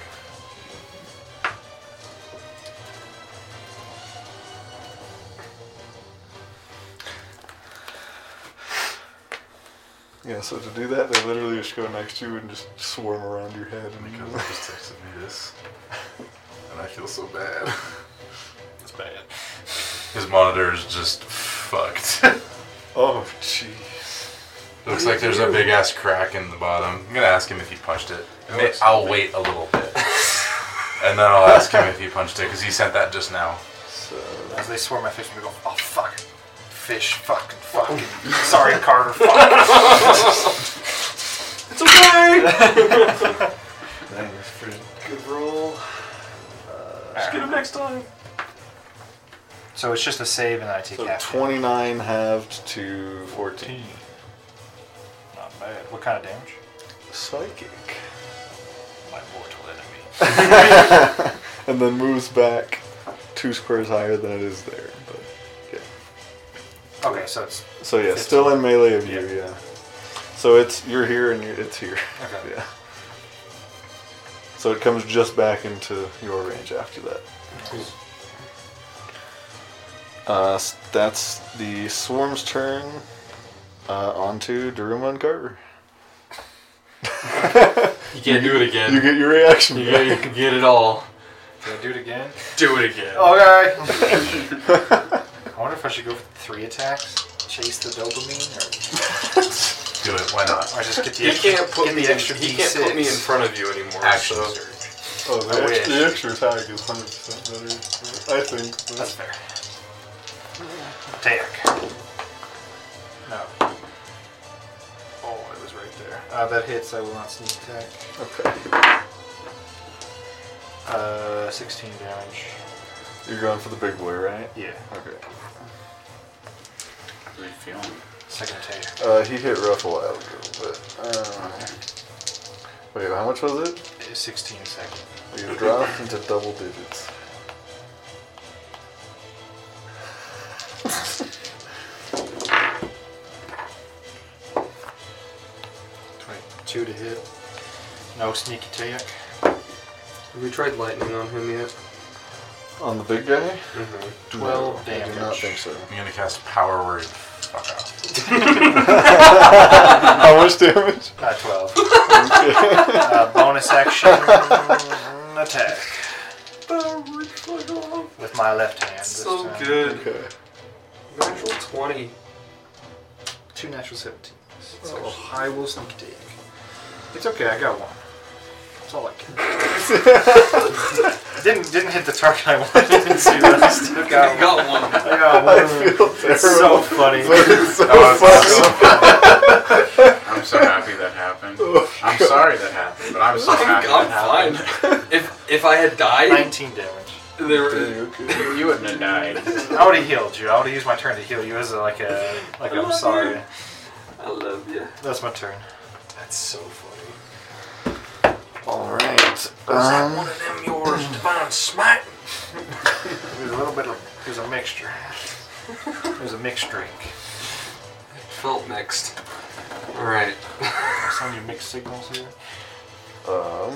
Speaker 1: Yeah, so to do that, they literally just go next to you and just swarm around your head. And
Speaker 5: Because I just texted me this. And I feel so bad.
Speaker 4: It's bad.
Speaker 6: His monitor is just fucked.
Speaker 1: oh, jeez.
Speaker 6: Looks like there's a big ass crack in the bottom. I'm gonna ask him if he punched it. May- I'll wait a little bit, and then I'll ask him if he punched it because he sent that just now.
Speaker 1: So
Speaker 7: As they swarm my fish, we go, oh, fuck. Fish, fucking, fucking. Sorry, Carter, fuck.
Speaker 2: It's okay!
Speaker 1: that was pretty good roll.
Speaker 2: Just get him next time.
Speaker 7: So it's just a save and I take
Speaker 1: So
Speaker 7: half.
Speaker 1: 29 halved to 14.
Speaker 7: damage. Not bad. What kind of damage?
Speaker 1: Psychic.
Speaker 7: My mortal enemy.
Speaker 1: And then moves back two squares higher than it is there. But yeah.
Speaker 7: Okay, so it's.
Speaker 1: So yeah, still in melee of you, yeah. So it's you're here and you it's here.
Speaker 7: Okay.
Speaker 1: Yeah. So it comes just back into your range after that. Uh, s- that's the swarm's turn. Uh, onto Daruma and Carver.
Speaker 2: You can't do it again.
Speaker 1: You get your reaction.
Speaker 2: You
Speaker 1: back.
Speaker 2: get, you get it all.
Speaker 7: Do I do it again?
Speaker 2: Do it again.
Speaker 7: Okay. I wonder if I should go for three attacks, chase the dopamine,
Speaker 6: Do it. Why not?
Speaker 7: or, or just get the
Speaker 2: He
Speaker 7: extra,
Speaker 2: can't put
Speaker 7: get
Speaker 2: me.
Speaker 7: the extra
Speaker 2: in, he
Speaker 7: D6.
Speaker 2: can't put me in front of you anymore.
Speaker 6: Action
Speaker 2: so.
Speaker 6: surge.
Speaker 1: Oh, the,
Speaker 2: I
Speaker 1: extra,
Speaker 2: wish.
Speaker 1: the extra attack is hundred percent better. I think.
Speaker 7: That's
Speaker 1: but-
Speaker 7: fair. Attack. No. Oh, it was right there. Uh, that hits. I will not sneak attack.
Speaker 1: Okay.
Speaker 7: Uh, 16 damage.
Speaker 1: You're going for the big boy, right?
Speaker 7: Yeah.
Speaker 1: Okay.
Speaker 4: How are you feeling?
Speaker 7: Second attack.
Speaker 1: Uh, he hit rough a while ago, but um, wait, how much was it?
Speaker 7: Uh, 16 second.
Speaker 1: You dropped into double digits.
Speaker 7: Twenty-two to hit. No sneak attack.
Speaker 2: Have we tried lightning on him yet? Mm-hmm.
Speaker 1: On the big guy?
Speaker 7: 12
Speaker 1: No, I do not
Speaker 7: damage.
Speaker 1: think so.
Speaker 6: I'm gonna cast power word. Fuck off.
Speaker 1: how much damage?
Speaker 7: Uh, 12. uh, bonus action attack with my left hand. this
Speaker 2: So
Speaker 7: time.
Speaker 2: good.
Speaker 1: Okay.
Speaker 2: Natural 20.
Speaker 7: Two natural 17s. So I will sneak attack. It's okay, I got one. That's all I can. didn't didn't hit the target I wanted to. Still
Speaker 2: I
Speaker 7: got one.
Speaker 2: got one.
Speaker 7: I got one. It's so funny. Oh,
Speaker 4: I'm so happy that happened. I'm sorry that happened, but I'm so
Speaker 2: I'm,
Speaker 4: happy that
Speaker 2: I'm
Speaker 4: happened.
Speaker 2: fine. If if I had died,
Speaker 7: 19 damage.
Speaker 2: there,
Speaker 4: You wouldn't have died.
Speaker 7: I would have healed you. I would have used my turn to heal you as a, like a like I'm sorry.
Speaker 2: I love you.
Speaker 7: That's my turn.
Speaker 2: That's so funny.
Speaker 1: All right. Um,
Speaker 2: of them yours, divine smite?
Speaker 7: There's a little bit of there's a mixture. It was a mixed drink.
Speaker 2: Felt mixed. Alright.
Speaker 7: Some of your mixed signals here.
Speaker 1: Um,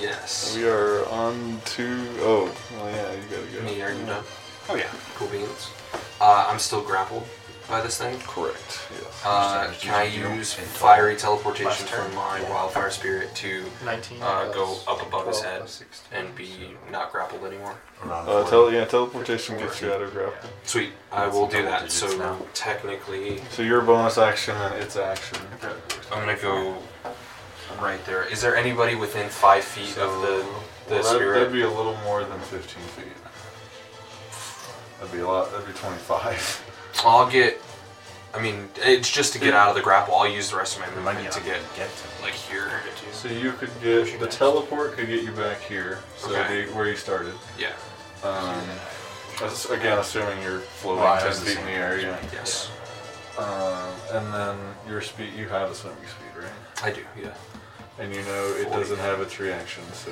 Speaker 2: Yes.
Speaker 1: we are on to. Oh, well, yeah, you gotta go.
Speaker 2: Me, are you done?
Speaker 7: Oh yeah.
Speaker 2: Cool beans. Uh, I'm still grappled by this thing.
Speaker 1: Correct, yes.
Speaker 2: Uh,
Speaker 6: Understand.
Speaker 2: can I
Speaker 6: You don't
Speaker 2: use
Speaker 6: intend to-
Speaker 2: fiery teleportation
Speaker 7: Last turn.
Speaker 2: from my wildfire spirit to
Speaker 7: 19.
Speaker 2: Uh, go
Speaker 7: plus
Speaker 2: up above his
Speaker 7: 12
Speaker 2: head
Speaker 7: plus 16,
Speaker 2: and be not grappled anymore?
Speaker 6: Around
Speaker 1: Uh,
Speaker 6: four.
Speaker 1: tele- yeah, teleportation gets you out of grapple.
Speaker 2: Sweet. I
Speaker 6: That's
Speaker 2: will
Speaker 6: in
Speaker 2: do
Speaker 6: double
Speaker 2: that.
Speaker 6: digits
Speaker 2: So
Speaker 6: now.
Speaker 2: technically,
Speaker 1: So your bonus action and its action.
Speaker 2: I'm gonna go right there. Is there anybody within five feet of the the
Speaker 1: that,
Speaker 2: spirit?
Speaker 1: would be a little more than 15 feet. That'd be a lot. That'd be 25.
Speaker 2: I'll get. I mean, it's just to get out of the grapple. I'll use the rest of my movement to get
Speaker 5: get to
Speaker 2: like here.
Speaker 1: So you could get the teleport could get you back here, so
Speaker 2: Okay.
Speaker 1: the, where you started.
Speaker 2: Yeah.
Speaker 1: Um, that's- again, assuming you're floating
Speaker 6: Well, I
Speaker 1: 10
Speaker 6: was the
Speaker 1: feet in
Speaker 6: same.
Speaker 1: the air. Yeah.
Speaker 2: Yes.
Speaker 1: Um, and then your speed, you have a swimming speed, right?
Speaker 2: I do. Yeah.
Speaker 1: And you know it
Speaker 2: Forty.
Speaker 1: doesn't have its reaction, so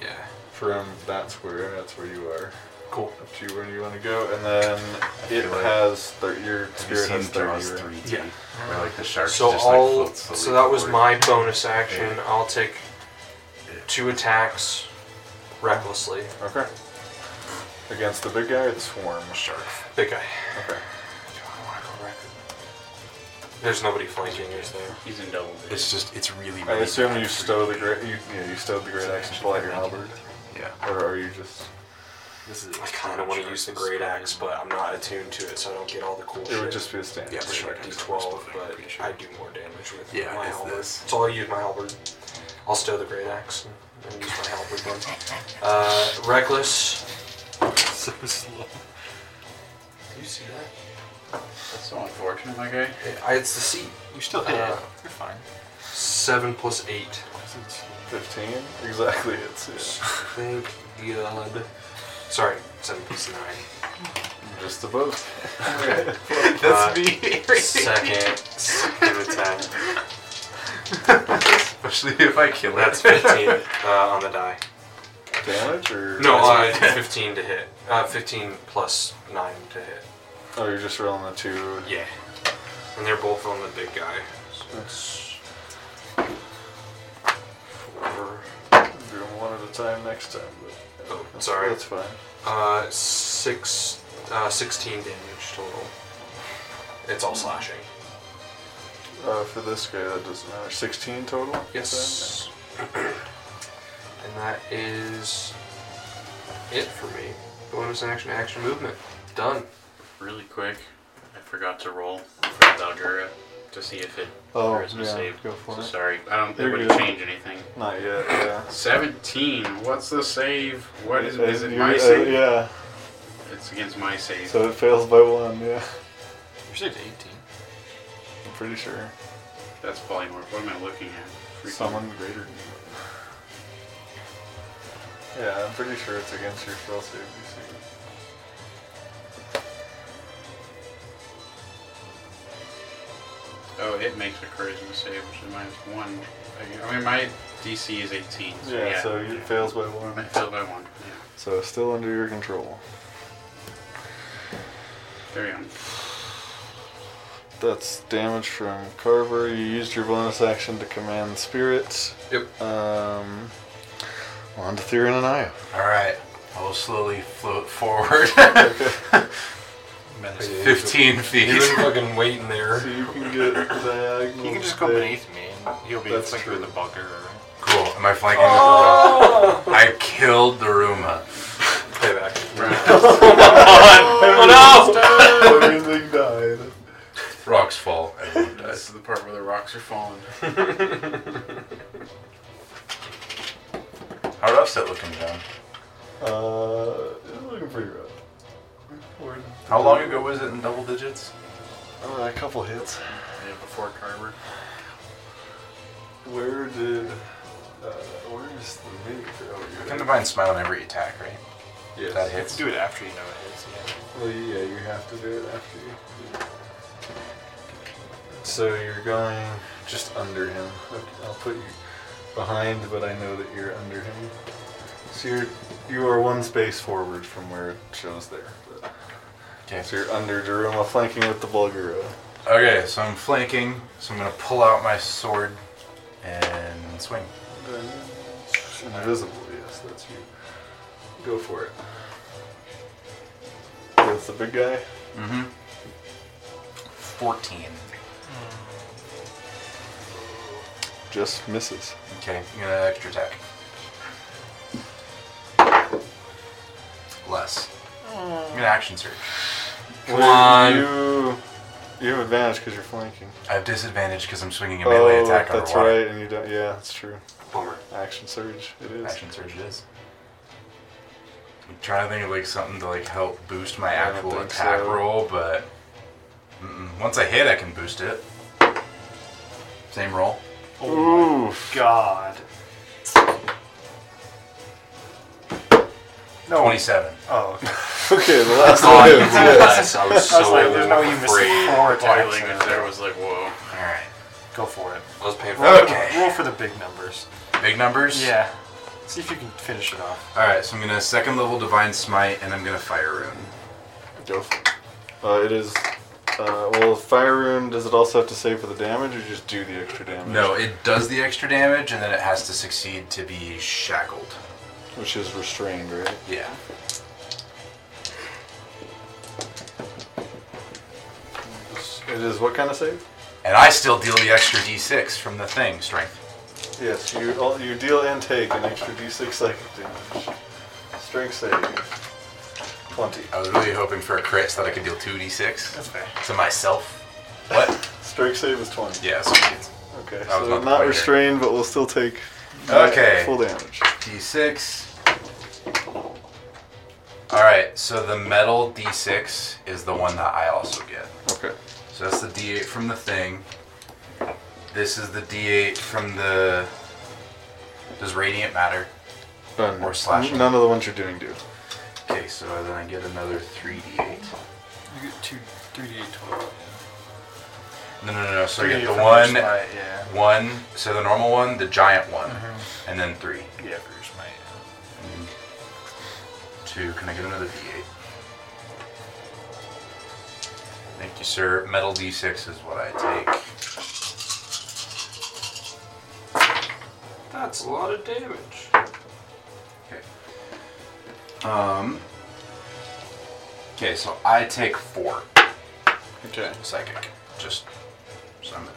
Speaker 2: Yeah.
Speaker 1: from that square, that's where you are.
Speaker 2: Cool.
Speaker 1: Up to where you want to go, and then it
Speaker 6: feel like-
Speaker 1: has thir- your
Speaker 6: Have you
Speaker 1: spirit
Speaker 6: seen
Speaker 1: has
Speaker 6: Jaws
Speaker 1: 30. right?
Speaker 6: 3D?
Speaker 2: Yeah.
Speaker 6: Where like the shark
Speaker 2: So
Speaker 6: just like
Speaker 2: I'll.
Speaker 6: floats slowly
Speaker 2: so that was
Speaker 6: forward.
Speaker 2: my bonus action. I'll take two attacks recklessly.
Speaker 1: Okay. Against the big guy or the swarm? Shark.
Speaker 2: Big guy.
Speaker 1: Okay.
Speaker 2: There's nobody flanking, is there?
Speaker 4: He's in double digits.
Speaker 6: It's just it's really.
Speaker 1: I
Speaker 6: really
Speaker 1: assume
Speaker 6: bad
Speaker 1: you
Speaker 6: for
Speaker 1: stow the great. You, yeah, you stowed the great action to light your halberd,
Speaker 6: Yeah.
Speaker 1: or are you just?
Speaker 5: This is
Speaker 2: I kind of want to use the great axe, but I'm not attuned to it, so I don't get all the cool shit.
Speaker 1: It would just be a standard.
Speaker 6: Yeah,
Speaker 2: It's
Speaker 6: sure.
Speaker 2: like D12, but I do more damage with
Speaker 6: Yeah,
Speaker 2: my
Speaker 6: it's
Speaker 2: halberd.
Speaker 6: this.
Speaker 2: So I'll use my halberd. I'll stow the great axe and, and use my halberd then. Uh, reckless.
Speaker 3: so slow.
Speaker 2: You see
Speaker 4: That's so unfortunate, my guy.
Speaker 2: that? I, it's the seat.
Speaker 3: You still hit
Speaker 2: Uh,
Speaker 3: it. You're fine.
Speaker 2: Seven plus eight.
Speaker 1: Fifteen. Exactly. It's yeah.
Speaker 2: Thank God. Sorry, seven plus nine.
Speaker 1: just above.
Speaker 2: That's
Speaker 6: me.
Speaker 2: Uh, Second, second attack.
Speaker 6: Especially if I kill
Speaker 2: That's 15 uh, on the die.
Speaker 1: Damage or
Speaker 2: No, uh, 15 to hit. Uh, 15 plus 9 to hit.
Speaker 1: Oh, you're just rolling the two.
Speaker 2: Yeah. And they're both on the big guy. So it's. Four.
Speaker 1: Do them one at a time next time. But,
Speaker 2: Oh, sorry.
Speaker 1: That's fine.
Speaker 2: Uh, six, uh, 16 damage total. It's all slashing.
Speaker 1: Uh, for this guy, that doesn't matter. Sixteen total. you said?
Speaker 2: Yes. and that is it for me. Bonus action, action, movement. Done.
Speaker 4: Really quick, I forgot to roll for Valgura to see if it
Speaker 1: Oh, yeah,
Speaker 4: charisma saved.
Speaker 1: go for
Speaker 4: so
Speaker 1: it.
Speaker 4: sorry, I don't.
Speaker 1: You're
Speaker 4: It wouldn't
Speaker 1: good.
Speaker 4: change anything.
Speaker 1: Not yet. Yeah.
Speaker 4: Seventeen. What's the save? What is?
Speaker 1: Uh,
Speaker 4: Is it
Speaker 1: you-
Speaker 4: my
Speaker 1: uh,
Speaker 4: save?
Speaker 1: Yeah.
Speaker 4: It's against my save.
Speaker 1: So it fails by one. Yeah.
Speaker 3: You saved 18.
Speaker 1: I'm pretty sure.
Speaker 4: That's polymorph. What am I looking at? Freaking-
Speaker 1: Someone greater. than you. Yeah, I'm pretty sure it's against your spell save DC.
Speaker 4: Oh, it makes a charisma save, which is minus one. I mean, my DC is 18. So
Speaker 1: Yeah,
Speaker 4: yeah,
Speaker 1: so it fails by
Speaker 4: I
Speaker 1: one.
Speaker 4: failed by one. Yeah.
Speaker 1: So still under your control.
Speaker 4: Carry on.
Speaker 1: That's damage from Carver. You used your bonus action to command spirits.
Speaker 2: Yep.
Speaker 1: Um, on to Theron and I.
Speaker 6: All right. I will slowly float forward
Speaker 2: Yeah.
Speaker 6: 15
Speaker 2: He's
Speaker 6: feet.
Speaker 2: been fucking waiting there.
Speaker 1: So you can get diagonal.
Speaker 7: You can just go
Speaker 1: there.
Speaker 7: beneath me and he'll be
Speaker 1: That's
Speaker 7: flanking
Speaker 1: true.
Speaker 7: with the bunker.
Speaker 6: Cool. Am I flanking Oh! with the Ruma? I killed the Ruma.
Speaker 2: Payback.
Speaker 1: Everything died.
Speaker 6: Rocks fall. Everyone
Speaker 4: This
Speaker 6: dies.
Speaker 4: is the part where the rocks are falling.
Speaker 6: How rough's it looking, John?
Speaker 1: Uh, it's looking pretty rough. We're-
Speaker 6: How long ago was it in double digits?
Speaker 1: Uh, a couple hits.
Speaker 4: Yeah, before Carver.
Speaker 1: Where did? Uh, where's the mini Oh,
Speaker 6: I
Speaker 1: you
Speaker 6: can divine smile on every attack, right?
Speaker 1: Yes.
Speaker 6: That hits.
Speaker 7: Do it after you know it hits. Yeah.
Speaker 1: Well, yeah, you have to do it after you. So you're going just under him. Okay, I'll put you behind, but I know that you're under him. So you're you are one space forward from where it shows there. but-
Speaker 6: Okay.
Speaker 1: So you're under Daruma, flanking with the Bulgura.
Speaker 6: Okay, so I'm flanking, so I'm gonna pull out my sword and swing.
Speaker 1: Invisible, yes, that's you. Go for it. That's the big guy.
Speaker 6: Mm-hmm. 14.
Speaker 1: Just misses.
Speaker 6: Okay, I'm gonna extra attack. Less. I'm gonna action surge.
Speaker 2: Come on.
Speaker 1: You, you have advantage because you're flanking. Oh,
Speaker 6: I have disadvantage because I'm swinging a melee attack on
Speaker 1: that's right, and you don't. Yeah, that's true.
Speaker 2: Bummer.
Speaker 1: Action surge, it is.
Speaker 6: Action surge it is. I'm trying to think of like something to like help boost my
Speaker 1: I don't
Speaker 6: actual
Speaker 1: think
Speaker 6: attack
Speaker 1: so.
Speaker 6: roll, but mm-mm. once I hit, I can boost it. Same roll.
Speaker 1: Oof.
Speaker 7: God. No.
Speaker 6: 27.
Speaker 7: Oh, okay.
Speaker 1: Okay, the last
Speaker 2: Oh,
Speaker 1: one.
Speaker 2: I,
Speaker 1: is, yes.
Speaker 2: yes. I was so
Speaker 7: I was like, there's no you missed
Speaker 2: afraid.
Speaker 7: four
Speaker 4: Body
Speaker 7: attacks.
Speaker 4: language
Speaker 7: in
Speaker 4: there
Speaker 7: there.
Speaker 4: was like, whoa.
Speaker 6: All right.
Speaker 7: Go for it.
Speaker 2: I was paying for
Speaker 7: Roll,
Speaker 2: it.
Speaker 6: Okay.
Speaker 7: roll for the big numbers.
Speaker 6: Big numbers.
Speaker 7: Yeah. See if you can finish it off.
Speaker 6: All right. So I'm gonna second level divine smite, and I'm gonna fire rune.
Speaker 1: Go. for it. Uh, it is. Uh, well, fire rune. Does it also have to save for the damage, or you just do the extra damage?
Speaker 6: No, it does the extra damage, and then it has to succeed to be shackled.
Speaker 1: Which is restrained, right?
Speaker 6: Yeah.
Speaker 1: It is what kind of save?
Speaker 6: And I still deal the extra d6 from the thing strength.
Speaker 1: Yes, you all, you deal and take an extra d6 psychic damage. Strength save. 20.
Speaker 6: I was really hoping for a crit so that I could deal 2d6
Speaker 7: That's fair.
Speaker 6: to myself. What?
Speaker 1: Strength save is 20.
Speaker 6: yeah, so it's
Speaker 1: Okay,
Speaker 6: That
Speaker 1: so
Speaker 6: was not the
Speaker 1: not
Speaker 6: point
Speaker 1: restrained, but we'll still take
Speaker 6: Okay.
Speaker 1: full damage.
Speaker 6: d6. Alright, so the metal d6 is the one that I also get.
Speaker 1: Okay.
Speaker 6: So that's the d8 from the thing. This is the d8 from the. Does radiant matter?
Speaker 1: None,
Speaker 6: Or slashing.
Speaker 1: None of the ones you're doing do.
Speaker 6: Okay, so then I get another 3d8.
Speaker 3: You get two, three d eight total.
Speaker 6: No, no, no, no. So I
Speaker 7: Three
Speaker 6: get the
Speaker 7: from
Speaker 6: one,
Speaker 7: your smite, yeah.
Speaker 6: one, so the normal one, the giant one, and then three.
Speaker 7: Yeah, for your smite.
Speaker 6: Two. Can I get another D8? Thank you, sir. Metal D6 is what I take.
Speaker 2: That's a lot of damage.
Speaker 6: Okay. Um. Okay, so I take four
Speaker 1: Okay.
Speaker 6: psychic. Just so I'm.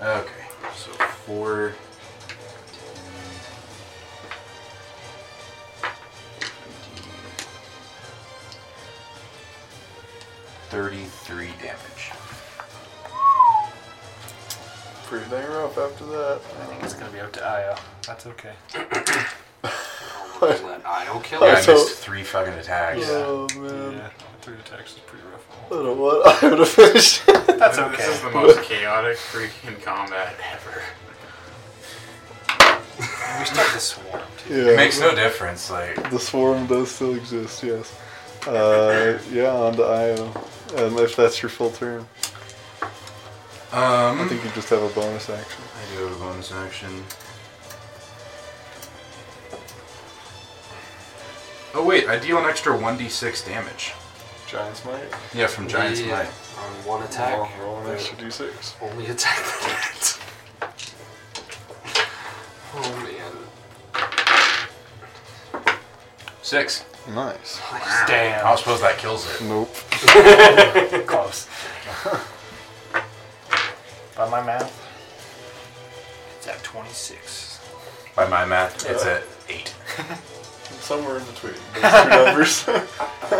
Speaker 6: Okay, so four. Thirty-three damage.
Speaker 1: Pretty dang rough after that.
Speaker 7: I think it's gonna be up to Io. That's okay.
Speaker 2: Let Io kill
Speaker 1: Oh,
Speaker 6: Yeah, I
Speaker 2: it.
Speaker 1: so-
Speaker 6: missed three fucking attacks.
Speaker 1: Oh
Speaker 7: Um,
Speaker 1: man.
Speaker 3: Yeah, three attacks is pretty rough.
Speaker 1: I don't know what I would have finished.
Speaker 7: That's
Speaker 4: This is
Speaker 7: okay.
Speaker 4: the most chaotic freaking combat ever.
Speaker 7: We start the swarm too.
Speaker 1: yeah.
Speaker 6: It makes no difference. Like,
Speaker 1: The swarm does still exist, yes. Uh, yeah, on to Io. And if that's your full turn,
Speaker 6: um,
Speaker 1: I think you just have a bonus action.
Speaker 6: I do have a bonus action. Oh wait, I deal an extra 1d6 damage.
Speaker 1: Giant Smite.
Speaker 6: Yeah, from Giant's
Speaker 2: Yeah,
Speaker 6: Might.
Speaker 2: On one attack.
Speaker 1: Roll, roll an extra d6.
Speaker 2: Only attack that. Oh man.
Speaker 6: Six.
Speaker 1: Nice.
Speaker 6: I
Speaker 7: Damn.
Speaker 6: don't suppose that kills it.
Speaker 1: Nope.
Speaker 7: Close. By my math, it's at 26.
Speaker 6: By my math, it's at eight.
Speaker 1: Somewhere in between. Those two numbers.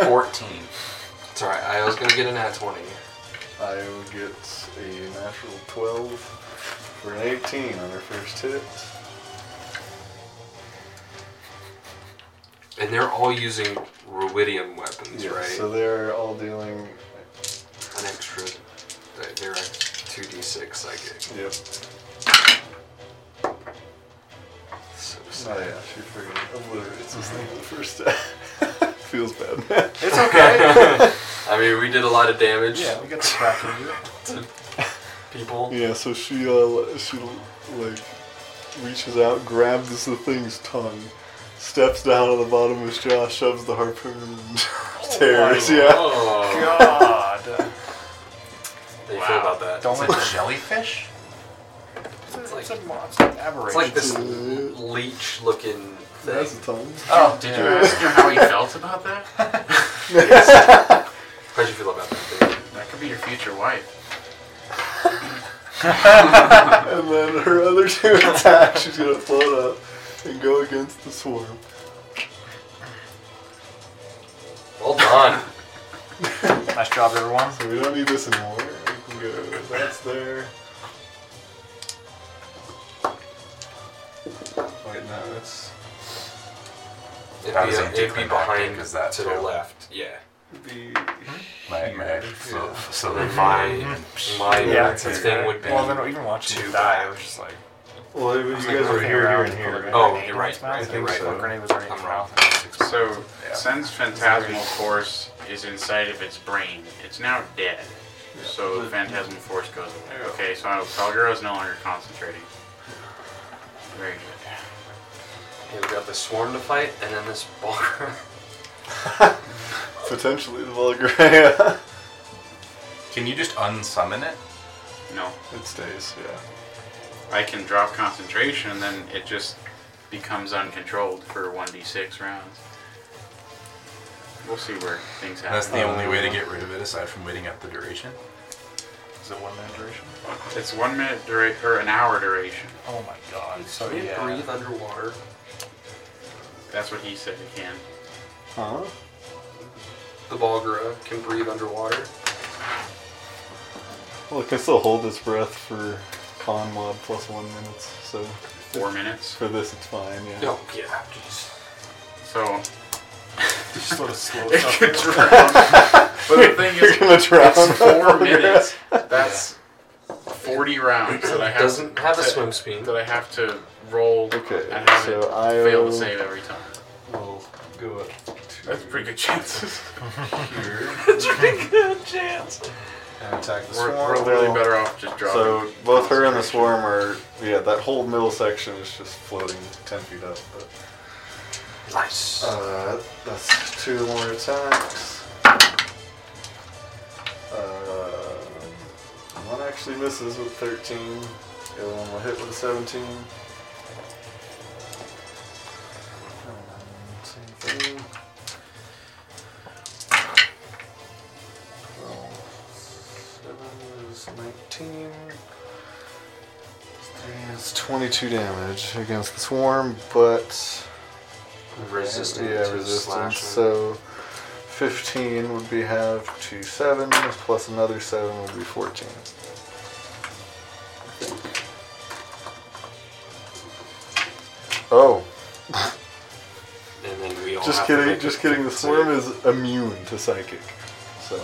Speaker 6: Fourteen.
Speaker 2: It's alright, Io's gonna get an at 20.
Speaker 1: Io gets a natural 12 for an 18 on her first hit.
Speaker 2: And they're all using ruidium weapons, right?
Speaker 1: So they're all dealing.
Speaker 2: an extra. they- They're at 2d6 psychic.
Speaker 1: Yep.
Speaker 2: So
Speaker 1: Oh
Speaker 2: sad.
Speaker 1: yeah, she freaking obliterates this thing the first time. Feels bad.
Speaker 7: It's okay.
Speaker 2: I mean, we did a lot of damage
Speaker 7: yeah, we got the crack into it.
Speaker 2: to people.
Speaker 1: yeah, so she uh, she like reaches out, grabs the thing's tongue, steps down on the bottom of his jaw, shoves the harpoon, and
Speaker 7: Oh,
Speaker 1: tears. yeah.
Speaker 2: Oh,
Speaker 7: God.
Speaker 2: how do you feel about that?
Speaker 7: Don't let
Speaker 6: a jellyfish?
Speaker 7: it's, a,
Speaker 2: like-
Speaker 7: it's a monster aberration.
Speaker 2: It's like this leech-looking thing.
Speaker 1: That's a tongue.
Speaker 6: Oh,
Speaker 4: Did you ask him how he felt about that?
Speaker 2: How'd you feel about that thing?
Speaker 4: That could be your future wife.
Speaker 1: And then her other two attacks, she's gonna float up and go against the swarm.
Speaker 2: Well done.
Speaker 7: Nice job, everyone.
Speaker 1: So we don't need this anymore. We can go. That's there. Wait, no, that's
Speaker 2: It'd
Speaker 6: How
Speaker 2: be,
Speaker 6: does
Speaker 2: a- it'd
Speaker 6: that
Speaker 2: be
Speaker 6: different acting?
Speaker 2: behind
Speaker 6: Is that
Speaker 2: to
Speaker 6: too?
Speaker 2: the left. Yeah.
Speaker 1: the.
Speaker 6: My, my, so, so
Speaker 7: Mm-hmm.
Speaker 6: then
Speaker 2: My,
Speaker 6: my
Speaker 2: my
Speaker 7: Yeah.
Speaker 2: thing would be.
Speaker 7: Well, then even watching
Speaker 2: Two
Speaker 7: you die,
Speaker 2: back.
Speaker 7: it was just like.
Speaker 1: Well, you guys
Speaker 7: was like
Speaker 1: were
Speaker 7: looking
Speaker 1: here, here,
Speaker 7: around
Speaker 1: and
Speaker 7: for the
Speaker 1: here.
Speaker 2: Oh,
Speaker 7: grenade
Speaker 2: you're
Speaker 7: in
Speaker 2: right,
Speaker 7: its mouth.
Speaker 2: I
Speaker 7: It
Speaker 2: think
Speaker 7: was
Speaker 2: so.
Speaker 7: like a grenade was already in
Speaker 2: I'm
Speaker 7: its
Speaker 2: wrong.
Speaker 7: mouth.
Speaker 4: So,
Speaker 6: Yeah.
Speaker 4: since Phantasmal Force is inside of its brain, it's now dead. So, Phantasmal Force goes away. Okay, so Falgiro is no longer concentrating. Very good.
Speaker 2: Yeah, we got the swarm to fight, and then this bar.
Speaker 1: Potentially the Volgrea.
Speaker 6: Can you just unsummon it?
Speaker 4: No.
Speaker 1: it stays, yeah.
Speaker 4: I can drop concentration, and then it just becomes uncontrolled for 1d6 rounds. We'll see where things
Speaker 6: That's
Speaker 4: happen.
Speaker 6: the only way to get rid of it aside from waiting out the duration.
Speaker 7: Uh, Is it one minute duration?
Speaker 4: Uh, It's one minute dura- or an hour duration.
Speaker 7: Oh my god. So
Speaker 2: Can you
Speaker 7: yeah.
Speaker 2: breathe underwater?
Speaker 4: That's what he said he can.
Speaker 1: Huh?
Speaker 2: The Balgura can breathe underwater.
Speaker 1: Well, it can still hold its breath for con mod plus one minutes, so
Speaker 4: Four minutes.
Speaker 1: for this it's fine, yeah.
Speaker 2: No, Oh, yeah, jeez.
Speaker 4: So
Speaker 7: Just sort of slow
Speaker 4: it
Speaker 7: stuff.
Speaker 4: could drown. but the thing
Speaker 1: You're
Speaker 4: is,
Speaker 1: gonna drown.
Speaker 4: it's four minutes. That's 40 rounds that I have.
Speaker 2: Doesn't have a
Speaker 4: that-
Speaker 2: swim speed.
Speaker 4: That I have to roll
Speaker 1: Okay,
Speaker 4: and have
Speaker 1: so
Speaker 4: it
Speaker 1: I
Speaker 4: fail
Speaker 1: will-
Speaker 4: to save every time.
Speaker 1: We'll go up
Speaker 4: That's pretty good chances.
Speaker 1: here.
Speaker 3: and attack the
Speaker 4: We're,
Speaker 3: swarm.
Speaker 4: we're literally better off just dropping.
Speaker 1: So both her and the swarm are, yeah, that whole middle section is just floating 10 feet up. But,
Speaker 2: Nice.
Speaker 1: uh, that's two more attacks. Uh, one actually misses with 13, the other one will hit with a 17. And Um, same thing. Well, Seven is 19. It's 22 damage against the swarm, but
Speaker 2: resistance.
Speaker 1: yeah,
Speaker 2: to
Speaker 1: resistance.
Speaker 2: slashing.
Speaker 1: So 15 would be half to seven, plus another seven would be 14. Oh,
Speaker 2: and then we all
Speaker 1: just
Speaker 2: have to
Speaker 1: kidding!
Speaker 2: make
Speaker 1: Just
Speaker 2: a
Speaker 1: kidding. The
Speaker 2: save.
Speaker 1: swarm is immune to psychic, so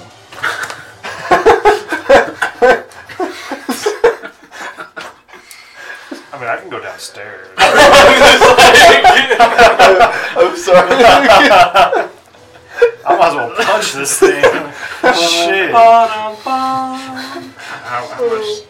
Speaker 7: I mean, I can go downstairs.
Speaker 1: I'm sorry.
Speaker 7: I might as well punch this thing. Shit.
Speaker 4: How, how much?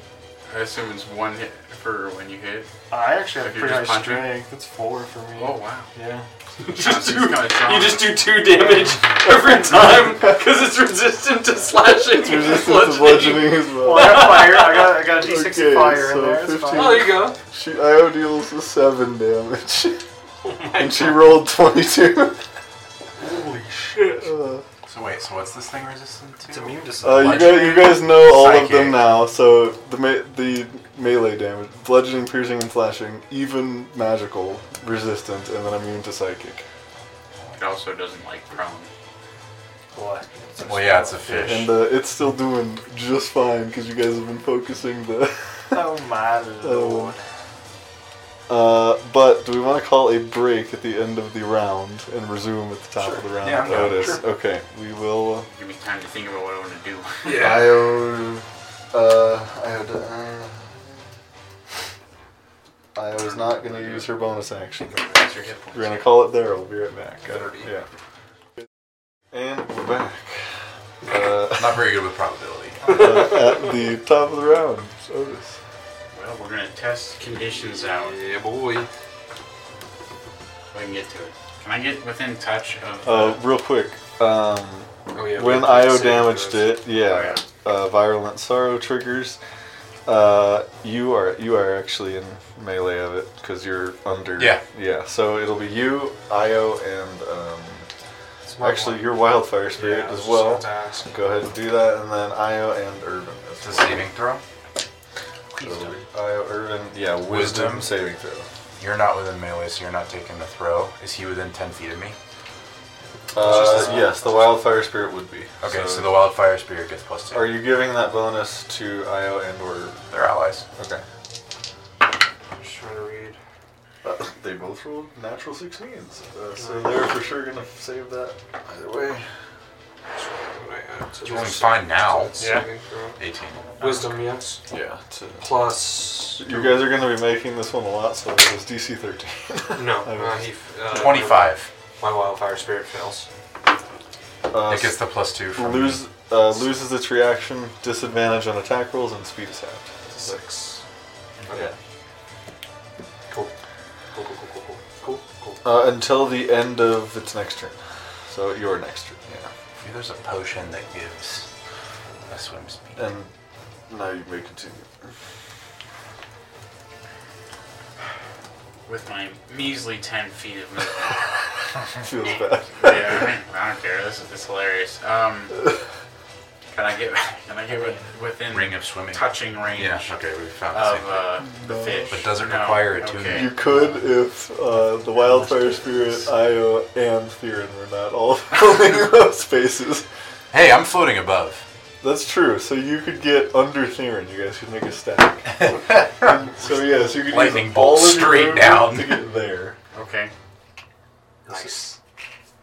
Speaker 4: I assume it's one hit for when you hit.
Speaker 7: I actually have
Speaker 4: If
Speaker 7: a
Speaker 4: you
Speaker 7: pretty high
Speaker 4: just punch it?
Speaker 7: strength. It's four for me.
Speaker 4: Oh wow!
Speaker 7: Yeah.
Speaker 2: just do,
Speaker 4: It's kinda
Speaker 2: you
Speaker 4: strong.
Speaker 2: just do two damage every time because it's resistant to slashing. and
Speaker 1: Resistance to
Speaker 2: bludgeoning.
Speaker 1: bludgeoning as
Speaker 7: Well,
Speaker 1: well.
Speaker 7: I got fire. I got, I got a D6
Speaker 1: Okay,
Speaker 7: of fire
Speaker 1: so
Speaker 7: in there. It's
Speaker 1: 15.
Speaker 2: Oh, there
Speaker 7: fine.
Speaker 2: you go.
Speaker 1: She IO deals a seven damage,
Speaker 2: Oh
Speaker 1: and she rolled 22.
Speaker 2: Holy shit.
Speaker 1: Uh,
Speaker 6: So wait, so what's this thing resistant to?
Speaker 7: It's immune
Speaker 1: Uh,
Speaker 7: to
Speaker 1: you,
Speaker 7: something.
Speaker 1: guys, you guys know all of them
Speaker 6: Psychic.
Speaker 1: now, so the me- the melee damage, bludgeoning, piercing, and slashing, even magical, resistant, and then immune to psychic.
Speaker 4: It also doesn't like prone.
Speaker 7: What?
Speaker 6: Well, yeah, it's a fish.
Speaker 1: And uh, it's still doing just fine because you guys have been focusing the.
Speaker 7: Oh my lord.
Speaker 1: Uh, but do we want to call a break at the end of the round and resume at the top of the round?
Speaker 3: Yeah, I'm down,
Speaker 1: Otis?
Speaker 3: sure.
Speaker 1: Okay, we will. uh,
Speaker 4: Give me time to think about what I want to do.
Speaker 2: Yeah.
Speaker 1: IO. Uh, IO. d- Uh, I was not going to use her bonus action.
Speaker 4: That's your hit points.
Speaker 1: We're gonna call it there. We'll be right back.
Speaker 2: Better be.
Speaker 1: Yeah. And we're back uh,
Speaker 6: Not very good with probability.
Speaker 1: uh, at the top of the round. Otis.
Speaker 2: Oh,
Speaker 4: Well, we're gonna test conditions out.
Speaker 2: Yeah, boy.
Speaker 4: We can get to it. Can I get within touch of?
Speaker 1: Uh, real quick, um,
Speaker 2: Oh, yeah, we
Speaker 1: when
Speaker 2: have to
Speaker 1: IO
Speaker 2: save
Speaker 1: damaged
Speaker 2: those.
Speaker 1: it, yeah,
Speaker 2: Oh,
Speaker 1: uh, virulent sorrow triggers. Uh, you are you are actually in melee of it because you're under.
Speaker 5: Yeah.
Speaker 1: Yeah. So it'll be you, IO, and um,
Speaker 2: It's my
Speaker 1: actually
Speaker 2: one.
Speaker 1: your wildfire spirit
Speaker 2: Yeah, I was
Speaker 1: as
Speaker 2: just
Speaker 1: well.
Speaker 2: about to ask.
Speaker 1: Go ahead and do that, and then Io and Irvin.
Speaker 6: It's a saving throw.
Speaker 1: So, Io, Irvin, yeah, wisdom,
Speaker 6: Wisdom.
Speaker 1: saving throw.
Speaker 6: You're not within melee, so you're not taking the throw. Is he within 10 feet of me?
Speaker 1: Uh, yes, the wildfire spirit would be.
Speaker 6: Okay, so, the wildfire spirit gets plus two.
Speaker 1: Are you giving that bonus to Io and or?
Speaker 6: They're allies.
Speaker 1: Okay.
Speaker 2: Just trying to read.
Speaker 1: Uh, they both rolled natural 16s, uh, so they're for sure gonna save that either way.
Speaker 2: Just what I add to
Speaker 6: You only
Speaker 2: this.
Speaker 6: find now.
Speaker 2: Saving throw.
Speaker 6: 18.
Speaker 2: Wisdom, yes.
Speaker 1: Yeah.
Speaker 2: Plus.
Speaker 1: You guys are gonna be making this one a lot, so it was DC 13.
Speaker 2: No. Uh, he, f- uh,
Speaker 6: 25.
Speaker 2: My wildfire spirit fails.
Speaker 1: uh,
Speaker 6: It gets the plus two from me.
Speaker 1: lose, uh, loses its reaction, disadvantage on attack rolls, and speed is halved.
Speaker 2: Six. Okay. Cool. Cool, cool, cool, cool, cool. Cool, cool.
Speaker 1: Uh, until the end of its next turn. So your next turn. Yeah.
Speaker 6: Maybe there's a potion that gives a swim speed.
Speaker 4: Uh,
Speaker 1: And now you may continue.
Speaker 4: With my measly ten feet of movement.
Speaker 1: Feels bad.
Speaker 4: yeah, I don't care. This is it's hilarious. Um, can I get can I get wi- within
Speaker 6: Ring of swimming.
Speaker 4: touching range
Speaker 6: Yeah, okay, we found the
Speaker 4: of
Speaker 6: same thing.
Speaker 4: uh, the fish?
Speaker 6: But does it
Speaker 4: No,
Speaker 6: require a
Speaker 4: okay.
Speaker 1: You could if uh, the Wildfire Spirit, Io, and Theron were not all filling those spaces.
Speaker 6: Hey, I'm floating above.
Speaker 1: That's true. So you could get under Theron. You guys could make a stack. And so yes, you could
Speaker 6: Lightning
Speaker 1: use all
Speaker 6: bolt
Speaker 1: of your
Speaker 6: straight
Speaker 1: movement
Speaker 6: down.
Speaker 1: to get there.
Speaker 4: Okay,
Speaker 2: Nice.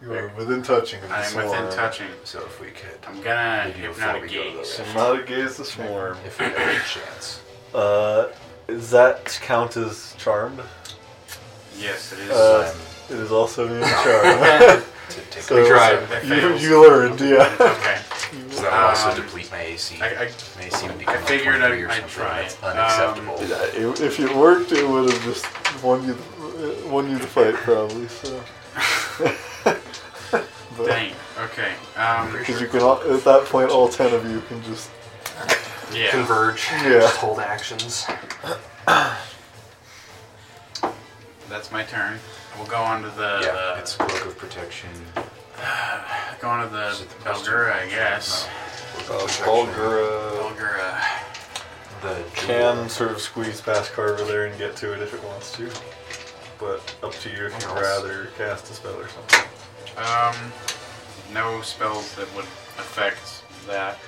Speaker 1: You are within touching of the
Speaker 4: I'm
Speaker 1: swarm.
Speaker 4: within touching.
Speaker 6: So if we could.
Speaker 4: I'm gonna
Speaker 6: Maybe
Speaker 4: hypnotic
Speaker 6: before we go to
Speaker 4: gaze.
Speaker 6: the-
Speaker 1: Hypnotic gaze the swarm.
Speaker 6: If we have a chance.
Speaker 1: Uh, does that count as charmed?
Speaker 4: Yes, it is.
Speaker 1: Uh,
Speaker 6: Um,
Speaker 1: It is also new charm.
Speaker 6: to take
Speaker 1: so
Speaker 2: tried.
Speaker 4: That
Speaker 1: You,
Speaker 4: fails.
Speaker 1: you learned, yeah.
Speaker 4: okay,
Speaker 6: Does that also
Speaker 4: Um,
Speaker 6: deplete my AC?
Speaker 4: I, I,
Speaker 6: may seem to become
Speaker 4: I figured
Speaker 6: like 23 or
Speaker 4: I'd- I'd
Speaker 6: something.
Speaker 4: try
Speaker 6: That's
Speaker 4: it. Um,
Speaker 6: unacceptable.
Speaker 1: If if it worked, it would have just won you, the- uh, won you the fight probably. So. but,
Speaker 4: dang. Okay. Um,
Speaker 1: because you can, all, at that point, all ten of you can just
Speaker 4: yeah.
Speaker 2: Converge.
Speaker 1: Yeah.
Speaker 2: Just hold actions.
Speaker 4: That's my turn. We'll go on to the
Speaker 6: yeah,
Speaker 4: uh,
Speaker 6: it's cloak of protection.
Speaker 4: go on to
Speaker 6: Is
Speaker 4: the
Speaker 6: it the plus two?
Speaker 4: Belgura, I guess.
Speaker 1: uh,
Speaker 6: Protection.
Speaker 1: Bulgura
Speaker 4: Belgura.
Speaker 6: The
Speaker 1: can sort of squeeze past Carver there and get to it if it wants to. But up to you if you'd rather cast a spell or something.
Speaker 6: Oh.
Speaker 4: Um, no spells that would affect that.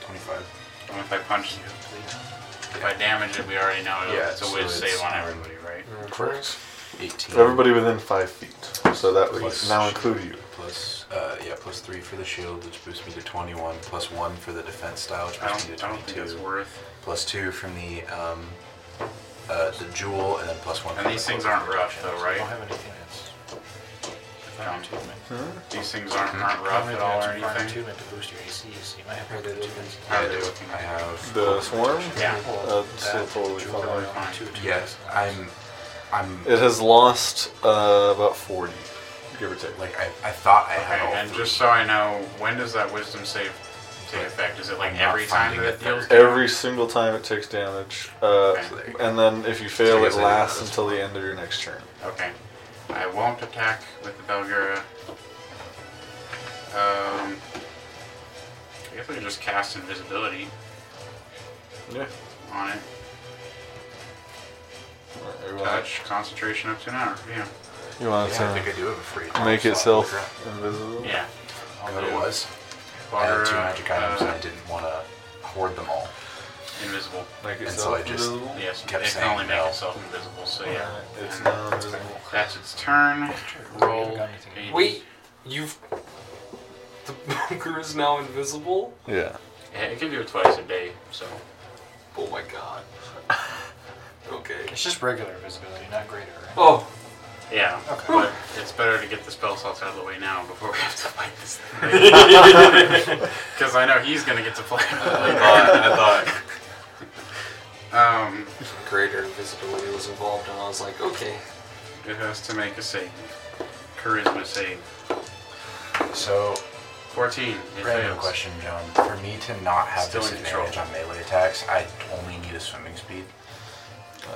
Speaker 6: Twenty-five.
Speaker 4: And if I punch you, if I damage it, we already know it.
Speaker 6: Yeah,
Speaker 4: it's a
Speaker 6: so
Speaker 4: whiz
Speaker 6: it's-
Speaker 4: save on everybody, right?
Speaker 2: Correct.
Speaker 6: Eighteen.
Speaker 1: Everybody within five feet. So that would
Speaker 6: Plus-
Speaker 1: now include you.
Speaker 6: Plus, uh, yeah, plus three for the shield, which boosts me to twenty-one. Plus one for the defense style, which
Speaker 4: I
Speaker 6: boosts me to
Speaker 4: don't, I don't think it's
Speaker 6: twenty-two.
Speaker 4: worth.
Speaker 6: Plus two from the um, uh, the jewel, and then plus one.
Speaker 4: And
Speaker 6: from
Speaker 4: these
Speaker 6: the
Speaker 4: things
Speaker 6: cloak of
Speaker 4: aren't rough, though,
Speaker 7: I don't
Speaker 4: Oh, right?
Speaker 7: have anything that's. I
Speaker 4: Um,
Speaker 7: have attunement.
Speaker 4: These things aren't, aren't
Speaker 7: I
Speaker 4: rough
Speaker 7: don't
Speaker 4: at
Speaker 7: know
Speaker 4: all
Speaker 7: if
Speaker 4: or
Speaker 7: you have
Speaker 4: anything.
Speaker 7: attunement to boost your AC, so you might have
Speaker 2: Yeah,
Speaker 7: to
Speaker 2: they
Speaker 7: do
Speaker 2: do.
Speaker 4: How
Speaker 6: I
Speaker 4: are they
Speaker 6: do.
Speaker 4: looking?
Speaker 6: I have
Speaker 1: The swarm?
Speaker 4: Yeah.
Speaker 1: Uh, so totally fine.
Speaker 4: fine.
Speaker 7: Two, two.
Speaker 6: Yes, I'm. I'm
Speaker 1: It has lost uh, about 40, give or take.
Speaker 6: like I, I thought I had all
Speaker 4: Okay, and
Speaker 6: three.
Speaker 4: just so I know, when does that wisdom save take effect? Is it like
Speaker 6: I'm not
Speaker 4: every time
Speaker 6: finding
Speaker 4: that
Speaker 6: it
Speaker 4: it deals
Speaker 6: there.
Speaker 4: damage?
Speaker 1: Every single time it takes damage, uh,
Speaker 4: Okay.
Speaker 1: and then if you fail,
Speaker 6: So
Speaker 1: it
Speaker 6: is it-
Speaker 1: lasts until the end of your next turn.
Speaker 4: Okay. I won't attack with the Belgura. Um, I guess I can just cast invisibility
Speaker 1: Yeah.
Speaker 4: on it.
Speaker 1: You want
Speaker 4: Touch, concentration up to an hour. Yeah.
Speaker 1: you want
Speaker 6: Yeah, I think I do have a free.
Speaker 1: to make
Speaker 6: slot
Speaker 1: itself
Speaker 6: on the ground.
Speaker 1: invisible?
Speaker 4: Yeah.
Speaker 6: You know what it was? I had
Speaker 4: Belgura,
Speaker 6: two magic items, and I
Speaker 4: uh,
Speaker 6: didn't want to hoard them all.
Speaker 4: invisible.
Speaker 1: Make
Speaker 6: And
Speaker 1: itself
Speaker 6: so I just-
Speaker 1: invisible?
Speaker 4: Yes,
Speaker 6: Kept
Speaker 4: it can only
Speaker 6: saying
Speaker 4: make
Speaker 6: no.
Speaker 4: itself invisible, so yeah.
Speaker 1: Alright, Uh, It's
Speaker 4: And
Speaker 1: now invisible.
Speaker 4: That's its turn. Roll. a-
Speaker 2: Wait, you've. The bunker is now invisible?
Speaker 1: Yeah.
Speaker 4: Yeah, it can do it twice a day, so.
Speaker 2: Oh my god. Okay.
Speaker 7: It's just regular visibility, not greater, right?
Speaker 2: Oh,
Speaker 4: Yeah,
Speaker 7: Okay.
Speaker 4: but it's better to get the spell slots out of the way now before we have to fight this thing. Because I know he's gonna get to play.
Speaker 2: I thought. I thought.
Speaker 4: Um,
Speaker 2: Greater invisibility was involved, and I was like, okay.
Speaker 4: it has to make a save. Charisma save.
Speaker 6: So,
Speaker 4: 14. It
Speaker 6: random
Speaker 4: fails.
Speaker 6: question, John. For me to not have
Speaker 4: Still in
Speaker 6: disadvantage
Speaker 4: control.
Speaker 6: on melee attacks, I only need a swimming speed.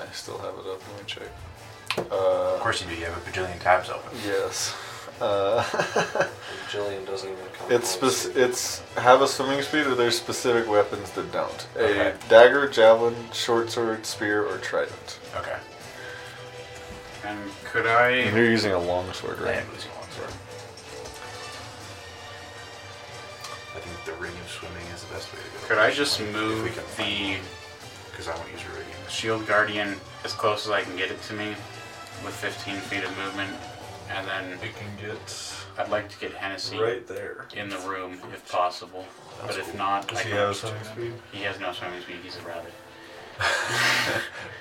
Speaker 2: I still have it up. Let me check.
Speaker 6: Of
Speaker 2: Uh,
Speaker 6: course you do. You have a bajillion tabs open.
Speaker 1: Yes. Uh,
Speaker 2: Jillian doesn't even come.
Speaker 1: It's
Speaker 2: close.
Speaker 1: spec- it's have a swimming speed, or there's specific weapons that don't. A
Speaker 6: Okay.
Speaker 1: dagger, javelin, short sword, spear, or trident.
Speaker 6: Okay.
Speaker 4: And could I
Speaker 1: And you're using a long sword,
Speaker 6: I
Speaker 1: right?
Speaker 6: am losing one sword. I think the ring of swimming is the best way to go.
Speaker 4: Could I just
Speaker 6: If we
Speaker 4: move
Speaker 6: can find
Speaker 4: the
Speaker 6: one, Because I won't use a ring.
Speaker 4: shield guardian as close as I can get it to me with 15 feet of movement? And then
Speaker 3: It can get
Speaker 4: I'd like to get Hennessy
Speaker 3: right there.
Speaker 4: in the room if possible. but if not,
Speaker 3: Does
Speaker 4: I
Speaker 3: he
Speaker 4: can-
Speaker 3: have a swimming speed?
Speaker 4: he has no swimming speed. He's a rabbit.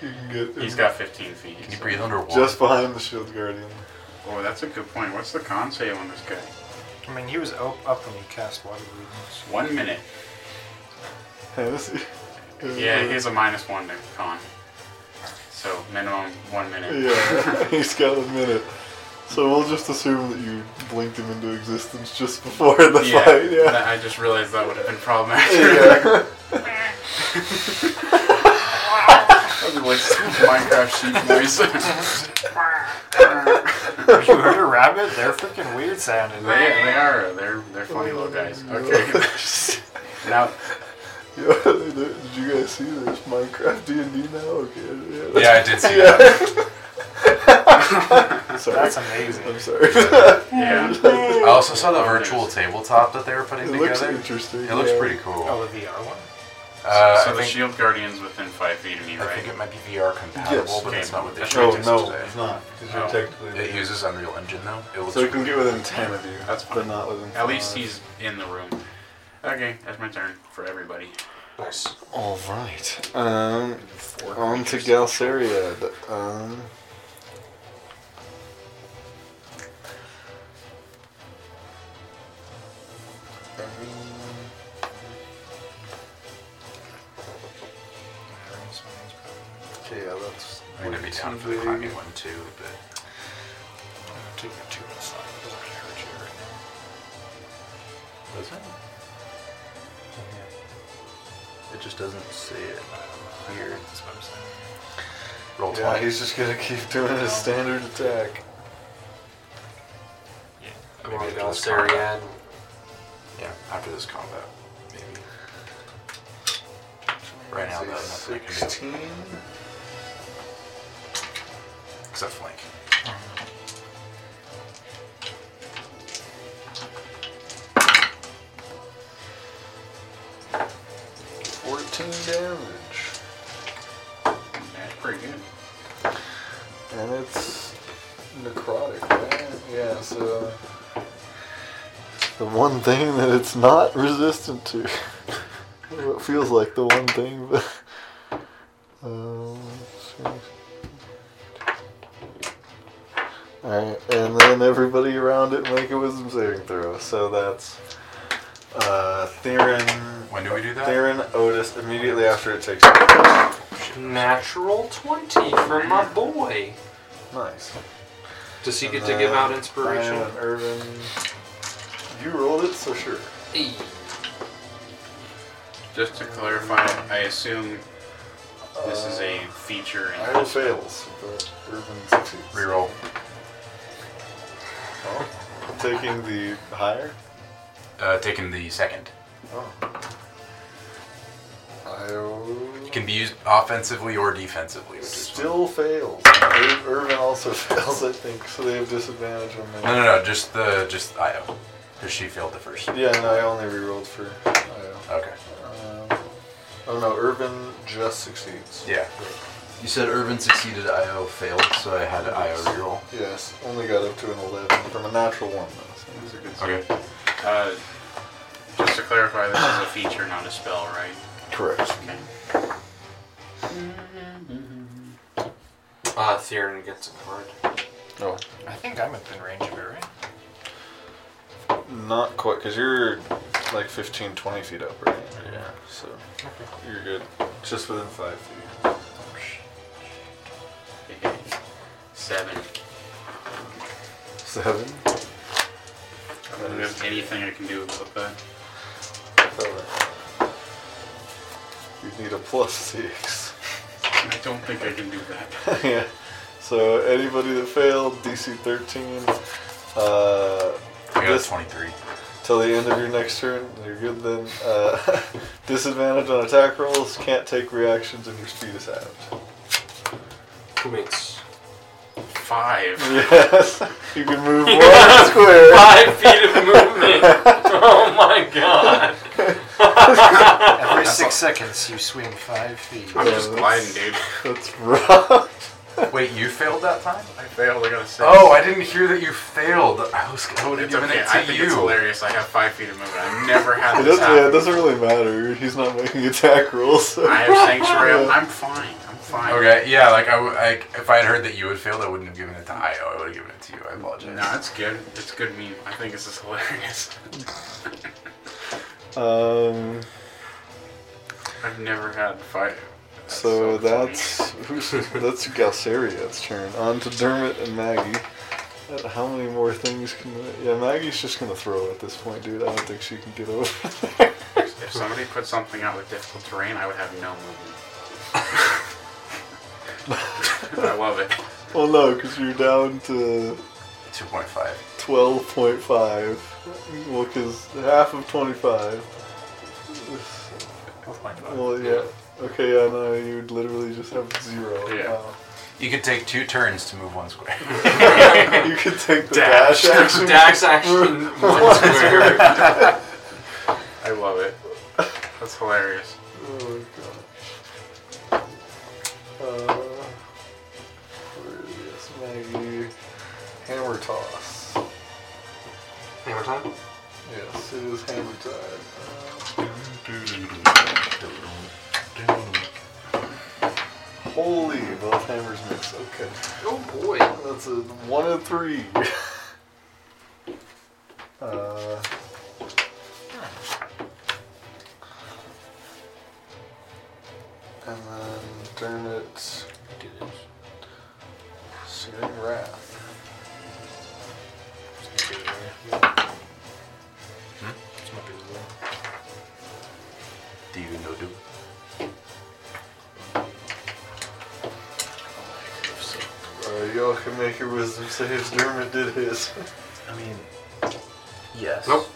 Speaker 1: You can
Speaker 4: He's got 15 feet.
Speaker 6: Can you
Speaker 4: so-
Speaker 6: breathe underwater?
Speaker 1: just behind the shield guardian.
Speaker 4: Oh, that's a good point. What's the con save on this guy?
Speaker 7: I mean, he was up, up when you cast water breathing.
Speaker 4: One minute.
Speaker 1: Hennessy.
Speaker 3: Mm.
Speaker 4: Yeah, he has a minus one to con. So minimum one minute.
Speaker 1: Yeah, he's got a minute. So we'll just assume that you blinked him into existence just before the fight. Yeah.
Speaker 4: that- I just realized that would have been problematic.
Speaker 1: Yeah.
Speaker 4: That'd be like Minecraft sheep noise.
Speaker 7: you heard a rabbit? They're freaking weird sounding.
Speaker 4: They, they are. They're they're funny little guys. Okay. now,
Speaker 1: Yeah, Did you guys see this Minecraft D and D now? Okay.
Speaker 6: Yeah, I did see that.
Speaker 1: Yeah. Sorry.
Speaker 7: That's amazing.
Speaker 1: I'm sorry.
Speaker 4: yeah.
Speaker 6: I also saw the virtual tabletop that they were putting
Speaker 1: It looks
Speaker 6: together.
Speaker 1: interesting.
Speaker 6: it looks
Speaker 1: yeah.
Speaker 6: pretty cool.
Speaker 7: Oh, the VR one?
Speaker 6: Uh,
Speaker 4: so
Speaker 6: I,
Speaker 4: the
Speaker 6: think,
Speaker 4: shield guardian's within five feet of me,
Speaker 6: I think
Speaker 4: right?
Speaker 6: it might be VR compatible,
Speaker 1: Yes.
Speaker 6: but
Speaker 4: Okay.
Speaker 6: that's not what they
Speaker 4: That's
Speaker 6: showed
Speaker 1: Oh
Speaker 6: us
Speaker 1: no,
Speaker 6: today.
Speaker 1: it's not. Because you're
Speaker 4: Oh.
Speaker 1: technically.
Speaker 6: It uses Unreal Engine though. It looks
Speaker 1: so it can get within ten of you.
Speaker 4: That's fine.
Speaker 1: But not within.
Speaker 4: At least
Speaker 1: five.
Speaker 4: he's in the room. Okay, that's my turn for everybody.
Speaker 2: nice.
Speaker 1: All right. Um, on to Galceriad. Um. Okay, yeah, that's.
Speaker 6: I'm gonna be down for the climbing one too, but
Speaker 7: I'm gonna take a two inside. It doesn't really hurt you right now.
Speaker 6: does it? It just doesn't say it. Weird.
Speaker 7: That's what I'm saying.
Speaker 6: Roll
Speaker 1: Yeah,
Speaker 6: twenty.
Speaker 1: he's just gonna keep doing his standard attack.
Speaker 2: Come on,
Speaker 6: Maybe it was
Speaker 2: Galcerian.
Speaker 6: Yeah, after this combat, maybe. Right now, though, nothing I can do
Speaker 1: Sixteen.
Speaker 6: except flank.
Speaker 1: Fourteen damage.
Speaker 4: That's pretty good.
Speaker 1: And it's necrotic, right? Yeah, so. The one thing that it's not resistant to. it feels like the one thing, but. Um, Alright, and then everybody around it make a wisdom saving throw. So that's. Uh, Theron.
Speaker 6: When do we do that?
Speaker 1: Theron Otis immediately after it takes.
Speaker 2: Natural 20 from my boy.
Speaker 1: Nice.
Speaker 2: Does he
Speaker 1: And
Speaker 2: get to give
Speaker 1: then uh,
Speaker 2: out inspiration?
Speaker 1: Brian and Irvin. You rolled it, so sure.
Speaker 2: Hey.
Speaker 4: Just to clarify, I assume this is a feature. In
Speaker 1: Ira fails, but Irvin succeeds.
Speaker 6: Reroll.
Speaker 1: Oh, taking the higher?
Speaker 6: Uh, taking the second.
Speaker 1: Oh. I
Speaker 6: It can be used offensively or defensively, which is fine.
Speaker 1: still fails. Ir- Irvin also fails, I think, so they have disadvantage on
Speaker 6: No,
Speaker 1: that.
Speaker 6: no, no. Just the just Io, because she failed the first.
Speaker 1: Yeah, no, I only rerolled for Io.
Speaker 6: Okay.
Speaker 1: Um, oh no, Irvin just succeeds.
Speaker 6: Yeah. You said Urban succeeded, Io failed, so I had an Io reroll.
Speaker 1: Yes, only got up to an 11 from a natural one, though. so-
Speaker 4: That's a good save.
Speaker 6: Okay.
Speaker 4: Uh, just to clarify, this is a feature, not a spell, right?
Speaker 1: Correct.
Speaker 4: Okay.
Speaker 2: Uh, Theron gets a card.
Speaker 1: Oh.
Speaker 7: I think I'm within range of it, right?
Speaker 1: Not quite, because you're like 15, 20 feet up, right? Yeah. So you're good. Just within five feet.
Speaker 4: Seven.
Speaker 1: Seven.
Speaker 4: I don't have anything I can do about that.
Speaker 1: You need a plus six.
Speaker 4: I don't think I can do that.
Speaker 1: yeah. So anybody that failed, DC 13. Uh,
Speaker 5: I got a
Speaker 1: this-
Speaker 5: 23.
Speaker 1: till the end of your next turn, you're good then. Uh, disadvantage on attack rolls, can't take reactions, and your speed is halved.
Speaker 2: Who makes
Speaker 4: Five.
Speaker 1: Yes. You can move one square.
Speaker 2: five feet of movement? oh my god!
Speaker 7: Every six seconds, you swing five feet.
Speaker 5: Hmm?
Speaker 4: I'm just
Speaker 1: that's-
Speaker 4: gliding, dude.
Speaker 1: That's rough.
Speaker 5: Wait, you failed that time?
Speaker 4: I failed. I got a six.
Speaker 5: Oh, I didn't hear that you failed. I was going to
Speaker 4: It's
Speaker 5: give
Speaker 4: okay.
Speaker 5: it to
Speaker 4: I think
Speaker 5: you.
Speaker 4: it's hilarious. I have five feet of movement. I've never had
Speaker 1: It
Speaker 4: this
Speaker 1: doesn't, yeah, it
Speaker 4: happen.
Speaker 1: doesn't really matter. He's not making attack rolls. So.
Speaker 4: I have sanctuary. I'm, I'm fine. I'm fine.
Speaker 5: Okay, yeah, like I, w- I, if I had heard that you had failed, I wouldn't have given it to Io. I would have given it to you. I apologize.
Speaker 4: No, it's good. It's a good meme. I think this is hilarious.
Speaker 1: Um,
Speaker 4: I've never had five. That's
Speaker 1: so
Speaker 4: funny.
Speaker 1: that's who's, that's Galceria's turn. On to Dermot and Maggie. Uh, How many more things can? Yeah, Maggie's just gonna throw at this point, dude. I don't think she can get over.
Speaker 4: If somebody put something out with difficult terrain, I would have no movement. I love it.
Speaker 1: Well, no, because you're down to
Speaker 5: 2.5.
Speaker 1: twelve point five. Well, because half of twenty-five. Well, yeah. Okay, yeah, no, you'd literally just have zero.
Speaker 4: Yeah.
Speaker 5: You could take two turns to move one square.
Speaker 1: Wow. you could take the dash, action.
Speaker 2: Dax action one square.
Speaker 4: I love it. That's hilarious.
Speaker 1: Oh my gosh. Uh, where is this? Maggie. Hammer toss.
Speaker 2: Hammer time.
Speaker 1: Yes, it is hammer time. Uh, holy, both hammers miss. Okay.
Speaker 2: Oh boy.
Speaker 1: That's a one and three. uh, and then Dermot. Searing Wrath.
Speaker 5: Do you know do?
Speaker 1: Uh, y'all can make your wisdom saves. Dermot did his.
Speaker 5: I mean, yes.
Speaker 4: Nope.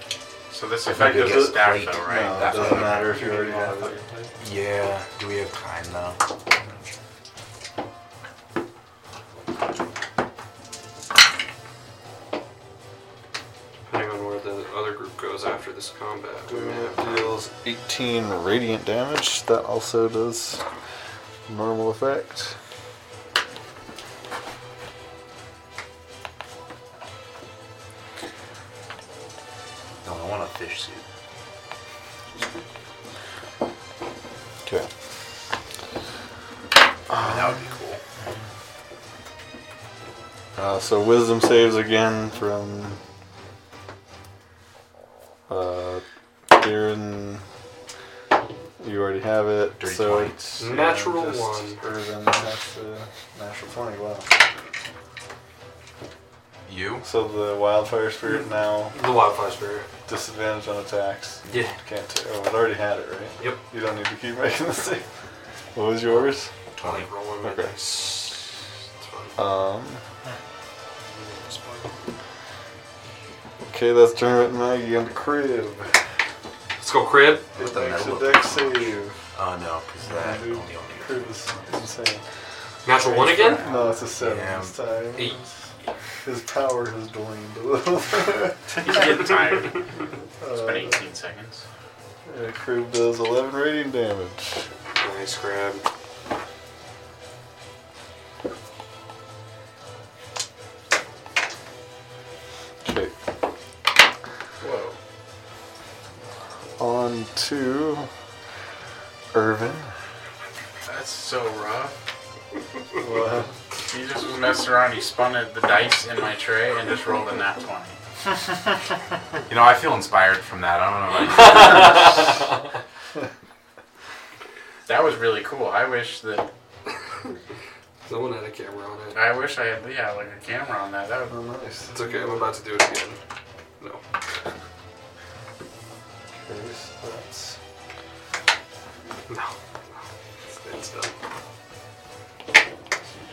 Speaker 4: So this effect
Speaker 1: Does
Speaker 4: is
Speaker 1: it-
Speaker 4: staff though, right?
Speaker 1: No, it
Speaker 5: that's
Speaker 1: doesn't
Speaker 5: what-
Speaker 1: matter if you already have it.
Speaker 5: Yeah. Do we have time now?
Speaker 2: Depending on where the other group goes after this combat, we may have
Speaker 1: Dermot
Speaker 2: time.
Speaker 1: deals 18 radiant damage. That also does normal effect.
Speaker 5: No, I want a fish suit.
Speaker 1: Okay.
Speaker 5: I mean, that would be cool.
Speaker 1: Uh, so wisdom saves again from uh, Kieran. You already have it.
Speaker 5: Dirty
Speaker 1: so
Speaker 5: 20.
Speaker 1: it's
Speaker 2: Natural
Speaker 1: just
Speaker 2: one.
Speaker 1: Irvin has to natural twenty. Wow.
Speaker 5: You?
Speaker 1: So the wildfire
Speaker 2: Mm.
Speaker 1: spirit now
Speaker 2: The wildfire spirit.
Speaker 1: disadvantage on attacks.
Speaker 2: Yeah.
Speaker 1: Can't. T- oh, it already had it, right?
Speaker 2: Yep.
Speaker 1: You don't need to keep making the save. What was yours?
Speaker 2: Twenty. Rolling
Speaker 1: Okay.
Speaker 2: okay. It's fine.
Speaker 1: Um. Okay, that's Dermot and Maggie on the crib.
Speaker 2: Let's go crib.
Speaker 5: With
Speaker 1: It
Speaker 5: the
Speaker 1: makes a
Speaker 5: metal.
Speaker 1: deck save.
Speaker 5: Oh no, because that
Speaker 1: Dude,
Speaker 5: only only.
Speaker 1: Crib is insane.
Speaker 2: Natural one again.
Speaker 1: No, it's a seven
Speaker 5: Yeah.
Speaker 1: this time.
Speaker 2: Eight.
Speaker 1: His power has waned a little.
Speaker 4: He's getting tired. It's
Speaker 1: uh,
Speaker 4: been 18 seconds.
Speaker 1: yeah, crib does 11 radiant damage.
Speaker 2: Nice crib.
Speaker 1: Okay,
Speaker 4: Whoa.
Speaker 1: on to Irvin.
Speaker 4: That's so rough.
Speaker 1: Wow.
Speaker 4: He just was messing around. He spun it- the dice in my tray and just rolled a nat 20.
Speaker 5: You know, I feel inspired from that. I don't know. About you.
Speaker 4: That was really cool. I wish that
Speaker 2: That one had a camera on it.
Speaker 4: I wish I had, yeah, like a camera on that. That would
Speaker 1: Oh, nice.
Speaker 2: It's okay, I'm about to do it again. No.
Speaker 1: Okay, so that's
Speaker 2: No. It's, it's done.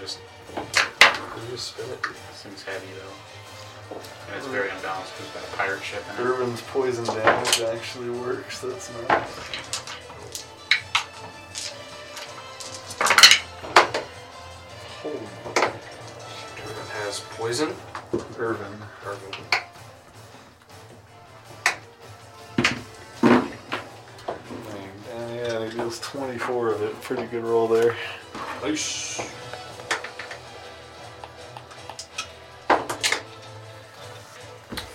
Speaker 4: just
Speaker 2: You just spin it.
Speaker 4: this thing's heavy though. And it's very unbalanced because it's got a pirate ship in it.
Speaker 1: Irvin's poison damage actually works. That's nice. Holy
Speaker 2: Everyone has poison.
Speaker 1: Irvin.
Speaker 2: Gargle.
Speaker 1: And yeah, he deals 24 of it. Pretty good roll there.
Speaker 2: Nice.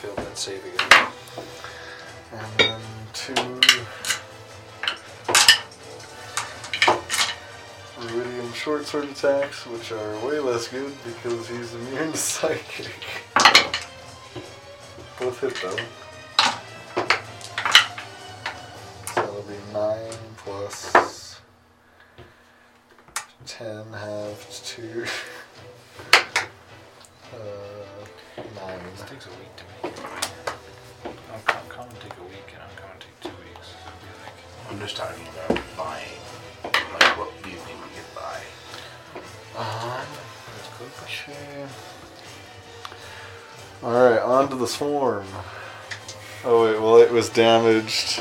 Speaker 2: Failed that save again.
Speaker 1: Mm-hmm. And then two. Ruidium short sword attacks, which are way less good because he's immune to psychic. Both hit though. So that'll be 9 plus 10 halved to uh, 9.
Speaker 3: This takes a week to make. Uncom- common take a week and uncommon take two weeks. So it'd be like
Speaker 5: I'm just talking about buying, like what you think we could buy.
Speaker 1: Um,
Speaker 3: what is code for?
Speaker 1: Okay. Alright, on to the swarm. Oh wait, well it was damaged.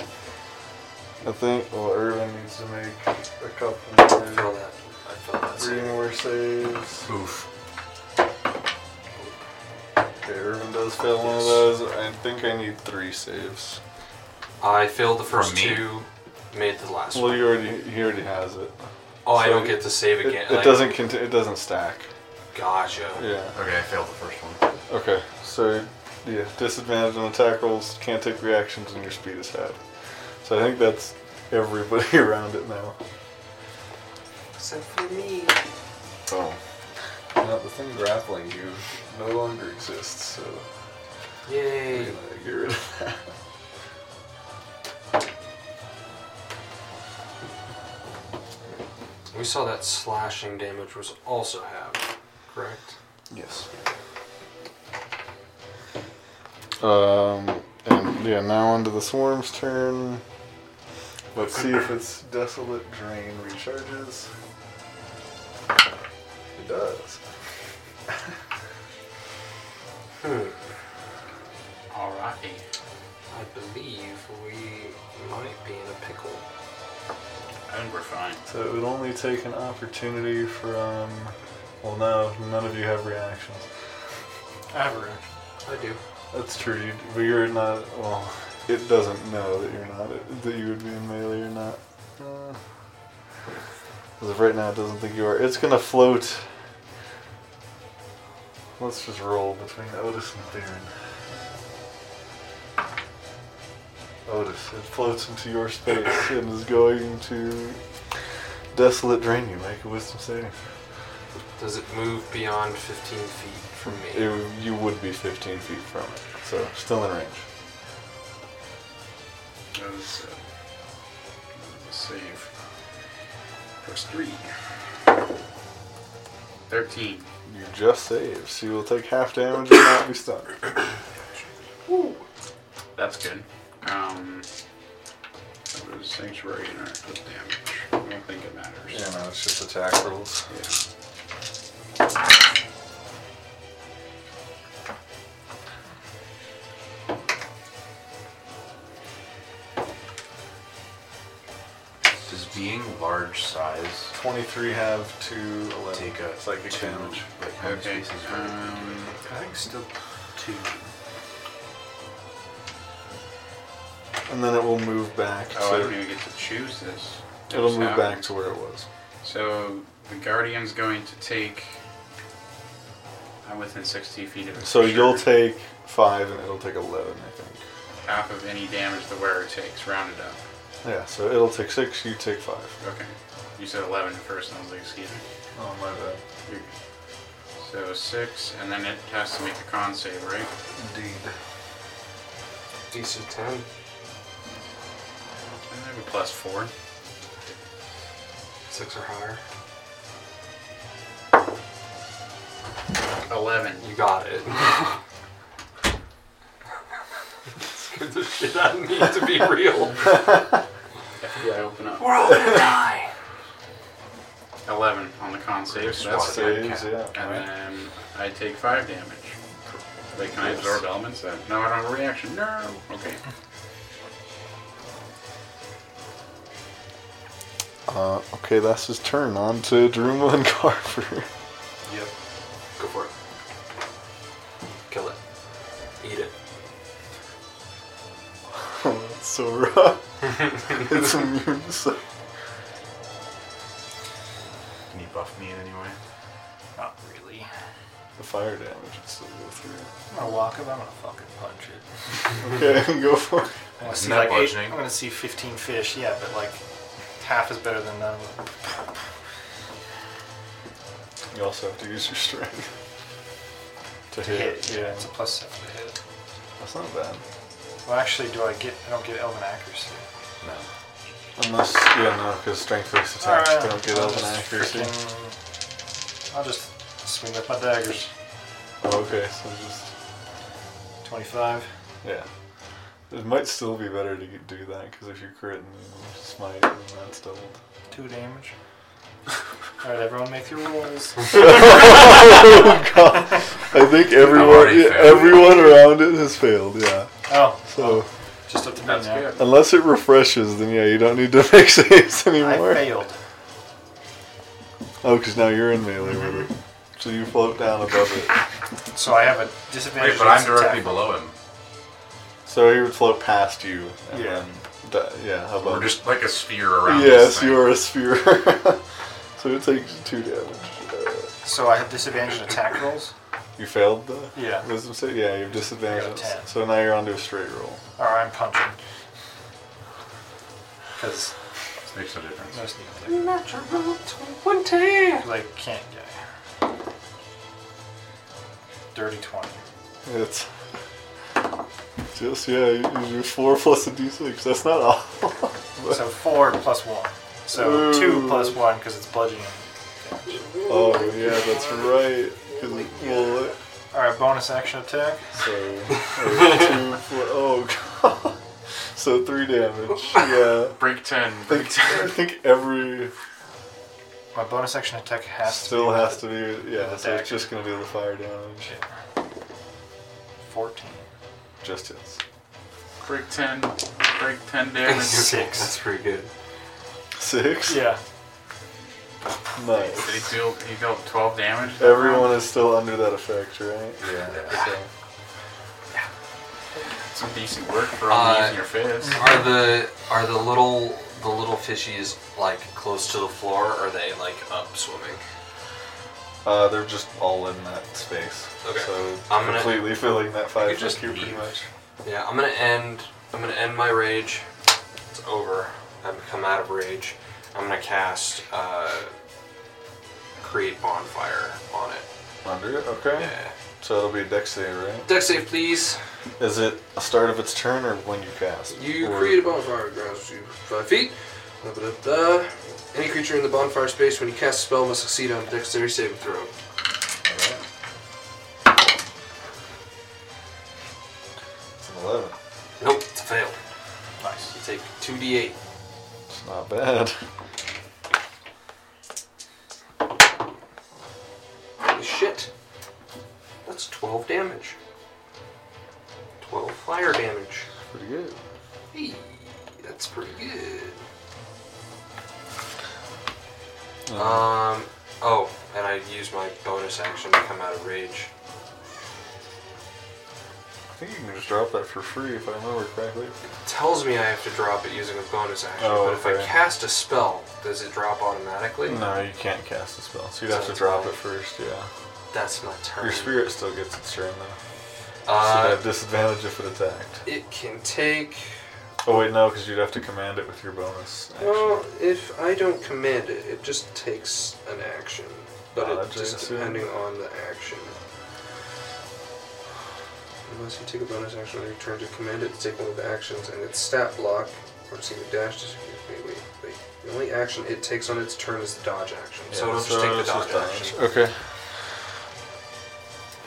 Speaker 1: I think well Irvin needs to make a couple
Speaker 2: I
Speaker 1: more
Speaker 2: failed that. I failed that
Speaker 1: three
Speaker 2: save.
Speaker 1: more saves.
Speaker 5: Oof.
Speaker 1: Okay, Irvin does fail one of those. I think I need three saves.
Speaker 2: I failed the first
Speaker 5: From me?
Speaker 2: two, made the last
Speaker 1: Well
Speaker 2: one.
Speaker 1: you already he already has it.
Speaker 2: Oh, I
Speaker 1: so
Speaker 2: don't get to save
Speaker 1: It,
Speaker 2: again.
Speaker 1: it
Speaker 2: like,
Speaker 1: doesn't conti- it doesn't stack.
Speaker 2: Gotcha.
Speaker 1: Yeah.
Speaker 5: Okay, I failed the first one.
Speaker 1: Okay. So yeah, disadvantage on attack rolls, can't take reactions, and your speed is halved. So I think that's everybody around it now.
Speaker 2: Except for me.
Speaker 1: Oh. Now the thing grappling you no longer exists, so
Speaker 2: Yay.
Speaker 1: we're gonna get rid of that.
Speaker 2: We saw that slashing damage was also halved, correct?
Speaker 1: Yes. Um, and yeah, now onto the swarm's turn. Let's see if its desolate drain recharges. It does.
Speaker 2: Hmm.
Speaker 4: Alrighty.
Speaker 2: I believe we might be in a pickle.
Speaker 4: I think we're fine.
Speaker 1: So it would only take an opportunity from. Well, no, none of you have reactions.
Speaker 7: I have a reaction.
Speaker 2: I do.
Speaker 1: That's true, you, but you're not. Well, it doesn't know that you're not. That you would be in melee or not. Uh, As of right now, it doesn't think you are. It's gonna float. Let's just roll between Otis and Theron. Otis, it floats into your space and is going to desolate drain you. Make a wisdom saving.
Speaker 2: Does it move beyond 15 feet from me?
Speaker 1: It, you would be 15 feet from it, so still in range.
Speaker 4: That was, uh, that was a save. Plus three. Thirteen.
Speaker 1: You just saved. She will take half damage and not be stunned.
Speaker 4: That's good. Um, that was sanctuary interactive damage. I don't think it matters.
Speaker 1: Yeah, no, it's just attack rolls.
Speaker 4: Yeah.
Speaker 6: Does being large size
Speaker 1: 23 have to 11.
Speaker 6: take a
Speaker 1: Psychic
Speaker 6: two,
Speaker 1: damage.
Speaker 6: Like how many
Speaker 4: Okay.
Speaker 6: spaces are there?
Speaker 4: Um,
Speaker 5: I think still two.
Speaker 1: And then it will move back.
Speaker 4: oh, I don't
Speaker 1: to,
Speaker 4: even get to choose this.
Speaker 1: it'll
Speaker 4: Just
Speaker 1: move
Speaker 4: have-
Speaker 1: back to where it was.
Speaker 4: So the guardian's going to take. I'm within 60 feet of it.
Speaker 1: So
Speaker 4: for
Speaker 1: you'll
Speaker 4: sure.
Speaker 1: take 5 and it'll take 11, I think.
Speaker 4: half of any damage the wearer takes, rounded up.
Speaker 1: Yeah, so it'll take 6, you take 5.
Speaker 4: Okay. You said 11 at first, and I was like, excuse me.
Speaker 1: Oh, my bad.
Speaker 4: You're- So six, and then it has to make a con save, right?
Speaker 1: Indeed.
Speaker 2: DC 10.
Speaker 4: And they have a plus four.
Speaker 2: Six or higher.
Speaker 4: Eleven.
Speaker 2: You got it. Scared the shit out of me to be real.
Speaker 4: FBI, open up.
Speaker 2: We're all gonna die.
Speaker 4: Eleven on the con save. So that's
Speaker 1: Saves, yeah.
Speaker 4: And then I take five damage. Wait, can I absorb elements then? No, I don't have a reaction. No! Okay.
Speaker 1: Uh, okay, that's his turn. On to Daruma and Carver.
Speaker 2: Yep. Go for it. Kill it. Eat it.
Speaker 1: That's so rough. it's immune to psy-
Speaker 5: Can you buff me in any way?
Speaker 7: Not really.
Speaker 1: the fire damage. would still go through.
Speaker 7: I'm gonna walk up. I'm gonna fucking punch it.
Speaker 1: Okay, go for it.
Speaker 7: I'm gonna
Speaker 6: Isn't
Speaker 7: see
Speaker 6: that
Speaker 7: like eight,
Speaker 6: bludgeoning?
Speaker 7: I'm gonna see 15 fish. Yeah, but like half is better than none.
Speaker 1: You also have to use your strength to
Speaker 7: To hit. Yeah, it's a plus seven to hit.
Speaker 1: That's not bad.
Speaker 7: Well, actually, do I get? I don't get elven accuracy.
Speaker 1: No. Unless yeah, no, because strength based attacks
Speaker 7: Alright,
Speaker 1: don't get
Speaker 7: I'll
Speaker 1: elven
Speaker 7: just
Speaker 1: accuracy.
Speaker 7: freaking- I'll just swing with my daggers.
Speaker 1: Oh, okay, so just
Speaker 7: 25.
Speaker 1: yeah. It might still be better to get- do that because if you crit and smite, then that's doubled.
Speaker 7: Two damage. All right, everyone, make your rolls.
Speaker 1: oh god! I think everyone,
Speaker 6: already
Speaker 1: yeah,
Speaker 6: failed.
Speaker 1: everyone around it has failed. Yeah.
Speaker 7: Oh,
Speaker 1: So
Speaker 7: just up to me
Speaker 4: That's
Speaker 7: now.
Speaker 4: good.
Speaker 1: unless it refreshes, then yeah, you don't need to make saves
Speaker 7: I
Speaker 1: anymore.
Speaker 7: failed.
Speaker 1: Oh, because now you're in melee with it. So you float down above it.
Speaker 7: So I have a disadvantage.
Speaker 6: Wait, but I'm
Speaker 7: against attack.
Speaker 6: directly below him.
Speaker 1: So he would float past you. And
Speaker 7: Yeah.
Speaker 1: Then, di- yeah, above.
Speaker 6: We're just like a sphere around.
Speaker 1: Yes,
Speaker 6: you
Speaker 1: you are a sphere. so it takes two damage. Uh,
Speaker 7: So I have disadvantage in attack rolls.
Speaker 1: you failed the
Speaker 7: Yeah.
Speaker 1: wisdom save? Yeah, you have
Speaker 7: I
Speaker 1: disadvantage.
Speaker 7: got a 10.
Speaker 1: So now you're onto a straight roll.
Speaker 7: All right, I'm punching. Because
Speaker 6: Makes no difference.
Speaker 7: most need
Speaker 2: Natural 20.
Speaker 7: to. Like, can't die. Dirty 20.
Speaker 1: It's just, yeah, you you do 4 plus a d6. That's not all.
Speaker 7: So 4 plus 1. So 2
Speaker 1: Ooh.
Speaker 7: plus 1 because it's bludgeoning.
Speaker 1: oh, yeah, that's right. 'Cause it- well, it-
Speaker 7: Alright, bonus action attack.
Speaker 1: So, or two, four, oh god. So three damage. Yeah.
Speaker 4: Break 10.
Speaker 1: I think, I think every
Speaker 7: My bonus action attack has
Speaker 1: still
Speaker 7: to be
Speaker 1: has to be. Yeah, so
Speaker 7: dagger.
Speaker 1: it's just gonna be the fire damage.
Speaker 7: 14.
Speaker 1: Just hits.
Speaker 4: Break 10. Break 10 damage.
Speaker 7: Six.
Speaker 2: That's pretty good.
Speaker 1: Six?
Speaker 7: Yeah.
Speaker 4: Did he
Speaker 1: Nice.
Speaker 4: deal, he dealt 12 damage? that
Speaker 1: Everyone
Speaker 4: round?
Speaker 1: is still under that effect, right? Yeah. So,
Speaker 4: Some decent work for only
Speaker 2: Uh,
Speaker 4: using your fist.
Speaker 2: Are the are the little the little fishies like close to the floor? Or are they like up swimming?
Speaker 1: uh, they're just all in that space.
Speaker 2: Okay.
Speaker 1: So
Speaker 2: I'm gonna-
Speaker 1: completely filling that
Speaker 2: could
Speaker 1: five foot
Speaker 2: just
Speaker 1: cube pretty
Speaker 2: leave.
Speaker 1: much.
Speaker 2: Yeah, I'm gonna end. I'm gonna end my rage. It's over. I've come out of rage. I'm gonna cast uh, create bonfire on it.
Speaker 1: Under it? Okay.
Speaker 2: Yeah.
Speaker 1: So it'll be dex save, right?
Speaker 2: Deck save, please.
Speaker 1: Is it a start of its turn or when you cast?
Speaker 2: You
Speaker 1: Or-
Speaker 2: create a bonfire, grants you five feet. Da, da, da, da. Any creature in the bonfire space when you cast a spell must succeed on a dexterity saving throw.
Speaker 1: It's an 11.
Speaker 2: Nope, it's a fail.
Speaker 7: Nice.
Speaker 2: You take 2d8.
Speaker 1: It's not bad.
Speaker 2: Holy shit. That's 12 damage. 12 fire damage.
Speaker 1: Pretty good.
Speaker 2: Hey, that's pretty good. Um, oh, and I use my bonus action to come out of rage.
Speaker 1: I think you can just drop that for free if I remember correctly.
Speaker 2: tells me I have to drop it using a bonus action,
Speaker 1: Oh,
Speaker 2: but if I
Speaker 1: okay.
Speaker 2: cast a spell, does it drop automatically?
Speaker 1: No, you can't cast a spell, so you'd
Speaker 2: So
Speaker 1: have to
Speaker 2: it's
Speaker 1: drop
Speaker 2: fine.
Speaker 1: it first, yeah.
Speaker 2: That's my turn.
Speaker 1: Your spirit still gets its turn though. so it'd
Speaker 2: Uh,
Speaker 1: have disadvantage if it attacked.
Speaker 2: it can take.
Speaker 1: Oh wait, no, because you'd have to command it with your bonus action.
Speaker 2: Well, if I don't command it, it just takes an action. But it
Speaker 1: Dodge, I
Speaker 2: just
Speaker 1: assume.
Speaker 2: depending on the action. Unless you take a bonus action on your turn to command it to take one of the actions, and its stat block, or excuse me, dash. dis- Wait, wait, wait. The only action it takes on its turn is the dodge action. so
Speaker 1: Yeah,
Speaker 2: it'll just take the
Speaker 1: it's
Speaker 2: dodge
Speaker 1: just
Speaker 2: action.
Speaker 1: dodge. Okay.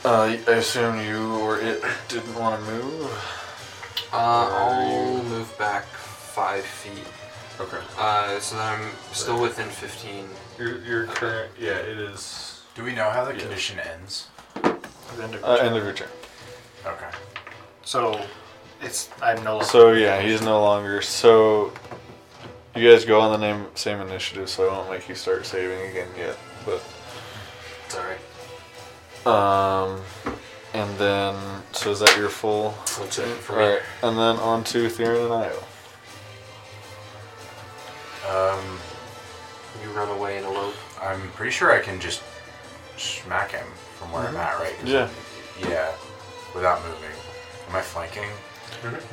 Speaker 1: Uh, I assume you or it didn't want to move.
Speaker 2: Uh, I'll move back five feet.
Speaker 1: Okay.
Speaker 2: Uh, so that I'm still within 15.
Speaker 1: Your, your current, yeah, it is
Speaker 6: Do we know how the
Speaker 1: Yeah.
Speaker 6: condition ends?
Speaker 7: The end of
Speaker 1: uh,
Speaker 7: your turn.
Speaker 1: end of your turn.
Speaker 6: Okay.
Speaker 7: so it's I'm no longer.
Speaker 1: So yeah, he's no longer. So you guys go on the name, same initiative, so I won't make you start saving again yet. But
Speaker 2: It's alright.
Speaker 1: um, and then so is that your full?
Speaker 2: That's it for
Speaker 1: All
Speaker 2: me.
Speaker 1: right, and then on to Theron and Io.
Speaker 6: Um,
Speaker 2: You run away in a lope.
Speaker 6: I'm pretty sure I can just smack him from where I'm at, right? 'Cause
Speaker 1: Mm-hmm. Yeah.
Speaker 6: I'm- yeah, without moving. Am I flanking?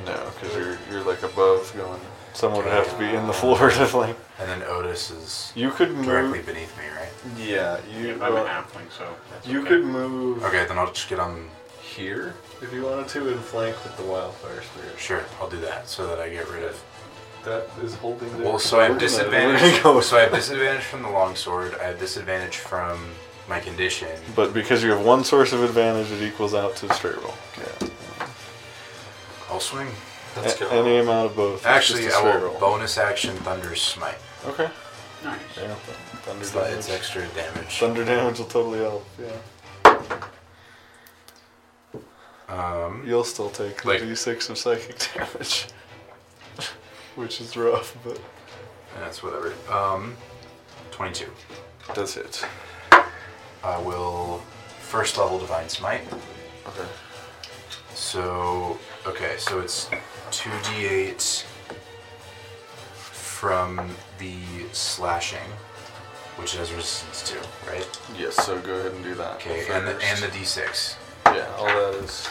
Speaker 1: No, because you're you're like above going. Someone would have to be in the floor to like.
Speaker 6: And then Otis is
Speaker 1: You could
Speaker 6: directly
Speaker 1: move.
Speaker 6: beneath me, right?
Speaker 1: Yeah, you.
Speaker 4: I'm
Speaker 1: well,
Speaker 4: an halfling, so that's
Speaker 1: you
Speaker 4: okay.
Speaker 1: could move
Speaker 6: Okay, then I'll just get on.
Speaker 1: here if you wanted to and flank with the wildfire spirit.
Speaker 6: Sure, I'll do that so that I get rid of.
Speaker 1: That is holding. the-
Speaker 6: Well, so I have
Speaker 1: We're gonna
Speaker 6: disadvantage.
Speaker 1: go.
Speaker 6: So I have disadvantage from the longsword. I have disadvantage from my condition.
Speaker 1: But because you have one source of advantage, it equals out to the straight roll. Yeah.
Speaker 6: I'll swing.
Speaker 2: Let's
Speaker 1: A-
Speaker 2: go.
Speaker 1: Any amount of both. it's
Speaker 6: Actually,
Speaker 1: just a
Speaker 6: I
Speaker 1: straight
Speaker 6: will
Speaker 1: roll.
Speaker 6: bonus action thunder smite.
Speaker 1: Okay.
Speaker 4: Nice.
Speaker 1: Yeah. Thunder
Speaker 6: It's,
Speaker 1: damage.
Speaker 6: it's extra damage.
Speaker 1: Thunder damage will totally help. Yeah.
Speaker 6: Um,
Speaker 1: You'll still take the
Speaker 6: Like-
Speaker 1: d6 of psychic damage, which is rough, but
Speaker 6: that's whatever. Um, twenty-two.
Speaker 1: that's it.
Speaker 6: I will first level divine smite.
Speaker 1: Okay.
Speaker 6: So okay, so it's two d8 from the slashing, which it has resistance to, right?
Speaker 1: Yes. So go ahead and do that.
Speaker 6: Okay, and the, and the d6
Speaker 1: yeah, all that is,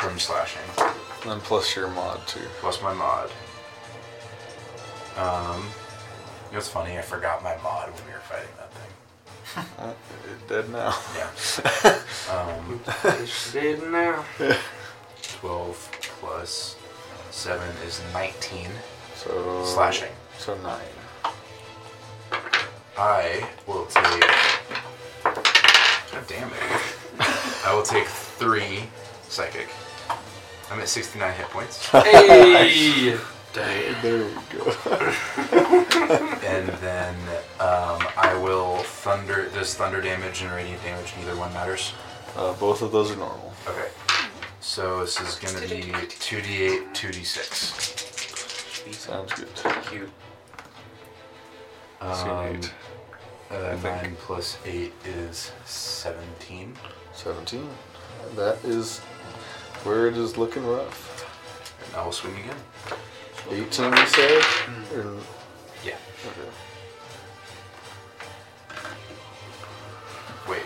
Speaker 6: from slashing
Speaker 1: and then plus your mod too.
Speaker 6: plus my mod. Um, you know what's funny? I forgot my mod when we were fighting that thing.
Speaker 1: Uh, it dead now.
Speaker 6: Yeah. um,
Speaker 2: It's dead now.
Speaker 6: 12 plus 7 is 19.
Speaker 1: So
Speaker 6: Slashing.
Speaker 1: So nine.
Speaker 6: I will take. God damn it. I will take 3 psychic. I'm at 69 hit points.
Speaker 2: Hey!
Speaker 1: There we go.
Speaker 6: and then um, I will thunder. Does thunder damage and radiant damage, neither one matters?
Speaker 1: Uh, both of those are normal.
Speaker 6: Okay. So this is going to be 2d8, 2d6.
Speaker 1: Sounds good.
Speaker 2: Cute.
Speaker 6: Um,
Speaker 1: eight.
Speaker 6: uh,
Speaker 1: I think.
Speaker 6: 9 plus 8 is 17.
Speaker 1: 17. That is where it is looking rough.
Speaker 6: And I will swing again.
Speaker 1: 18, you said? Or-
Speaker 6: Yeah.
Speaker 1: okay.
Speaker 6: Wait.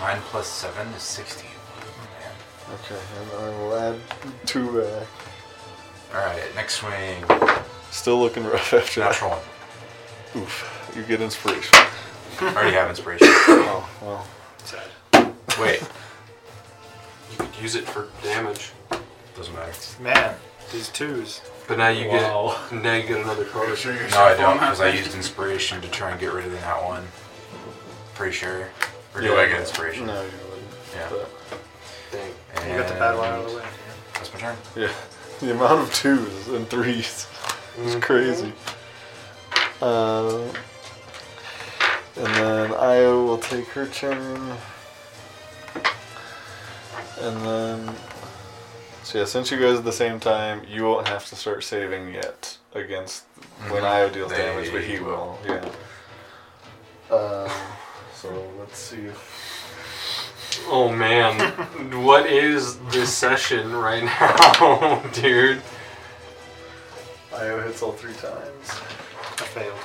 Speaker 6: 9 plus 7 is 16.
Speaker 1: Okay, and I will add two back.
Speaker 6: Alright, next swing.
Speaker 1: Still looking rough after that.
Speaker 6: Natural one.
Speaker 1: Oof. You get inspiration.
Speaker 6: Already have inspiration.
Speaker 1: oh, well.
Speaker 7: Sad.
Speaker 6: Wait.
Speaker 2: You could use it for damage.
Speaker 6: Doesn't matter.
Speaker 7: Man, these twos.
Speaker 2: But now you
Speaker 1: Wow.
Speaker 2: get now you get another card. Sure.
Speaker 6: No, I don't, because I used inspiration to try and get rid of that one. Pretty sure. Or do I get inspiration?
Speaker 1: No, you wouldn't.
Speaker 6: Yeah.
Speaker 1: But,
Speaker 2: Dang.
Speaker 7: You got the bad one out of the way.
Speaker 6: That's my turn.
Speaker 1: yeah. The amount of twos and threes is crazy. Uh, and then Io will take her turn. And then. So, yeah, since you guys at the same time, you won't have to start saving yet against when
Speaker 6: Mhm.
Speaker 1: Io deals
Speaker 6: They
Speaker 1: damage, but he will. Yeah. Uh, so, let's see if.
Speaker 2: Oh man, what is this session right now, dude?
Speaker 1: Io hits all three times.
Speaker 7: I failed.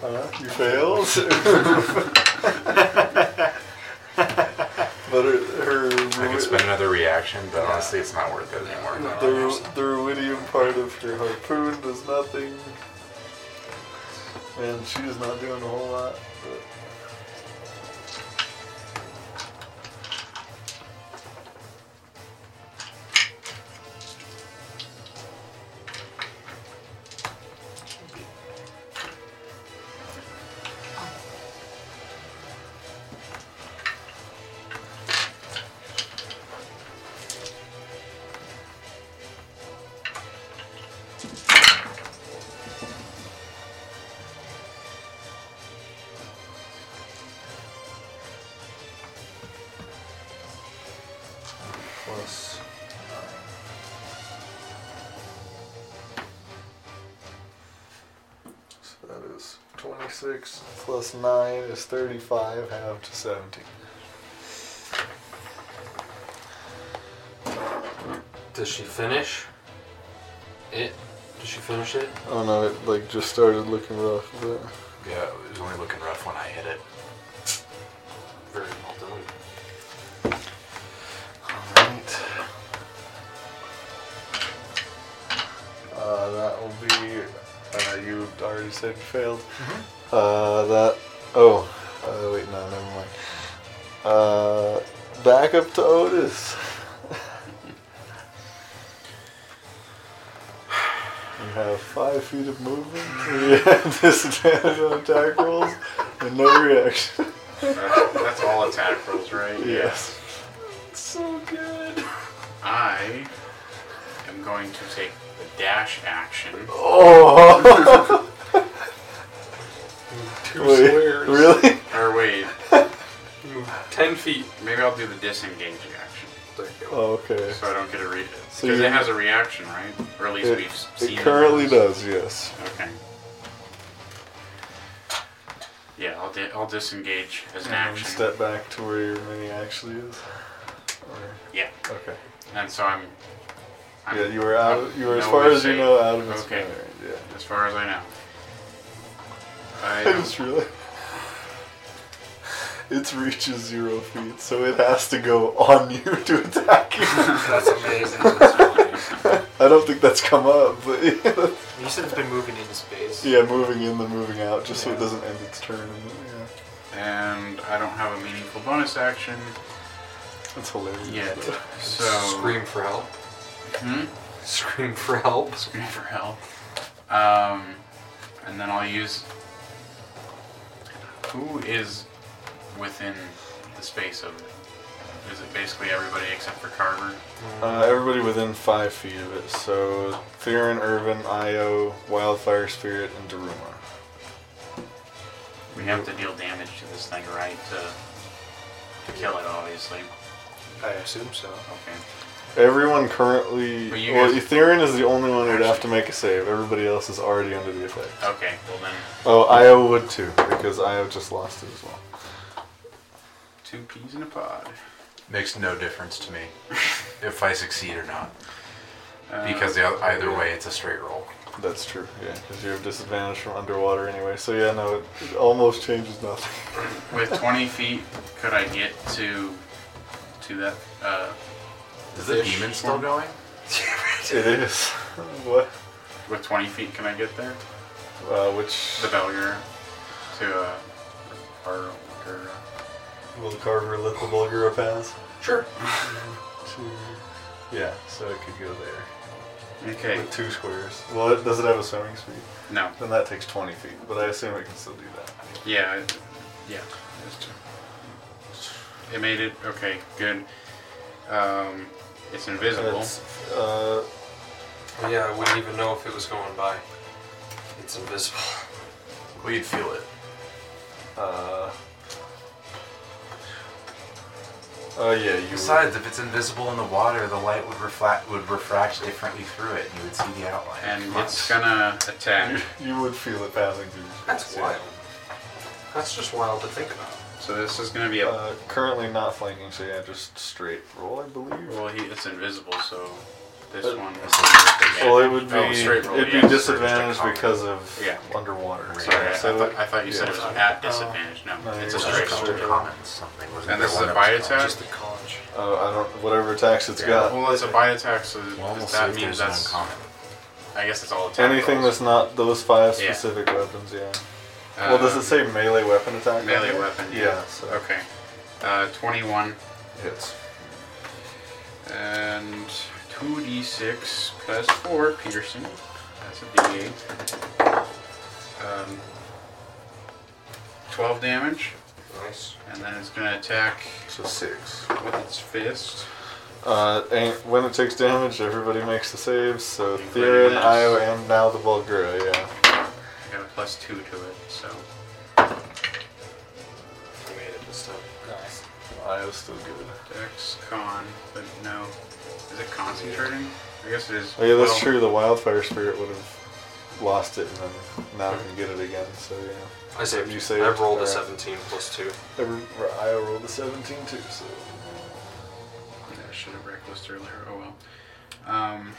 Speaker 1: Huh? You failed? but her, her
Speaker 6: I could spend another reaction, but honestly, it's not worth it anymore.
Speaker 1: the, ru- the ruidium part of her harpoon does nothing. And she is not doing a whole lot. But 26 plus 9 is 35, half to 17.
Speaker 2: Does she finish it? Does she finish it?
Speaker 1: Oh no, it like just started looking rough. But...
Speaker 6: Yeah, it was only looking rough when I hit it.
Speaker 2: Very well done.
Speaker 1: Alright. Uh, that will be. Uh, you already said you failed. Uh, that. Oh. Uh, wait, no, never mind. Uh, back up to Otis. you have five feet of movement. You have disadvantage on attack rolls and no reaction.
Speaker 4: That's, that's all attack rolls, right?
Speaker 1: Yes.
Speaker 2: So good.
Speaker 4: I am going to take the dash action.
Speaker 1: Oh!
Speaker 2: Two
Speaker 1: Wait,
Speaker 2: squares.
Speaker 1: really?
Speaker 4: Or wait,
Speaker 2: Move Ten feet.
Speaker 4: maybe I'll do the disengage action
Speaker 2: There you go.
Speaker 1: Oh, okay.
Speaker 4: so I don't get a read.
Speaker 1: So
Speaker 4: Because
Speaker 1: you-
Speaker 4: it has a reaction, right? Or at least
Speaker 1: It,
Speaker 4: we've
Speaker 1: it
Speaker 4: seen
Speaker 1: currently
Speaker 4: has.
Speaker 1: does, yes.
Speaker 4: Okay. Yeah, I'll, di- I'll disengage as an action.
Speaker 1: Step back to where your mini actually is. Or-
Speaker 4: Yeah,
Speaker 1: okay.
Speaker 4: and so I'm. I'm
Speaker 1: Yeah, you were out. You were as
Speaker 4: no
Speaker 1: far
Speaker 4: way
Speaker 1: as you
Speaker 4: safe.
Speaker 1: know out of its
Speaker 4: Okay.
Speaker 1: okay. Yeah.
Speaker 4: As far as I know. I
Speaker 1: I just really. Its reach is zero feet, so it has to go on you to attack you.
Speaker 7: That's amazing.
Speaker 1: I don't think that's come up, but yeah,
Speaker 7: You said it's been moving into space.
Speaker 1: yeah moving in, then moving out, just so
Speaker 7: Yeah.
Speaker 1: it doesn't end its turn. And, yeah,
Speaker 4: and I don't have a meaningful bonus action
Speaker 1: that's hilarious.
Speaker 4: yet.
Speaker 1: though.
Speaker 4: So
Speaker 2: Scream for help.
Speaker 4: Hmm?
Speaker 2: Scream for help.
Speaker 4: Scream for help. Um, and then I'll use. Who is within the space of it? Is it basically everybody except for Carver?
Speaker 1: Uh, everybody within five feet of it. So Theron, Irvin, Io, Wildfire Spirit, and Daruma.
Speaker 4: We have to deal damage to this thing, right? To, to kill it, obviously.
Speaker 3: I assume so.
Speaker 4: Okay.
Speaker 1: Everyone currently.
Speaker 4: But you
Speaker 1: Well,
Speaker 4: guys-
Speaker 1: Ethereum is the only one who'd have to
Speaker 4: Actually-
Speaker 1: make a save. Everybody else is already under the effect.
Speaker 4: Okay, well then,
Speaker 1: Oh, Io would too, because Io just lost it as well.
Speaker 4: two peas in a pod.
Speaker 6: Makes no difference to me if I succeed or not,
Speaker 4: Uh,
Speaker 6: because the, oth- either way, it's a straight roll.
Speaker 1: That's true, yeah, because you have disadvantage from underwater anyway. So yeah, no, it, it almost changes nothing.
Speaker 4: with 20 feet, could I get to to that? Uh,
Speaker 6: Is the demon still going?
Speaker 1: it is. what?
Speaker 4: with 20 feet, can I get there?
Speaker 1: Uh, which?
Speaker 4: The Belger to uh, or, uh, or
Speaker 1: Will the carver let the Bulgara pass?
Speaker 2: Sure.
Speaker 1: Two. Yeah, so it could go there
Speaker 4: okay,
Speaker 1: with two squares. Well, it, does it have a swimming speed?
Speaker 4: no,
Speaker 1: Then that takes 20 feet, but I assume it can still do that.
Speaker 4: yeah, it- yeah. Just- It made it. Okay, good. Um, it's invisible.
Speaker 1: It's, uh,
Speaker 2: Yeah, I wouldn't even know if it was going by. It's invisible.
Speaker 6: Well, you'd feel it.
Speaker 1: Uh, oh yeah, you.
Speaker 6: Besides, if it's invisible in the water, the light would reflect would refract differently through it, and you would see the outline.
Speaker 4: And
Speaker 6: Come on.
Speaker 4: it's gonna attack.
Speaker 1: you would feel it passing through. your
Speaker 2: That's
Speaker 1: face, yeah.
Speaker 2: wild. That's just wild to think about.
Speaker 4: So this is gonna be a.
Speaker 1: Uh, currently not flanking, so yeah, just straight roll, I believe.
Speaker 4: well, he, it's invisible, so this
Speaker 1: Uh,
Speaker 4: one. Is
Speaker 1: Well, it would be
Speaker 4: Oh, straight roll,
Speaker 1: it'd
Speaker 4: yeah,
Speaker 1: be
Speaker 4: straight, just a
Speaker 1: disadvantaged
Speaker 4: common.
Speaker 1: because of
Speaker 4: Yeah.
Speaker 1: underwater.
Speaker 4: Sorry, I,
Speaker 1: so
Speaker 4: I, thought, I thought you said it
Speaker 1: yeah.
Speaker 4: was at disadvantage. No,
Speaker 1: No,
Speaker 4: it's
Speaker 1: you're
Speaker 4: a
Speaker 1: right.
Speaker 4: straight
Speaker 1: Just
Speaker 4: roll.
Speaker 1: a
Speaker 6: Comment something, wasn't
Speaker 4: And
Speaker 6: there
Speaker 4: this is
Speaker 6: one
Speaker 4: a
Speaker 6: that was
Speaker 4: bite
Speaker 6: comment?
Speaker 4: attack?
Speaker 7: Just the college.
Speaker 1: Oh, I don't. Whatever attacks it's got.
Speaker 4: Well, it's a bite attack, so
Speaker 6: Well, we'll
Speaker 4: does
Speaker 6: see
Speaker 4: that
Speaker 6: if
Speaker 4: means
Speaker 6: there's an
Speaker 4: that's.
Speaker 6: uncommon.
Speaker 4: I guess it's all attack.
Speaker 1: Anything
Speaker 4: rolls.
Speaker 1: that's not those five
Speaker 4: Yeah.
Speaker 1: specific weapons, yeah. well, does
Speaker 4: Um,
Speaker 1: it say melee weapon attack? on
Speaker 4: melee
Speaker 1: here?
Speaker 4: weapon?
Speaker 1: Yeah. So
Speaker 4: Okay. Uh, 21
Speaker 1: hits.
Speaker 4: and 2d6 plus 4 piercing. That's a d8. Um, 12 damage,
Speaker 2: Nice.
Speaker 4: and then it's gonna attack
Speaker 1: So six.
Speaker 4: with its fist.
Speaker 1: Uh, and when it takes damage, everybody makes the saves. So
Speaker 4: Including
Speaker 1: Theron,
Speaker 4: this.
Speaker 1: Io, and now the Bulgura, yeah.
Speaker 4: I got a plus 2 to it, so.
Speaker 2: I made it this time.
Speaker 7: Nice.
Speaker 1: Io's still good.
Speaker 4: Dex, con, but no. Is it concentrating? I guess it is.
Speaker 1: Oh, yeah, that's
Speaker 4: Well,
Speaker 1: true. The Wildfire Spirit would have lost it and then now I can get it again. So yeah,
Speaker 2: I saved.
Speaker 1: You
Speaker 2: You
Speaker 1: saved?
Speaker 2: I rolled a
Speaker 1: Alright.
Speaker 2: 17 plus 2.
Speaker 1: Every, I rolled a 17 too. So
Speaker 4: I should have reckless earlier. Oh well. Um,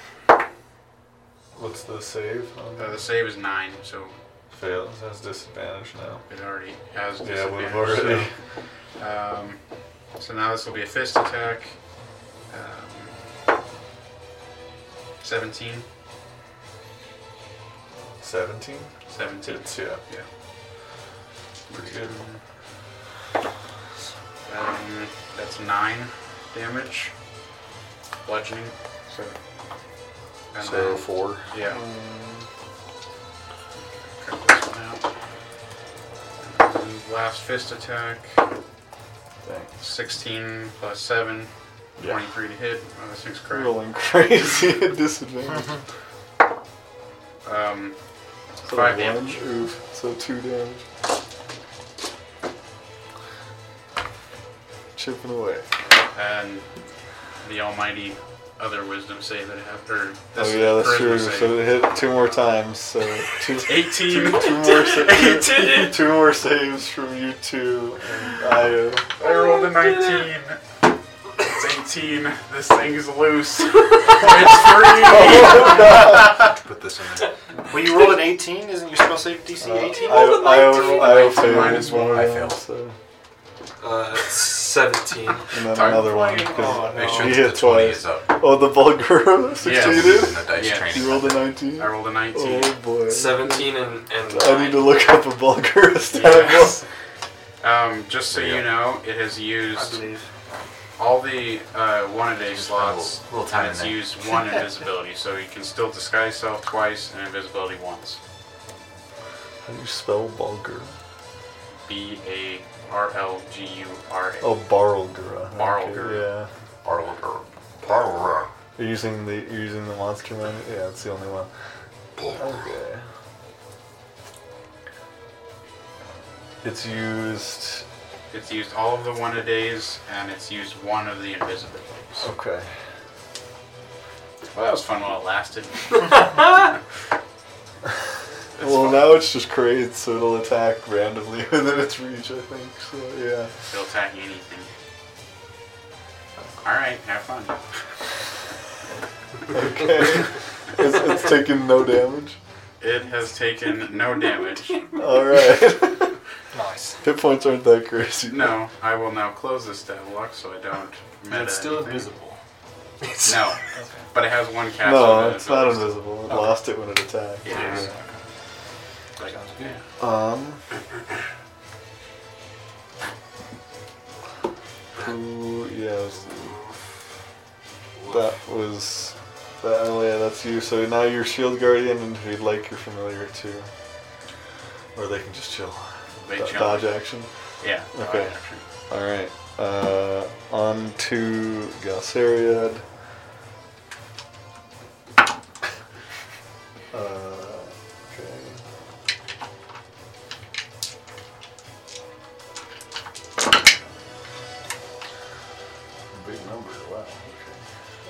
Speaker 1: what's the save? Um, On
Speaker 4: uh, the
Speaker 1: that?
Speaker 4: save is nine, so
Speaker 1: Fails has disadvantage now.
Speaker 4: it already has
Speaker 1: Yeah, we've
Speaker 4: disadvantage.
Speaker 1: already.
Speaker 4: So, um, so now this will be a fist attack. Um, Seventeen.
Speaker 1: 17?
Speaker 4: Seventeen.
Speaker 1: It's, yeah.
Speaker 4: Yeah.
Speaker 1: Pretty good.
Speaker 4: Um, that's nine damage. Bludgeoning. So. And
Speaker 2: So
Speaker 4: then-
Speaker 2: 4.
Speaker 4: Yeah. Cut this one out. And Last fist attack,
Speaker 1: Thanks.
Speaker 4: 16 plus 7,
Speaker 1: Yeah.
Speaker 4: 23 to hit. Oh, this thing's cracked.
Speaker 1: Rolling crazy at disadvantage.
Speaker 4: Mhm. Um,
Speaker 1: So
Speaker 4: Five
Speaker 1: one,
Speaker 4: damage.
Speaker 1: Oof. So two damage. Chipping away.
Speaker 4: and the almighty other wisdom save that I have. Or
Speaker 1: Oh
Speaker 4: this
Speaker 1: yeah, that's
Speaker 4: charisma
Speaker 1: true.
Speaker 4: save.
Speaker 1: So it hit two more times. So two, two,
Speaker 4: 18.
Speaker 1: two more saves.
Speaker 4: Eighteen.
Speaker 1: two more saves from you two. And I, uh,
Speaker 4: I rolled a 19. It's 18. This thing's loose. it's free.
Speaker 6: Put this in there.
Speaker 7: Well, you rolled an 18, isn't your spell save DC
Speaker 1: uh,
Speaker 7: 18?
Speaker 1: I, I, owe- I, owe failed
Speaker 4: Minus
Speaker 1: one.
Speaker 4: one.
Speaker 1: of
Speaker 6: I
Speaker 1: them,
Speaker 6: failed.
Speaker 1: So.
Speaker 2: Uh, 17.
Speaker 1: And then
Speaker 4: Time
Speaker 1: another one.
Speaker 4: flying.
Speaker 1: 'cause
Speaker 6: Make sure
Speaker 1: He
Speaker 6: that
Speaker 1: hit
Speaker 6: the 20
Speaker 1: twice.
Speaker 6: is up
Speaker 1: Oh, the vulgar succeeded.
Speaker 6: in the dice
Speaker 4: Yes.
Speaker 6: training.
Speaker 1: You rolled a 19.
Speaker 4: I rolled a 19.
Speaker 1: Oh boy.
Speaker 2: 17 and, and
Speaker 1: I need to
Speaker 2: nine.
Speaker 1: look up a vulgar stat.
Speaker 4: Yes. Um, just so
Speaker 6: There you
Speaker 4: you
Speaker 6: go.
Speaker 4: know, it has
Speaker 7: I
Speaker 4: used
Speaker 7: believe.
Speaker 4: all the uh, one a day slots.
Speaker 6: Little
Speaker 4: And
Speaker 6: time in
Speaker 4: it's
Speaker 6: there.
Speaker 4: used one invisibility, so you can still disguise self twice and invisibility once.
Speaker 1: How do you spell vulgar?
Speaker 4: B A R L G U R A.
Speaker 1: Oh, Barlgura. Okay,
Speaker 4: Barlgura.
Speaker 6: Barlgar. Barlgar.
Speaker 1: Yeah. You're using the you're using the monster man. Yeah, it's the only one. Okay. It's used.
Speaker 4: It's used all of the one a days, and it's used one of the invisibilities.
Speaker 1: Okay.
Speaker 4: Well, that was fun while it lasted. It's
Speaker 1: well,
Speaker 4: fun.
Speaker 1: now it's just crazed, so it'll attack randomly within its reach. I think. So yeah.
Speaker 4: It'll attack anything. Alright, have fun.
Speaker 1: Okay. it's, it's taking no damage.
Speaker 4: It has taken no damage.
Speaker 1: All right.
Speaker 7: Nice.
Speaker 1: Hit points aren't that crazy.
Speaker 4: No, I will now close this deadlock so I don't. meta
Speaker 3: it's still
Speaker 4: anything.
Speaker 3: invisible.
Speaker 4: No, but it has one cast. on
Speaker 1: No,
Speaker 4: it,
Speaker 1: it's not
Speaker 4: it's-
Speaker 1: invisible. It lost it when it attacked.
Speaker 4: Yeah. Like,
Speaker 3: Sounds good.
Speaker 1: Um. Who? Yeah. it was- That was. That, oh yeah, that's you. So now you're Shield E Guardian, and if you'd like, you're familiar too. Or they can just chill.
Speaker 4: they
Speaker 1: Do-
Speaker 4: jump.
Speaker 1: Dodge action.
Speaker 4: Yeah. dodge
Speaker 1: Okay.
Speaker 4: action.
Speaker 1: All right. Uh, on to Galceriad. Uh, okay. Big number, wow. Okay.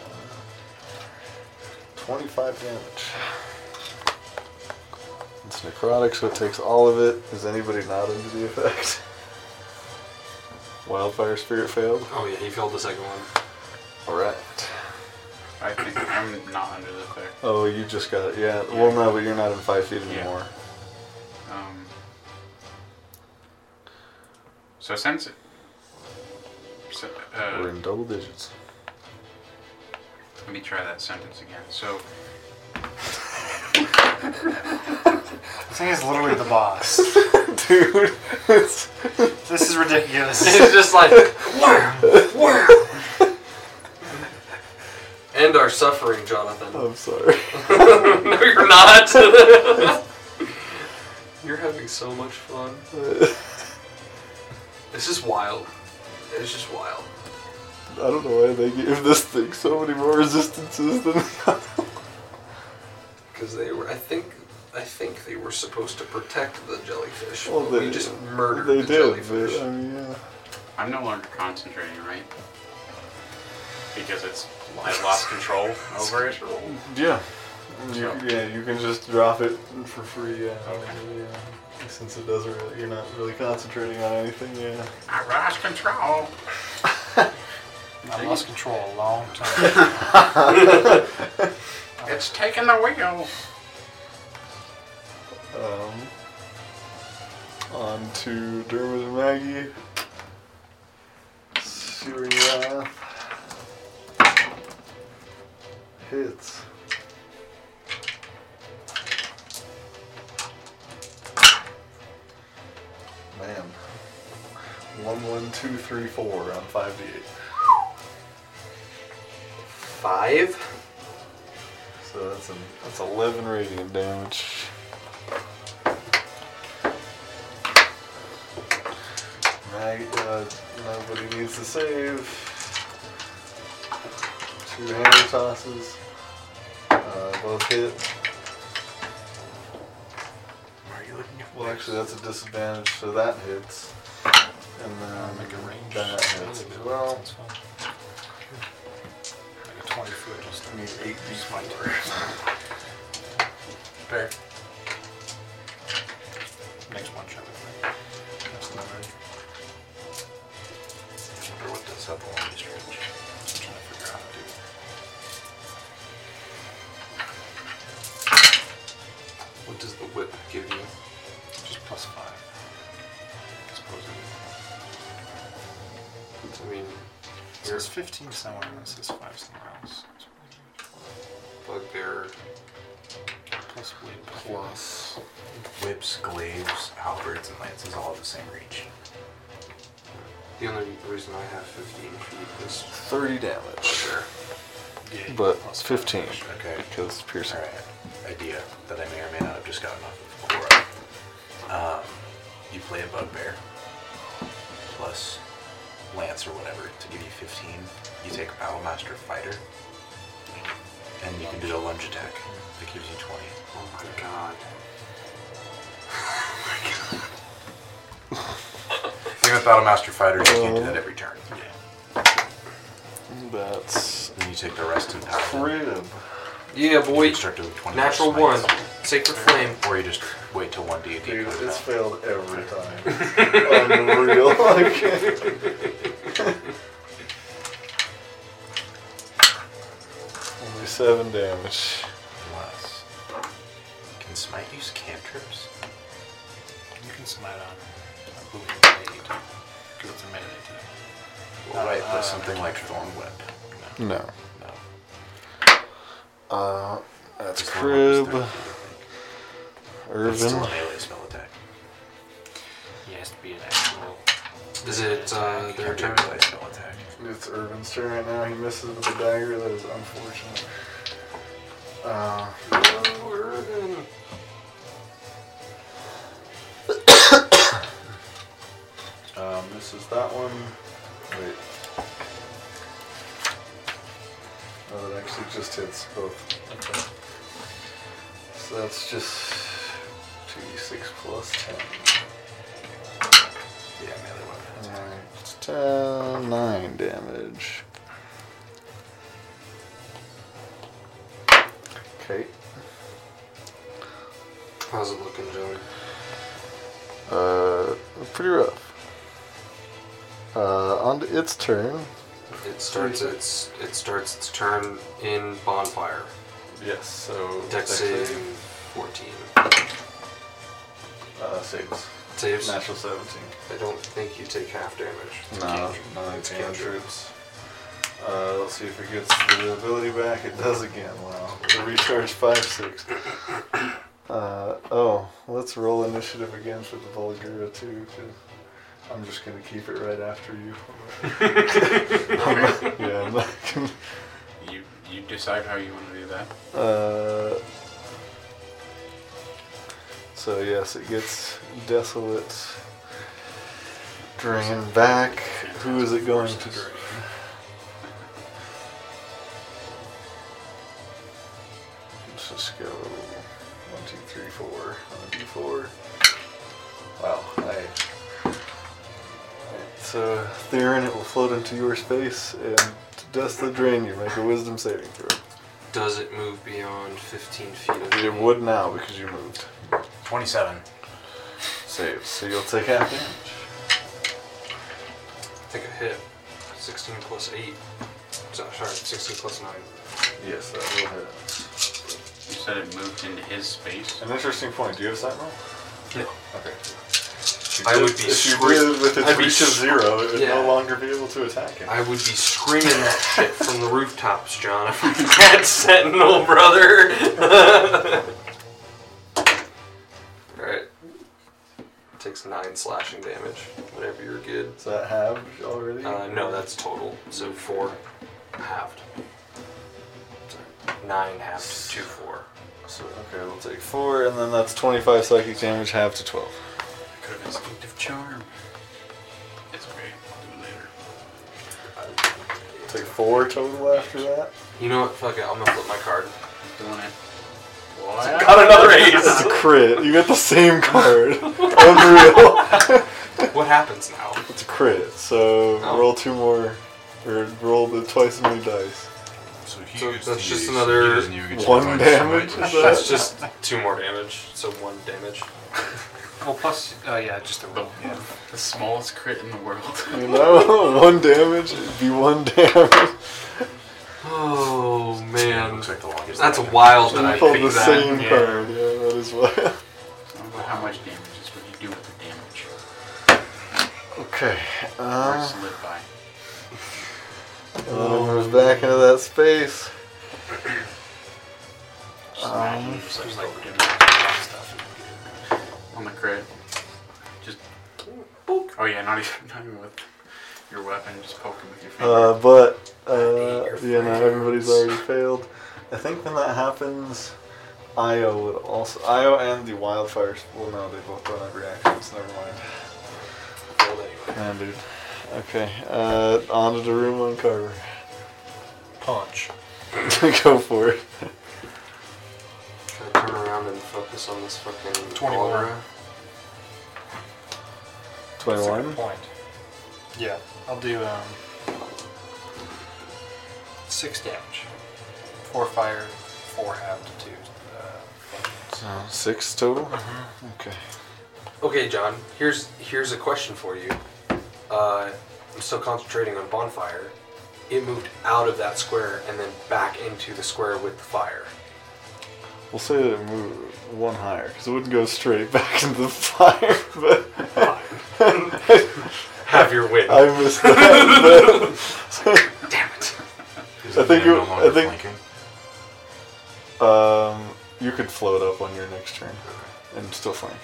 Speaker 1: Uh, 25 damage. It's necrotic, so it takes all of it. Is anybody not under the effect? Wildfire spirit failed.
Speaker 2: Oh, yeah, he failed the second one.
Speaker 1: Alright.
Speaker 4: I think I'm not under the effect.
Speaker 1: Oh, you just got it. Yeah. Well, no, but you're not in five feet
Speaker 4: Yeah.
Speaker 1: anymore.
Speaker 4: Um, so since it, so,
Speaker 1: We're
Speaker 4: uh,
Speaker 1: in double digits.
Speaker 4: let me try that sentence again. So
Speaker 7: This thing is literally the boss.
Speaker 1: Dude, it's,
Speaker 7: This is ridiculous.
Speaker 2: It's just like, wham, wham. End our suffering, Jonathan.
Speaker 1: I'm sorry.
Speaker 2: no, you're not. you're having so much fun. This is wild. It's just wild.
Speaker 1: I don't know why they gave this thing so many more resistances than the other.
Speaker 2: Because they were, I think, I think they were supposed to protect the jellyfish.
Speaker 1: Well,
Speaker 2: but
Speaker 1: they-
Speaker 2: we just murdered
Speaker 1: They
Speaker 2: the
Speaker 1: did,
Speaker 2: jellyfish.
Speaker 1: but I mean, yeah.
Speaker 4: I'm no longer concentrating, right? Because it's I lost control over it.
Speaker 1: Yeah. You,
Speaker 2: So-
Speaker 1: yeah, you can just drop it for free. Yeah,
Speaker 4: Okay.
Speaker 1: yeah. Since it doesn't really, you're not really concentrating on anything. Yeah.
Speaker 4: I lost control.
Speaker 7: I lost control a long time.
Speaker 4: It's taking the wheel.
Speaker 1: Um, on to Dermot and Maggie. Searing Wrath. Hits. Man. One, one, two, three, four on 5d8.
Speaker 2: Five?
Speaker 1: So that's, an, that's 11 radiant damage. Mag, uh, nobody needs to save. Two hammer tosses. Uh, both hit.
Speaker 6: Are you looking at
Speaker 1: Well, actually, that's a disadvantage, so that hits. And then
Speaker 7: Make a range.
Speaker 1: that hits as well.
Speaker 7: That's fine. Like a 20 foot just
Speaker 1: I need 8
Speaker 2: Fair.
Speaker 7: makes one shot. with me. That's the number.
Speaker 6: I wonder what does have the longest range. I'm trying to figure out how to do
Speaker 9: What does the whip give you?
Speaker 7: Just plus five.
Speaker 9: Supposedly.
Speaker 2: I mean,
Speaker 7: It says 15 somewhere and it says 5 somewhere else.
Speaker 2: bugbear.
Speaker 7: Plus weight.
Speaker 1: Plus.
Speaker 6: Whips, glaives, halberds, and lances all have the same reach.
Speaker 2: The only reason I have 15 feet is
Speaker 1: 30 damage.
Speaker 2: bugbear.
Speaker 7: Yeah,
Speaker 1: But
Speaker 7: plus five.
Speaker 1: 15.
Speaker 6: Okay.
Speaker 1: Because piercing.
Speaker 6: Alright, idea that I may or may not have just gotten off of before. Um, you play a bugbear plus lance or whatever to give you 15. You take battle master fighter, and you can do a lunge attack that gives you 20.
Speaker 2: Oh my god.
Speaker 6: Even with battle master fighter, you can't do that every turn.
Speaker 2: Uh-huh.
Speaker 1: That's
Speaker 6: Then you take the rest in power.
Speaker 1: crib.
Speaker 2: Yeah,
Speaker 6: You
Speaker 2: boy.
Speaker 6: can start doing 20
Speaker 2: Natural one.
Speaker 6: smites.
Speaker 2: Sacred flame.
Speaker 6: Or you just wait till one D8
Speaker 1: Dude,
Speaker 6: goes
Speaker 1: it's
Speaker 6: out.
Speaker 1: failed every time. Unreal. Okay. Only seven damage.
Speaker 6: Unless. Can smite use cantrips?
Speaker 7: You can smite on a buoy blade. Because it's a melee attack.
Speaker 6: Well,
Speaker 7: Uh,
Speaker 6: right,
Speaker 7: uh,
Speaker 6: but something like Thorn Whip. No.
Speaker 1: No.
Speaker 6: no.
Speaker 1: Uh, that's
Speaker 6: Just Thorn Whip is
Speaker 1: crib.
Speaker 6: 30, I think. It's still
Speaker 1: Irvin.
Speaker 6: an melee spell attack.
Speaker 7: He has to be an actual.
Speaker 2: Is it uh, their
Speaker 6: Can't do a
Speaker 2: turn?
Speaker 6: melee spell attack.
Speaker 1: It's Irvin's turn right now. He misses with the dagger. That is unfortunate. Uh,
Speaker 2: Oh, Irvin.
Speaker 1: um, misses that one. Wait. No, that Oh, actually just hits both.
Speaker 7: Okay.
Speaker 1: So that's just 2d6 plus 10.
Speaker 6: Yeah, melee weapon. attack.
Speaker 1: Alright, it's 10, 9 damage. Okay.
Speaker 2: How's it looking, Joey?
Speaker 1: Uh, pretty rough. Uh, on to its turn.
Speaker 2: It starts its it starts its turn in bonfire.
Speaker 1: Yes, so.
Speaker 2: Dex save fourteen.
Speaker 1: Uh, saves.
Speaker 2: Saves.
Speaker 1: 17.
Speaker 2: I don't think you take half damage.
Speaker 1: No, no, it's
Speaker 2: It's
Speaker 1: cantrips. Uh, let's see if it gets the ability back. It does again. Wow. The recharge 5 6. Uh, oh, let's roll initiative again for the Vulgura, too, 'cause I'm just going to keep it right after you. I'm not- yeah, I'm not gonna,
Speaker 4: You you decide how you want to do that.
Speaker 1: uh, so, yes, it gets desolate. Drain back. Who is it going to drain? Let's just go one, two, three, four on a D4. Wow, I. uh, Alright, So, Theron, it will float into your space and dust the drain you. Make a wisdom saving throw.
Speaker 2: Does it move beyond 15 feet? Of
Speaker 1: You would now because you moved.
Speaker 5: 27.
Speaker 1: Saves. So you'll take half damage.
Speaker 2: Take a hit. 16 plus 8. So, sorry, 16 plus 9.
Speaker 1: Yes, that will hit.
Speaker 4: You said it moved into his space.
Speaker 1: An interesting point. Do you have Sentinel?
Speaker 2: No.
Speaker 1: Okay.
Speaker 2: I would be
Speaker 1: If you
Speaker 2: scree-
Speaker 1: did with
Speaker 2: I'd
Speaker 1: its
Speaker 2: be
Speaker 1: reach of
Speaker 2: sc-
Speaker 1: zero, it would
Speaker 2: Yeah.
Speaker 1: no longer be able to attack it.
Speaker 2: I would be screaming that shit from the rooftops, John. if I'm Cat Sentinel, brother. Alright. Takes 9 slashing damage whenever you're good.
Speaker 1: Is that halved already?
Speaker 2: Uh, no, that's total. So 4 halved. Sorry. 9 halved to 4.
Speaker 1: So, okay, we'll take four, and then that's 25 psychic damage, half to 12.
Speaker 4: Could have instinctive charm. It's okay. I'll do it later.
Speaker 1: Take four total after that.
Speaker 2: You know what? Fuck it. I'm gonna flip my card.
Speaker 4: Doing it.
Speaker 2: Got another
Speaker 1: It's a
Speaker 2: ace.
Speaker 1: crit. You get the same card. Unreal.
Speaker 2: what happens now?
Speaker 1: It's a crit. So
Speaker 2: Oh.
Speaker 1: roll two more, or roll the twice as many dice.
Speaker 6: So, he
Speaker 2: So
Speaker 6: gets
Speaker 2: that's
Speaker 6: to
Speaker 2: just
Speaker 6: use-
Speaker 2: another
Speaker 6: he doesn't even get to
Speaker 1: one
Speaker 6: find
Speaker 1: damage?
Speaker 6: somebody.
Speaker 2: That's just two more damage. So one damage.
Speaker 7: Well, plus, oh yeah, just the
Speaker 4: The,
Speaker 7: roll.
Speaker 4: the smallest crit in the world.
Speaker 1: You know, one damage. It'd be one damage.
Speaker 2: Oh man,
Speaker 5: Looks like the longest.
Speaker 2: that's wild that
Speaker 1: You
Speaker 2: I
Speaker 1: pulled the
Speaker 2: picked that.
Speaker 1: same
Speaker 4: yeah.
Speaker 1: card. Yeah, that is why.
Speaker 4: I don't know how much damage is what you do with the damage.
Speaker 1: Okay.
Speaker 4: Or
Speaker 1: Uh,
Speaker 4: it's lit by.
Speaker 1: and then it moves back into that space.
Speaker 4: Just imagine
Speaker 1: um,
Speaker 4: just like,
Speaker 2: like-
Speaker 4: doing on the crit. Just. Oh yeah, not even, not even with your weapon. Just poking with your finger.
Speaker 1: Uh, but
Speaker 2: I
Speaker 1: uh,
Speaker 2: hate your
Speaker 1: yeah, no,
Speaker 2: friends.
Speaker 1: everybody's already failed. I think when that happens, Io would also Io and the wildfires. Well, no, they both don't have reactions. Never mind. Nah, dude. Okay, uh, on to Daruma and Carver.
Speaker 3: Punch.
Speaker 1: Go for it.
Speaker 2: Can I turn around and focus on this fucking
Speaker 3: 21.
Speaker 2: aura?
Speaker 3: That's a
Speaker 1: Twenty-one.
Speaker 3: good point. Yeah, I'll do um, six damage. Four fire, four halved to two. Uh,
Speaker 1: Uh, six total.
Speaker 2: Mm-hmm.
Speaker 1: Okay.
Speaker 2: Okay, John. Here's here's a question for you. Uh, I'm still concentrating on bonfire. It moved out of that square and then back into the square with the fire.
Speaker 1: We'll say that it moved one higher because it wouldn't go straight back into the fire. But
Speaker 2: Have your win.
Speaker 1: I missed that. but-
Speaker 2: Damn it.
Speaker 5: Is
Speaker 1: I
Speaker 5: the
Speaker 1: think
Speaker 5: man
Speaker 1: you-
Speaker 5: No longer
Speaker 1: I think-
Speaker 5: flanking?
Speaker 1: Um, you could float up on your next turn and still flank.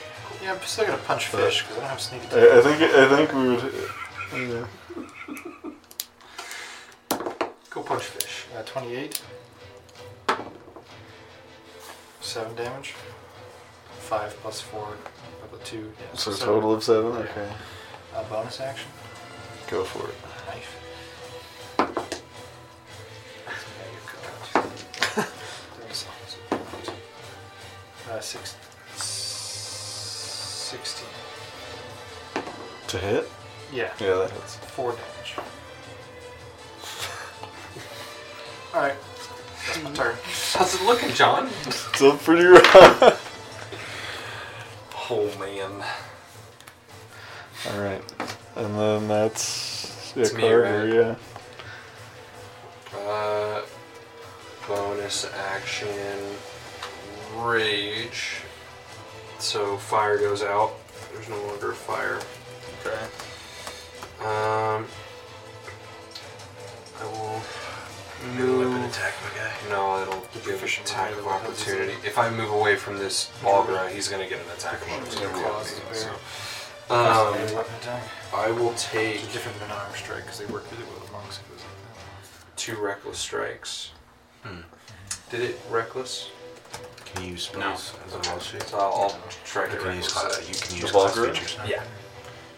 Speaker 7: Yeah, I'm still gonna punch fish because I don't have sneak attack.
Speaker 1: I, I think I think we would. yeah.
Speaker 2: Go punch fish.
Speaker 7: Uh, 28. 7 damage. 5 plus 4, about 2. Yeah,
Speaker 1: So
Speaker 7: seven.
Speaker 1: total of seven. Okay,
Speaker 7: Uh, bonus action.
Speaker 1: go for it.
Speaker 7: Knife. Uh, six, 16.
Speaker 1: To hit?
Speaker 7: Yeah,
Speaker 1: Yeah, that hits.
Speaker 7: 4 damage. Alright, that's my turn.
Speaker 2: How's it looking, John?
Speaker 1: Still pretty rough.
Speaker 2: Oh man.
Speaker 1: All right, and then that's yeah,
Speaker 2: It's me,
Speaker 1: Carter.
Speaker 2: right?
Speaker 1: Yeah.
Speaker 2: Uh, bonus action rage. So fire goes out. There's no longer fire.
Speaker 1: Okay.
Speaker 2: Um, I will
Speaker 5: Weapon
Speaker 2: move.
Speaker 5: attack, my guy.
Speaker 2: No, it'll give an attack of opportunity. If I move away from this auger, he's gonna get an attack of opportunity. on me, so.
Speaker 7: Melee
Speaker 2: Um,
Speaker 7: weapon attack.
Speaker 2: I will take
Speaker 7: It's different than an arm strike because they work really well with monks. It was like
Speaker 2: two reckless strikes.
Speaker 5: Hmm.
Speaker 2: Did it reckless?
Speaker 5: Can you use
Speaker 4: No.
Speaker 5: spells as a wall shape?
Speaker 2: So I'll, I'll try to
Speaker 5: You can use, class,
Speaker 2: reckless. that.
Speaker 5: you can
Speaker 1: The
Speaker 5: use class
Speaker 1: Valkyrie?
Speaker 5: features now.
Speaker 2: Yeah.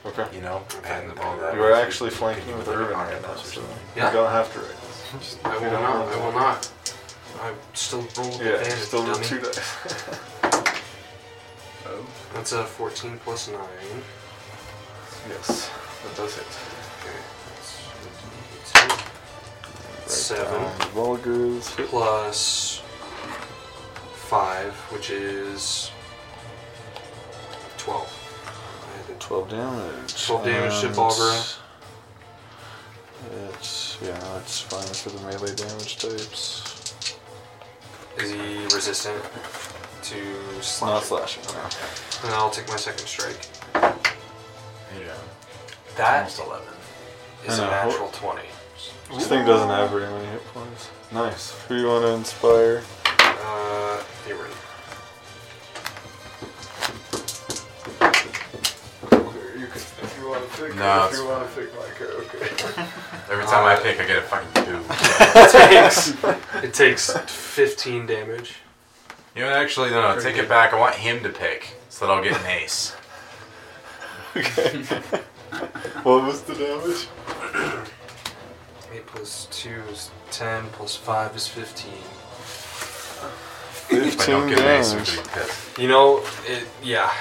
Speaker 1: Okay.
Speaker 5: You know, and all that.
Speaker 1: You are actually flanking with Irvin right now, so
Speaker 2: Yeah.
Speaker 1: you don't have to reckless.
Speaker 2: I will not. I will not. I still roll with
Speaker 1: Yeah,
Speaker 2: advantage,
Speaker 1: still roll
Speaker 2: dummy.
Speaker 1: two dice.
Speaker 4: oh.
Speaker 2: That's a 14 plus 9. Okay.
Speaker 1: yes, that does hit.
Speaker 2: that's- that's- seven
Speaker 1: Um, Vulgar's hit.
Speaker 2: plus five, which is twelve. I had to-
Speaker 1: 12 damage.
Speaker 2: 12 damage to
Speaker 1: And
Speaker 2: Bulgara.
Speaker 1: It's, yeah, it's fine for the melee damage types.
Speaker 2: Is he resistant to
Speaker 1: It's not
Speaker 2: slashing?
Speaker 1: slashing, no.
Speaker 2: And I'll take my second strike.
Speaker 6: Yeah.
Speaker 2: That
Speaker 6: Almost 11.
Speaker 2: is
Speaker 1: I
Speaker 2: a
Speaker 1: know.
Speaker 2: natural twenty.
Speaker 1: This thing doesn't have very many hit points. Nice. Who do you want to inspire?
Speaker 2: Uh, you were.
Speaker 1: You can, if you want to pick,
Speaker 6: No,
Speaker 1: if
Speaker 6: it's
Speaker 1: you want to pick Micah, okay.
Speaker 6: Every time I
Speaker 2: Uh,
Speaker 6: pick, I get a fucking two.
Speaker 2: It takes it takes fifteen damage.
Speaker 6: you know, actually, no, no, take it back. I want him to pick so that I'll get an ace.
Speaker 1: What was the damage?
Speaker 2: Eight plus two is ten. Plus five is fifteen.
Speaker 6: If I don't
Speaker 1: 15
Speaker 6: get an ace, I'm
Speaker 1: damage.
Speaker 6: gonna be pissed.
Speaker 2: You know, it. Yeah.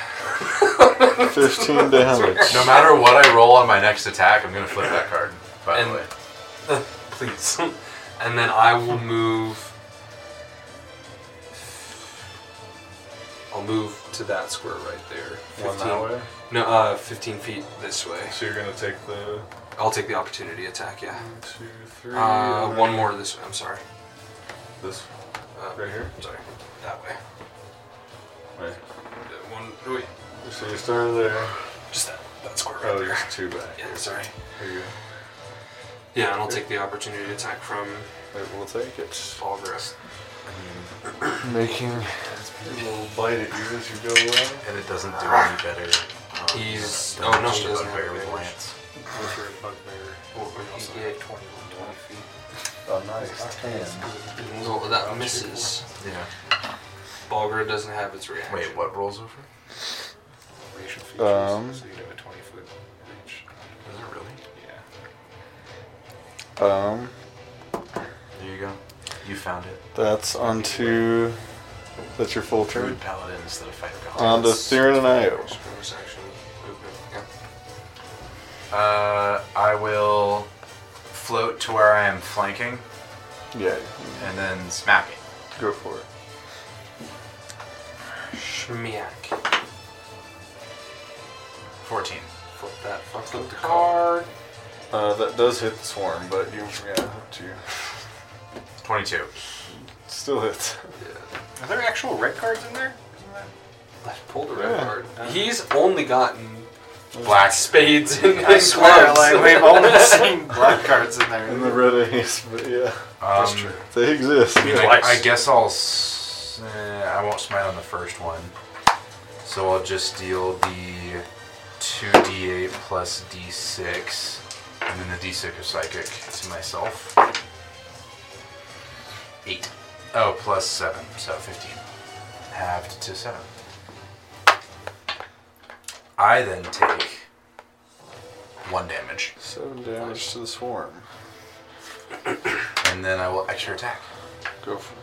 Speaker 1: 15 damage.
Speaker 6: No matter what I roll on my next attack, I'm gonna flip that card. By
Speaker 2: And-
Speaker 6: the way,
Speaker 2: Please. and then I will move. I'll move to that square right there.
Speaker 1: One that way.
Speaker 2: No, uh, 15 feet this way.
Speaker 1: So you're going to take the
Speaker 2: I'll take the opportunity attack, yeah.
Speaker 1: one, two, three.
Speaker 2: Uh,
Speaker 1: and
Speaker 2: one
Speaker 1: then
Speaker 2: more this way, I'm sorry.
Speaker 1: This
Speaker 2: Uh,
Speaker 1: right here.
Speaker 2: I'm sorry. That way.
Speaker 1: Right.
Speaker 2: Uh, One, wait,
Speaker 1: So you started there.
Speaker 2: just that, that square right
Speaker 1: Oh,
Speaker 2: there.
Speaker 1: there's two back.
Speaker 2: Yeah, sorry.
Speaker 1: There you
Speaker 2: Yeah, and I'll take the opportunity attack from
Speaker 1: go. Right, we'll take it.
Speaker 2: Alvarez.
Speaker 1: Making a little bite at you as you go along.
Speaker 6: and it doesn't do any better. Um,
Speaker 2: He's-
Speaker 6: than
Speaker 2: oh, no,
Speaker 6: just
Speaker 2: he
Speaker 6: a
Speaker 2: doesn't have
Speaker 6: bugbear
Speaker 2: advantage.
Speaker 6: with lance.
Speaker 7: With your bugbear.
Speaker 2: What would he get?
Speaker 7: 21, 20 feet.
Speaker 1: A Oh, nice ten.
Speaker 2: So that misses.
Speaker 6: Yeah.
Speaker 2: Bulger doesn't have its reaction.
Speaker 6: Wait, what rolls over?
Speaker 7: Racial features.
Speaker 1: Um,
Speaker 7: so you'd have a 20 foot reach.
Speaker 6: Is it really?
Speaker 7: Yeah.
Speaker 1: Um,
Speaker 6: There you go. You found it.
Speaker 1: that's onto. That's your full turn.
Speaker 6: Druid paladin instead of fighter
Speaker 1: On
Speaker 6: paladin.
Speaker 1: to Theron and Io.
Speaker 2: Bonus action, movement, yeah.
Speaker 6: Uh, I will float to where I am flanking
Speaker 1: Yeah,
Speaker 6: and then smacking.
Speaker 1: go for it.
Speaker 2: Schmiak.
Speaker 6: 14.
Speaker 2: Flip that fucked up the card.
Speaker 1: Uh, that does hit the swarm, but you yeah, up to you.
Speaker 6: 22.
Speaker 1: Still hits.
Speaker 7: Are there actual red cards in there? Isn't that?
Speaker 2: I pulled a red
Speaker 1: Yeah.
Speaker 2: card. He's only gotten
Speaker 6: Black.
Speaker 2: spades and
Speaker 7: I swear,
Speaker 2: gloves.
Speaker 7: like, we've only seen black cards in there.
Speaker 1: In the red ace, but yeah,
Speaker 6: Um,
Speaker 1: they exist.
Speaker 6: I, mean, I, I guess I'll. S- eh, I won't smite on the first one. So I'll just deal the 2d8 plus d6, and then the d6 of psychic to myself. 8. Oh, plus 7, so 15. Halved to 7. I then take 1 damage,
Speaker 1: Seven damage to the swarm.
Speaker 6: and then I will extra attack.
Speaker 1: Go for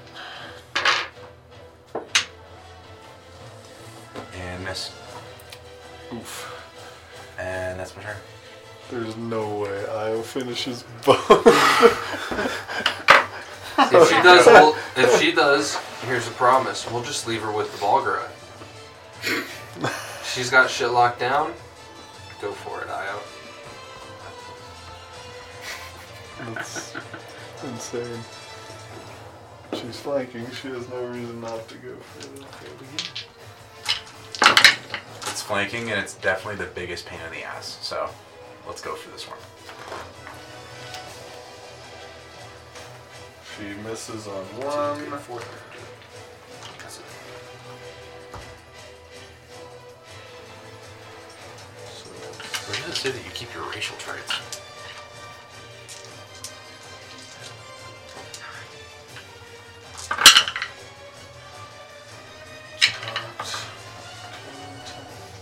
Speaker 1: it.
Speaker 6: And miss.
Speaker 1: Oof.
Speaker 6: And that's my turn.
Speaker 1: There's no way Io finishes both.
Speaker 2: If she does, we'll, if she does, here's a promise. We'll just leave her with the Bulgara. She's got shit locked down. Go for it, Io.
Speaker 1: That's insane. She's flanking. She has no reason not to go for it.
Speaker 6: It's flanking, and it's definitely the biggest pain in the ass. So, let's go for this one.
Speaker 1: She misses on one.
Speaker 2: Four.
Speaker 1: So
Speaker 6: Where does it say that you keep your racial traits?
Speaker 1: that's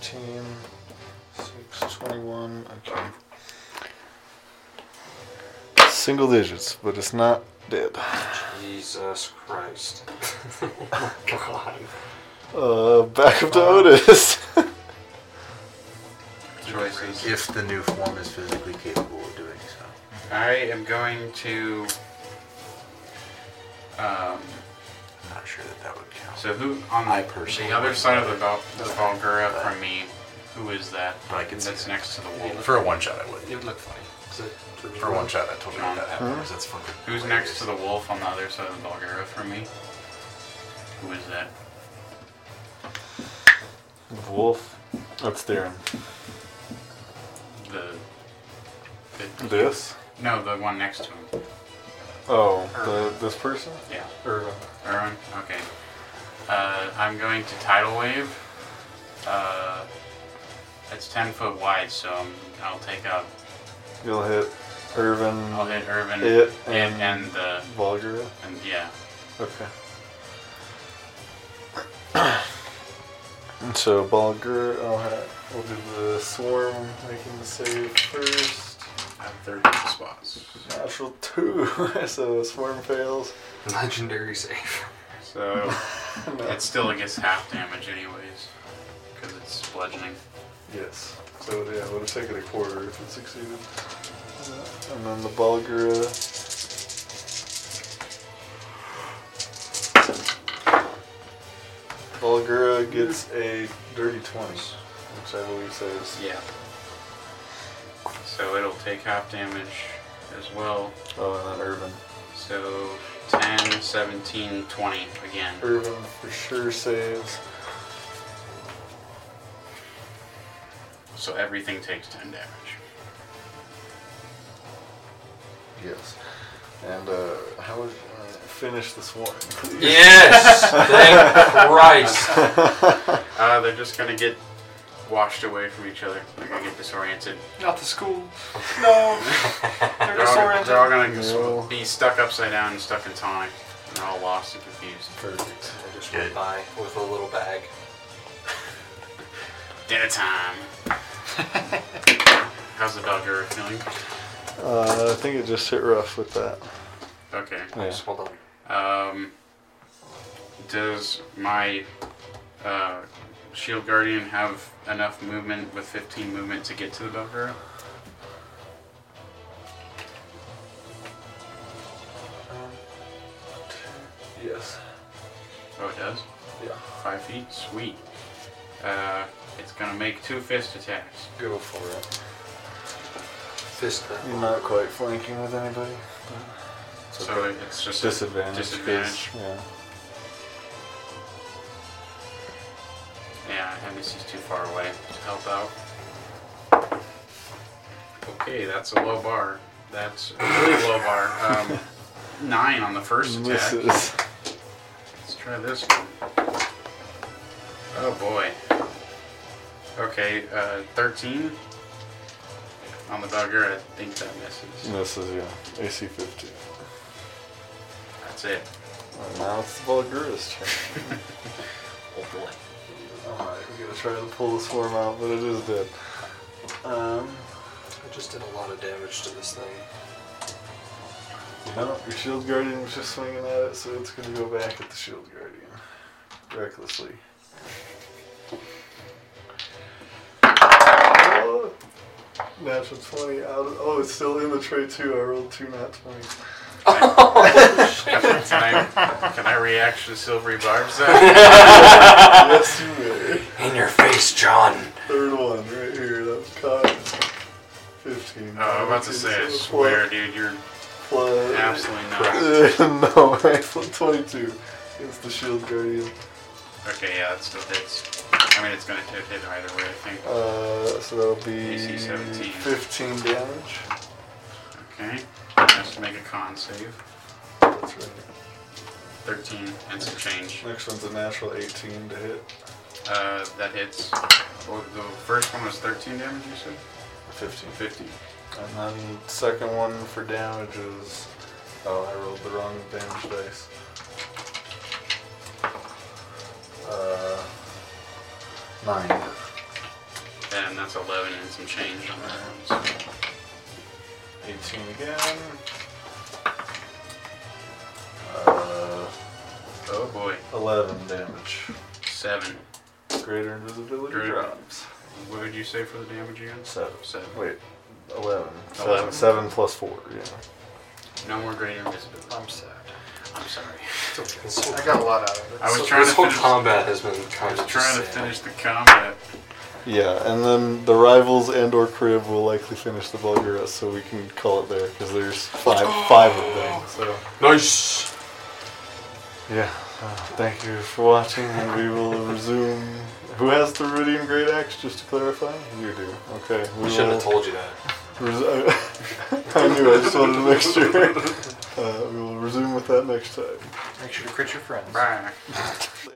Speaker 1: 10, 6, 21. Okay. Single digits, but it's not dead.
Speaker 2: Jesus Christ. oh my God.
Speaker 1: Uh, back up to Otis.
Speaker 4: Choices.
Speaker 6: If the new form is physically capable of doing so.
Speaker 4: I am going to Um,
Speaker 5: I'm not sure that that would count.
Speaker 4: so who on
Speaker 5: I personally
Speaker 4: the other
Speaker 5: wouldn't
Speaker 4: side of
Speaker 5: do
Speaker 4: the,
Speaker 5: it.
Speaker 4: Val- the Valgura from me? Who is that?
Speaker 5: But I can see
Speaker 4: that's
Speaker 5: it.
Speaker 4: next to the wall.
Speaker 5: For a one shot, I would.
Speaker 2: It would look funny. 'cause it-
Speaker 5: For one shot, I totally would
Speaker 4: John.
Speaker 5: that happen. because That's fucking.
Speaker 4: Who's next to the wolf on the other side of the Bulgara from me? Who is that?
Speaker 1: Wolf. That's Darren.
Speaker 4: The, the
Speaker 1: This?
Speaker 4: no, the one next to him.
Speaker 1: Oh, the, this person?
Speaker 4: Yeah,
Speaker 1: Or
Speaker 4: Erwin. Okay. Uh, I'm going to tidal wave. Uh, it's ten foot wide, so i I'll take out.
Speaker 1: you'll hit
Speaker 4: I'll
Speaker 1: Irvin
Speaker 4: hit Irvin.
Speaker 1: It
Speaker 4: and
Speaker 1: and-
Speaker 4: and the
Speaker 1: Vulgar.
Speaker 4: and yeah.
Speaker 1: Okay. And so Bulgur, I'll have, we'll do the swarm making the save first.
Speaker 4: I have thirty spots.
Speaker 1: Natural two, so swarm fails.
Speaker 2: Legendary save.
Speaker 4: So
Speaker 1: No.
Speaker 4: it still gets half damage anyways, because it's bludgeoning.
Speaker 1: Yes. So yeah, it would have taken a quarter if it succeeded. And then the Bulgura. Bulgura gets a dirty 20, which I believe saves.
Speaker 4: Yeah. So it'll take half damage as well.
Speaker 1: Oh, and then Irvin.
Speaker 4: So 10, 17, 20 again.
Speaker 1: Irvin for sure saves.
Speaker 4: So everything takes 10 damage.
Speaker 1: Yes. And uh, how would uh, finish the swarm? please?
Speaker 2: Yes! Thank Christ!
Speaker 4: Uh, they're just gonna get washed away from each other. They're gonna get disoriented.
Speaker 7: Not the school. No. They're
Speaker 4: They're all, they're all
Speaker 7: disoriented.
Speaker 4: gonna just
Speaker 1: No.
Speaker 4: be stuck upside down and stuck in tonic. And they're all lost and confused.
Speaker 1: Perfect.
Speaker 2: I just went by with a little bag.
Speaker 4: Dinner time! How's the Belgura feeling?
Speaker 1: Uh, I think it just hit rough with that.
Speaker 4: Okay.
Speaker 1: Yeah.
Speaker 2: Just hold on.
Speaker 4: Um, does my uh, shield guardian have enough movement with 15 movement to get to the Belgura?
Speaker 1: Yes.
Speaker 4: Oh, it does.
Speaker 1: Yeah.
Speaker 4: Five feet. Sweet. Uh, it's gonna make two fist attacks.
Speaker 2: Go for it. Fist that.
Speaker 1: You're not quite flanking with anybody.
Speaker 4: So it's just
Speaker 1: Disadvantage. 'cause-
Speaker 4: Disadvantage.
Speaker 1: Yeah.
Speaker 4: yeah, and this is too far away to help out. Okay, that's a low bar. That's a really low bar. Um, nine on the first attack.
Speaker 1: Misses.
Speaker 4: Let's try this one. Oh boy. Okay, uh, 13 on the bugger. I think that misses.
Speaker 1: Misses, yeah. AC 50.
Speaker 4: That's it.
Speaker 1: And now it's the Bulgura's turn.
Speaker 2: Oh boy.
Speaker 1: Alright, we're gonna try to pull the swarm out, but it is dead. Um,
Speaker 2: I just did a lot of damage to this thing.
Speaker 1: you know, your shield guardian was just swinging at it, so it's gonna go back at the shield guardian. Recklessly. Oh, Natural 20 out of. Oh, it's still in the tray, too. I rolled two nat 20s.
Speaker 4: Can I, can I reaction silvery barbs that?
Speaker 1: yes, you may.
Speaker 2: In your face, John!
Speaker 1: Third one right here. That's caught. 15.
Speaker 4: Oh, I'm about to say, I swear, dude, you're
Speaker 1: Plus.
Speaker 4: absolutely not.
Speaker 1: no, I flipped 22 against the shield guardian.
Speaker 4: Okay, yeah, that still hits. I mean, it's gonna hit hit either way, I think.
Speaker 1: Uh, so that'll be
Speaker 4: AC 17.
Speaker 1: 15 damage.
Speaker 4: Okay, has to make a con save.
Speaker 1: That's right.
Speaker 4: 13 and some change.
Speaker 1: Next one's a natural 18 to hit.
Speaker 4: Uh, that hits. Well, the first one was 13 damage, you said?
Speaker 1: 15.
Speaker 4: 50.
Speaker 1: And then second one for damage is. Oh, I rolled the wrong damage dice. Uh, nine.
Speaker 4: And that's 11 and some change on that one.
Speaker 1: 18 again. Uh,
Speaker 4: So. Oh boy,
Speaker 1: 11 damage.
Speaker 4: 7.
Speaker 1: Greater invisibility
Speaker 4: Greater-
Speaker 1: drops.
Speaker 4: What would you say for the damage again?
Speaker 1: 7.
Speaker 4: 7.
Speaker 1: Wait, 11.
Speaker 4: Eleven.
Speaker 1: 7 plus 4, yeah.
Speaker 4: No more greater invisibility.
Speaker 7: I'm sad.
Speaker 4: I'm I'm sorry.
Speaker 2: This whole,
Speaker 7: I got a lot out of it.
Speaker 4: I was
Speaker 2: this
Speaker 4: trying to
Speaker 2: whole
Speaker 4: finish.
Speaker 2: combat has been
Speaker 4: I
Speaker 2: kind
Speaker 4: was
Speaker 2: of
Speaker 4: trying to
Speaker 2: just sad.
Speaker 4: finish the combat.
Speaker 1: Yeah, and then the rivals and or crib will likely finish the Bulgarus, so we can call it there because there's five five of them. So
Speaker 2: Nice.
Speaker 1: yeah, uh, thank you for watching, and we will resume. Who has the Rudian Great Axe? Just to clarify, you do. Okay,
Speaker 2: We shouldn't
Speaker 1: will-
Speaker 2: have told you that.
Speaker 1: Res- I knew. I just wanted to make sure. Uh, we will resume with that next time.
Speaker 7: Make sure to crit your friends.
Speaker 4: Right.